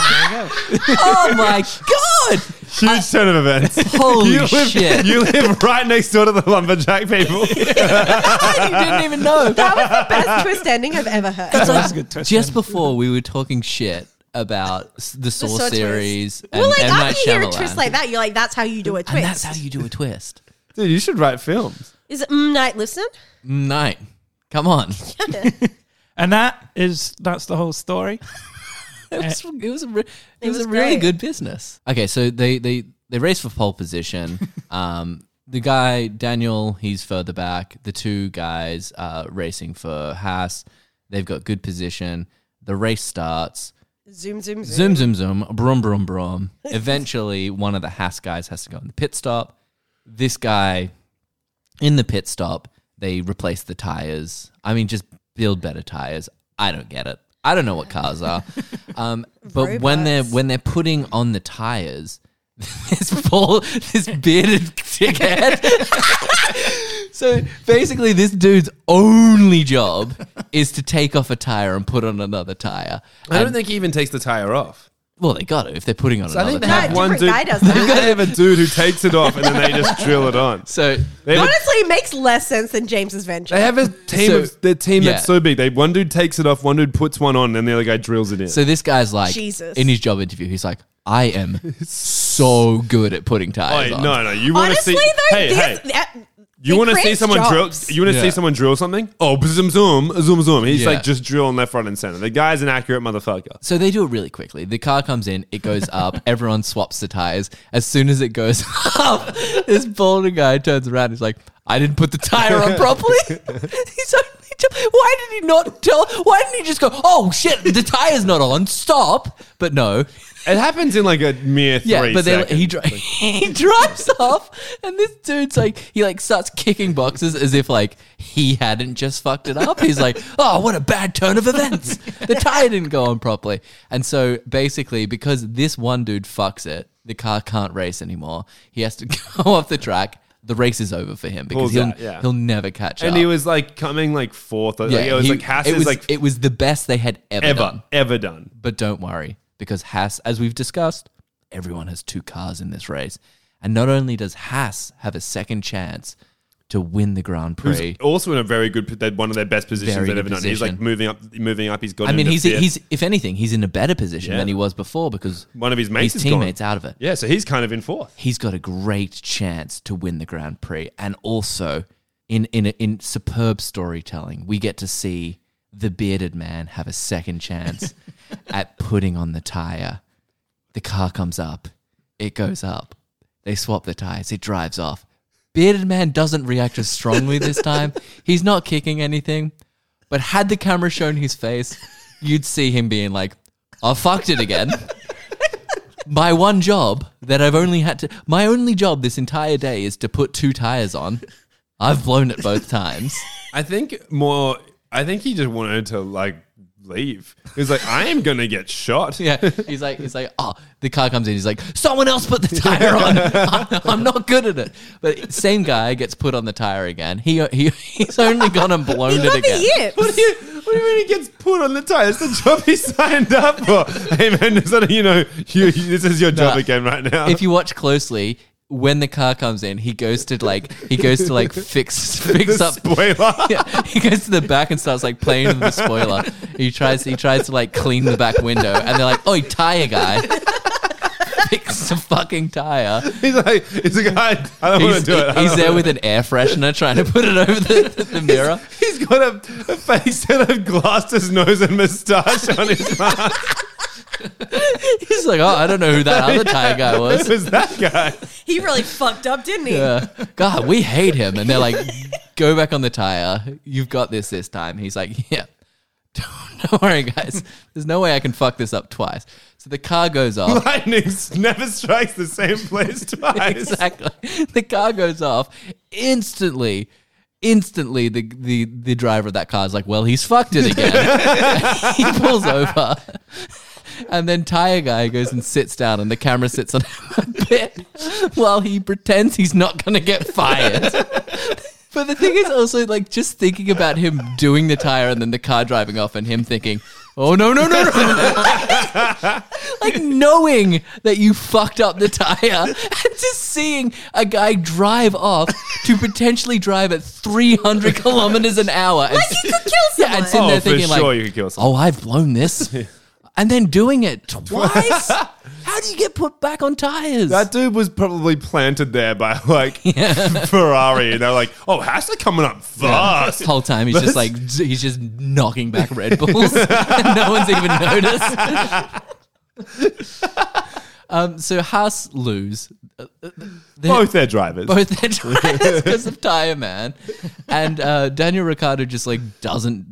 C: Oh my god!
D: Huge turn of events.
C: Holy
D: You live,
C: shit!
D: you live right next door to the lumberjack people.
C: you didn't even know.
B: That was the best twist ending I've ever heard.
A: That's a good twist.
C: Just before we were talking shit about s- the Saw
B: Saw twist.
C: series and
B: well, like
C: M Night
B: after you hear a
C: Shyamalan.
B: twist like that, you're like, "That's how you do a twist."
C: and that's how you do a twist.
D: Dude, you should write films.
B: is it mm, night? Listen,
C: Night, come on.
A: And that is that's the whole story.
C: It was it was a, re- it was
B: was
C: a really
B: great.
C: good business. Okay, so they they they race for pole position. Um, the guy Daniel, he's further back. The two guys uh, racing for Haas. They've got good position. The race starts.
B: zoom, zoom, zoom.
C: Zoom, zoom, zoom. Brum, brum, brum. Eventually, one of the Haas guys has to go in the pit stop. This guy in the pit stop, they replace the tires. I mean, just build better tires. I don't get it. I don't know what cars are. Um, but when they're
B: Robots.
C: when they're putting on the tires, this ball, this bearded dickhead. so basically, this dude's only job is to take off a tire and put on another tire.
D: I don't
C: And-
D: think he even takes the tire off.
C: Well, they got to if they're putting on
D: I
C: another
D: think they
C: tire.
D: have
B: No,
D: one dude.
B: different guy does
D: They've
B: that.
D: got to have a dude who takes it off and then they just drill it on.
C: so
D: They have a
B: Honestly, it makes less sense than James's venture.
D: They have a team
C: So-
D: of their team
C: yeah.
D: that's so big. They one dude takes it off, one dude puts one on, and the other guy drills it in.
C: so this guy's like
B: Jesus.
C: in his job interview, he's like, I am so good at putting tires
D: Wait,
C: on.
D: no, no, you want to
B: Honestly,
D: see?
B: though,
D: hey,
B: this,
D: hey,
B: that-
D: you
B: it
D: want to see
B: creates
D: someone
B: jobs.
D: drill? You want to
C: Yeah.
D: see someone drill something? Oh, zoom, zoom, zoom, zoom. He's
C: Yeah.
D: like just drilling left, right, and center. The guy's an accurate motherfucker.
C: So they do it really quickly. The car comes in, it goes up, everyone swaps the tires. As soon as it goes up, this balding guy turns around. He's like, I didn't put the tire on properly. he's only jo- why did he not tell? Why didn't he just go, oh shit, the tire's not on, stop? But no.
D: It happens in like a mere three
C: Yeah, but then
D: seconds.
C: he, dri- he drives off, and this dude's like, he like starts kicking boxes as if like he hadn't just fucked it up. He's like, oh, what a bad turn of events. The tire didn't go on properly, and so basically, because this one dude fucks it, the car can't race anymore. He has to go off the track. The race is over for him because
D: Pulls
C: he'll
D: out, yeah.
C: he'll never catch up.
D: and he was like coming like fourth. Like, it was
C: he-
D: like Haas
C: it
D: is
C: was-
D: like
C: it was the best they had ever,
D: ever,
C: done.
D: ever done.
C: But don't worry, because Haas, as we've discussed, everyone has two cars in this race. And not only does Haas have a second chance to win the Grand
D: Who's
C: Prix,
D: also in a very good, they're one of their best positions
C: Very
D: they've
C: good
D: ever done. He's like
C: position.
D: moving up, moving up. He's got.
C: I mean,
D: into
C: he's,
D: fifth.
C: he's if anything, he's in a better position
D: Yeah.
C: than he was before because
D: one of his mates.
C: his
D: is gone.
C: teammates out of it.
D: Yeah, so he's kind of in fourth.
C: He's got a great chance to win the Grand Prix. And also, in, in, in superb storytelling, we get to see the bearded man have a second chance at putting on the tire. The car comes up. It goes up. They swap the tires. It drives off. Bearded Man doesn't react as strongly this time. He's not kicking anything. But had the camera shown his face, you'd see him being like, I fucked it again. My one job that I've only had to, my only job this entire day is to put two tires on. I've blown it both times.
D: I think more. I think he just wanted to like leave. He was like, I am gonna get shot.
C: Yeah, he's like, he's like, oh, the car comes in. He's like, someone else put the tire on. I- I'm not good at it. But same guy gets put on the tire again. He he he's only gone and blown
B: He
C: it
B: got the
C: again.
B: yips.
D: What do you What do you mean he gets put on the tire? It's the job he signed up for. hey man, is that you know you, you- this is your job
C: Nah.
D: again right now?
C: If you watch closely, when the car comes in, he goes to like he goes to like fix fix up.
D: spoiler.
C: Yeah, he goes to the back and starts like playing with the spoiler. He tries he tries to like clean the back window, and they're like, "Oi, tire guy, fix the fucking tire."
D: He's like, it's a guy. I don't want
C: He's,
D: to do it. I don't
C: he's there
D: wanna-
C: with an air freshener trying to put it over the, the mirror.
D: He's got a, a face and I've glassed his nose and moustache on his mask.
C: He's like, oh, I don't know who that other tire guy
D: It
C: was.
D: was that guy.
B: he really fucked up, didn't he?
C: Uh, God, we hate him. And they're like, go back on the tire. You've got this this time. He's like, yeah. Don't, don't worry, guys. There's no way I can fuck this up twice. So the car goes off.
D: Lightning never strikes the same place twice.
C: exactly. The car goes off instantly. Instantly, the, the the driver of that car is like, "Well, he's fucked it again." he pulls over, and then tire guy goes and sits down, and the camera sits on him a bit while he pretends he's not going to get fired. But the thing is also like just thinking about him doing the tire and then the car driving off and him thinking, "Oh no no no no!" like knowing that you fucked up the tire and just seeing a guy drive off to potentially drive at 300 kilometers an hour. And, like
B: He could kill
C: yeah,
B: someone.
C: and sitting there
D: Oh, for
C: thinking
D: sure
C: like,
D: you could kill someone.
C: "Oh, I've blown this," and then doing it twice. How do you get put back on tires?
D: That dude was probably planted there by like Ferrari, and they're like, "Oh, Haas are coming up fast."
C: This whole time he's just like z- he's just knocking back Red Bulls. no one's even noticed. um, so Haas lose. Uh, uh, they're-
D: Both their drivers.
C: both their tires because of Tire Man, and uh, Daniel Ricciardo just like doesn't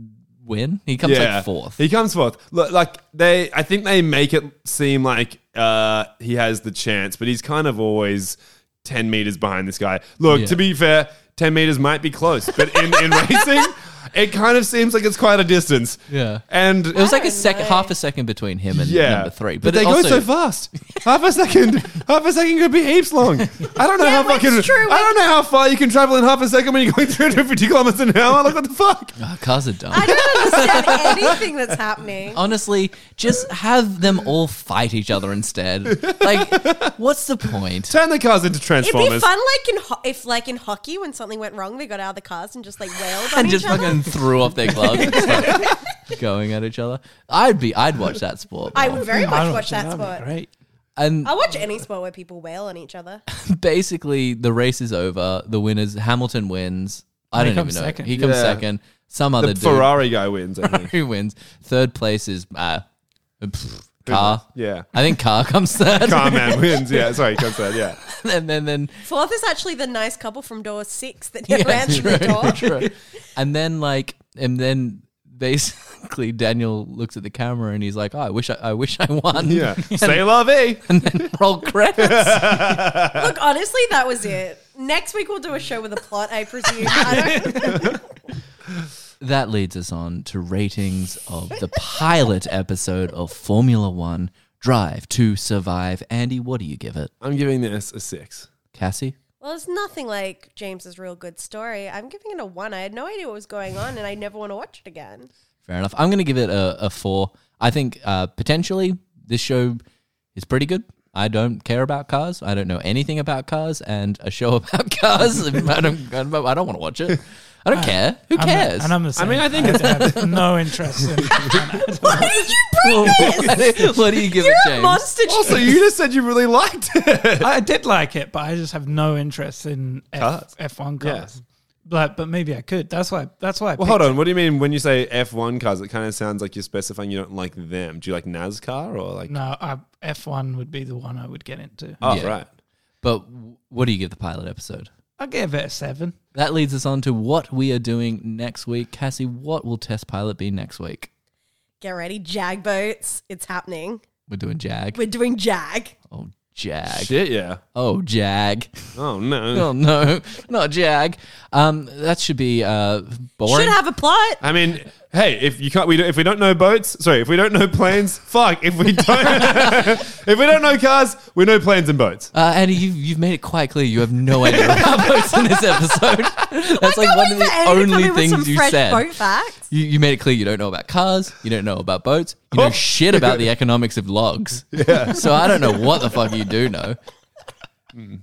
C: win. He comes like fourth.
D: He comes fourth. Look, like they, I think they make it seem like uh, he has the chance, but he's kind of always ten meters behind this guy. Look,
C: Yeah.
D: to be fair, ten meters might be close, but in, in racing. it kind of seems like it's quite a distance.
C: Yeah.
D: And uh,
C: It was like a
B: don't
C: second,
B: know.
C: half a second between him and
D: yeah,
C: number three.
D: But,
C: But,
D: they
C: it also,
D: go so fast. half a second, half a second could be heaps long. I don't know
B: Yeah,
D: how fucking.
B: that's true.
D: I don't know how far you can travel in half a second when you're going 350 kilometers an hour. Like what the fuck?
C: Ah, cars are dumb.
B: I don't understand anything that's
C: Oh,
B: happening.
C: Honestly, just have them all fight each other instead. Like, what's the point?
D: Turn the cars into
B: It'd be
D: transformers.
B: fun, like in ho- if, like in hockey, when something went wrong, they got out of the cars and just like wailed on
C: And
B: each
C: just
B: other.
C: fucking threw off their gloves, and started going at each other. I'd be, I'd watch that sport.
B: I
C: more.
B: would very
A: I
B: much
A: don't
B: watch
A: think
B: that
A: that'd be
B: sport.
A: Great.
C: and
B: I watch any sport where people wail on each other.
C: basically the race is over. The winners Hamilton wins. I
A: He
C: don't even know.
A: comes second.
C: He comes
D: Yeah.
C: second. Some other
D: the
C: dude
D: Ferrari guy wins. I think.
C: who wins. Third place is uh, pff, car.
D: yeah.
C: I think car comes third.
D: Car man wins. Yeah, sorry, comes that. Yeah,
C: and then then
B: Fourth is actually the nice couple from door six that
C: yeah,
B: never answered the
C: true,
B: door.
C: true. And then like and then basically Daniel looks at the camera and he's like, oh, I wish I, I wish I won.
D: yeah. Say la vie.
C: Roll credits.
B: Look, honestly, that was it. Next week we'll do a show with a plot, I presume. I don't,
C: that leads us on to ratings of the pilot episode of Formula One Drive to Survive. Andy, what do you give it?
D: I'm giving this a six.
C: Cassie?
B: well, it's nothing like James's real good story. I'm giving it a one. I had no idea what was going on, and I never want to watch it again.
C: Fair enough. I'm going to give it a, a four. I think uh, potentially this show is pretty good. I don't care about cars. I don't know anything about cars, and a show about cars. I don't. I don't, I don't want to watch it. I don't care. Who
A: I'm the-
C: cares?
A: and I'm the same. I mean, I think I have no interest in
B: Why did you bring
C: what do you give it,
B: You're a
C: James? Oh,
B: monster.
D: Also, you just said you really liked it.
A: I did like it, but I just have no interest in F,
D: Cars.
A: F1
D: Yeah.
A: cars. But but maybe I could. That's why. That's why. I
D: Well, hold
A: picked-
D: on. What do you mean when you say F1 cars? It kind of sounds like you're specifying you don't like them. Do you like NASCAR or like?
A: No, I, F1 would be the one I would get into.
D: Oh,
C: Yeah.
D: right.
C: But w- what do you give the pilot episode?
A: I gave it a seven.
C: That leads us on to what we are doing next week. Cassie, what will Test Pilot be next week?
B: Get ready, jag boats. It's happening.
C: We're doing Jag.
B: We're doing jag.
C: Oh, Jag.
D: Shit, yeah.
C: Oh, Jag.
D: Oh no.
C: Oh no, not Jag. Um, that should be uh boring.
B: Should have a plot.
D: I mean, hey, if you can't, we don't, if we don't know boats, sorry, if we don't know planes, fuck. If we don't, if we don't know cars, we know planes and boats.
C: Uh, Andy, you've, you've made it quite clear you have no idea about boats in this episode. That's like
B: Can't
C: one
B: wait for
C: of
B: Andy
C: the
B: to come
C: only
B: in with some
C: things you
B: fresh
C: said.
B: Boat facts.
C: You, you made it clear you don't know about cars, you don't know about boats, you know
D: Oh.
C: shit about the economics of logs. Yeah. So I don't know what the fuck you do know.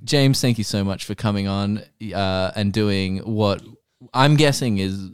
C: James, thank you so much for coming on uh, and doing what I'm guessing is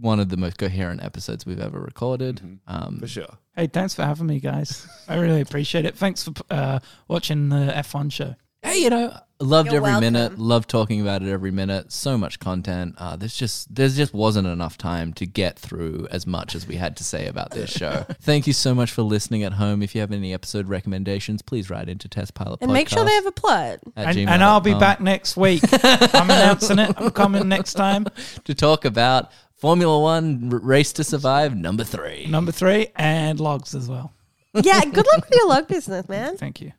C: one of the most coherent episodes we've ever recorded. Um,
D: For sure.
A: Hey, thanks for having me, guys. I really appreciate it. Thanks for uh, watching the F1 show.
C: hey, you know, loved
B: You're
C: every
B: welcome.
C: minute, loved talking about it every minute. So much content. Uh, there's just there just wasn't enough time to get through as much as we had to say about this show. Thank you so much for listening at home. If you have any episode recommendations, please write into Test Pilot
B: And make sure they have a plot.
A: And, and I'll be back next week. I'm announcing it. I'm coming next time.
C: to talk about Formula One R- Race to Survive number three.
A: Number three and logs as well.
B: Yeah, good luck with your log business, man.
A: Thank you.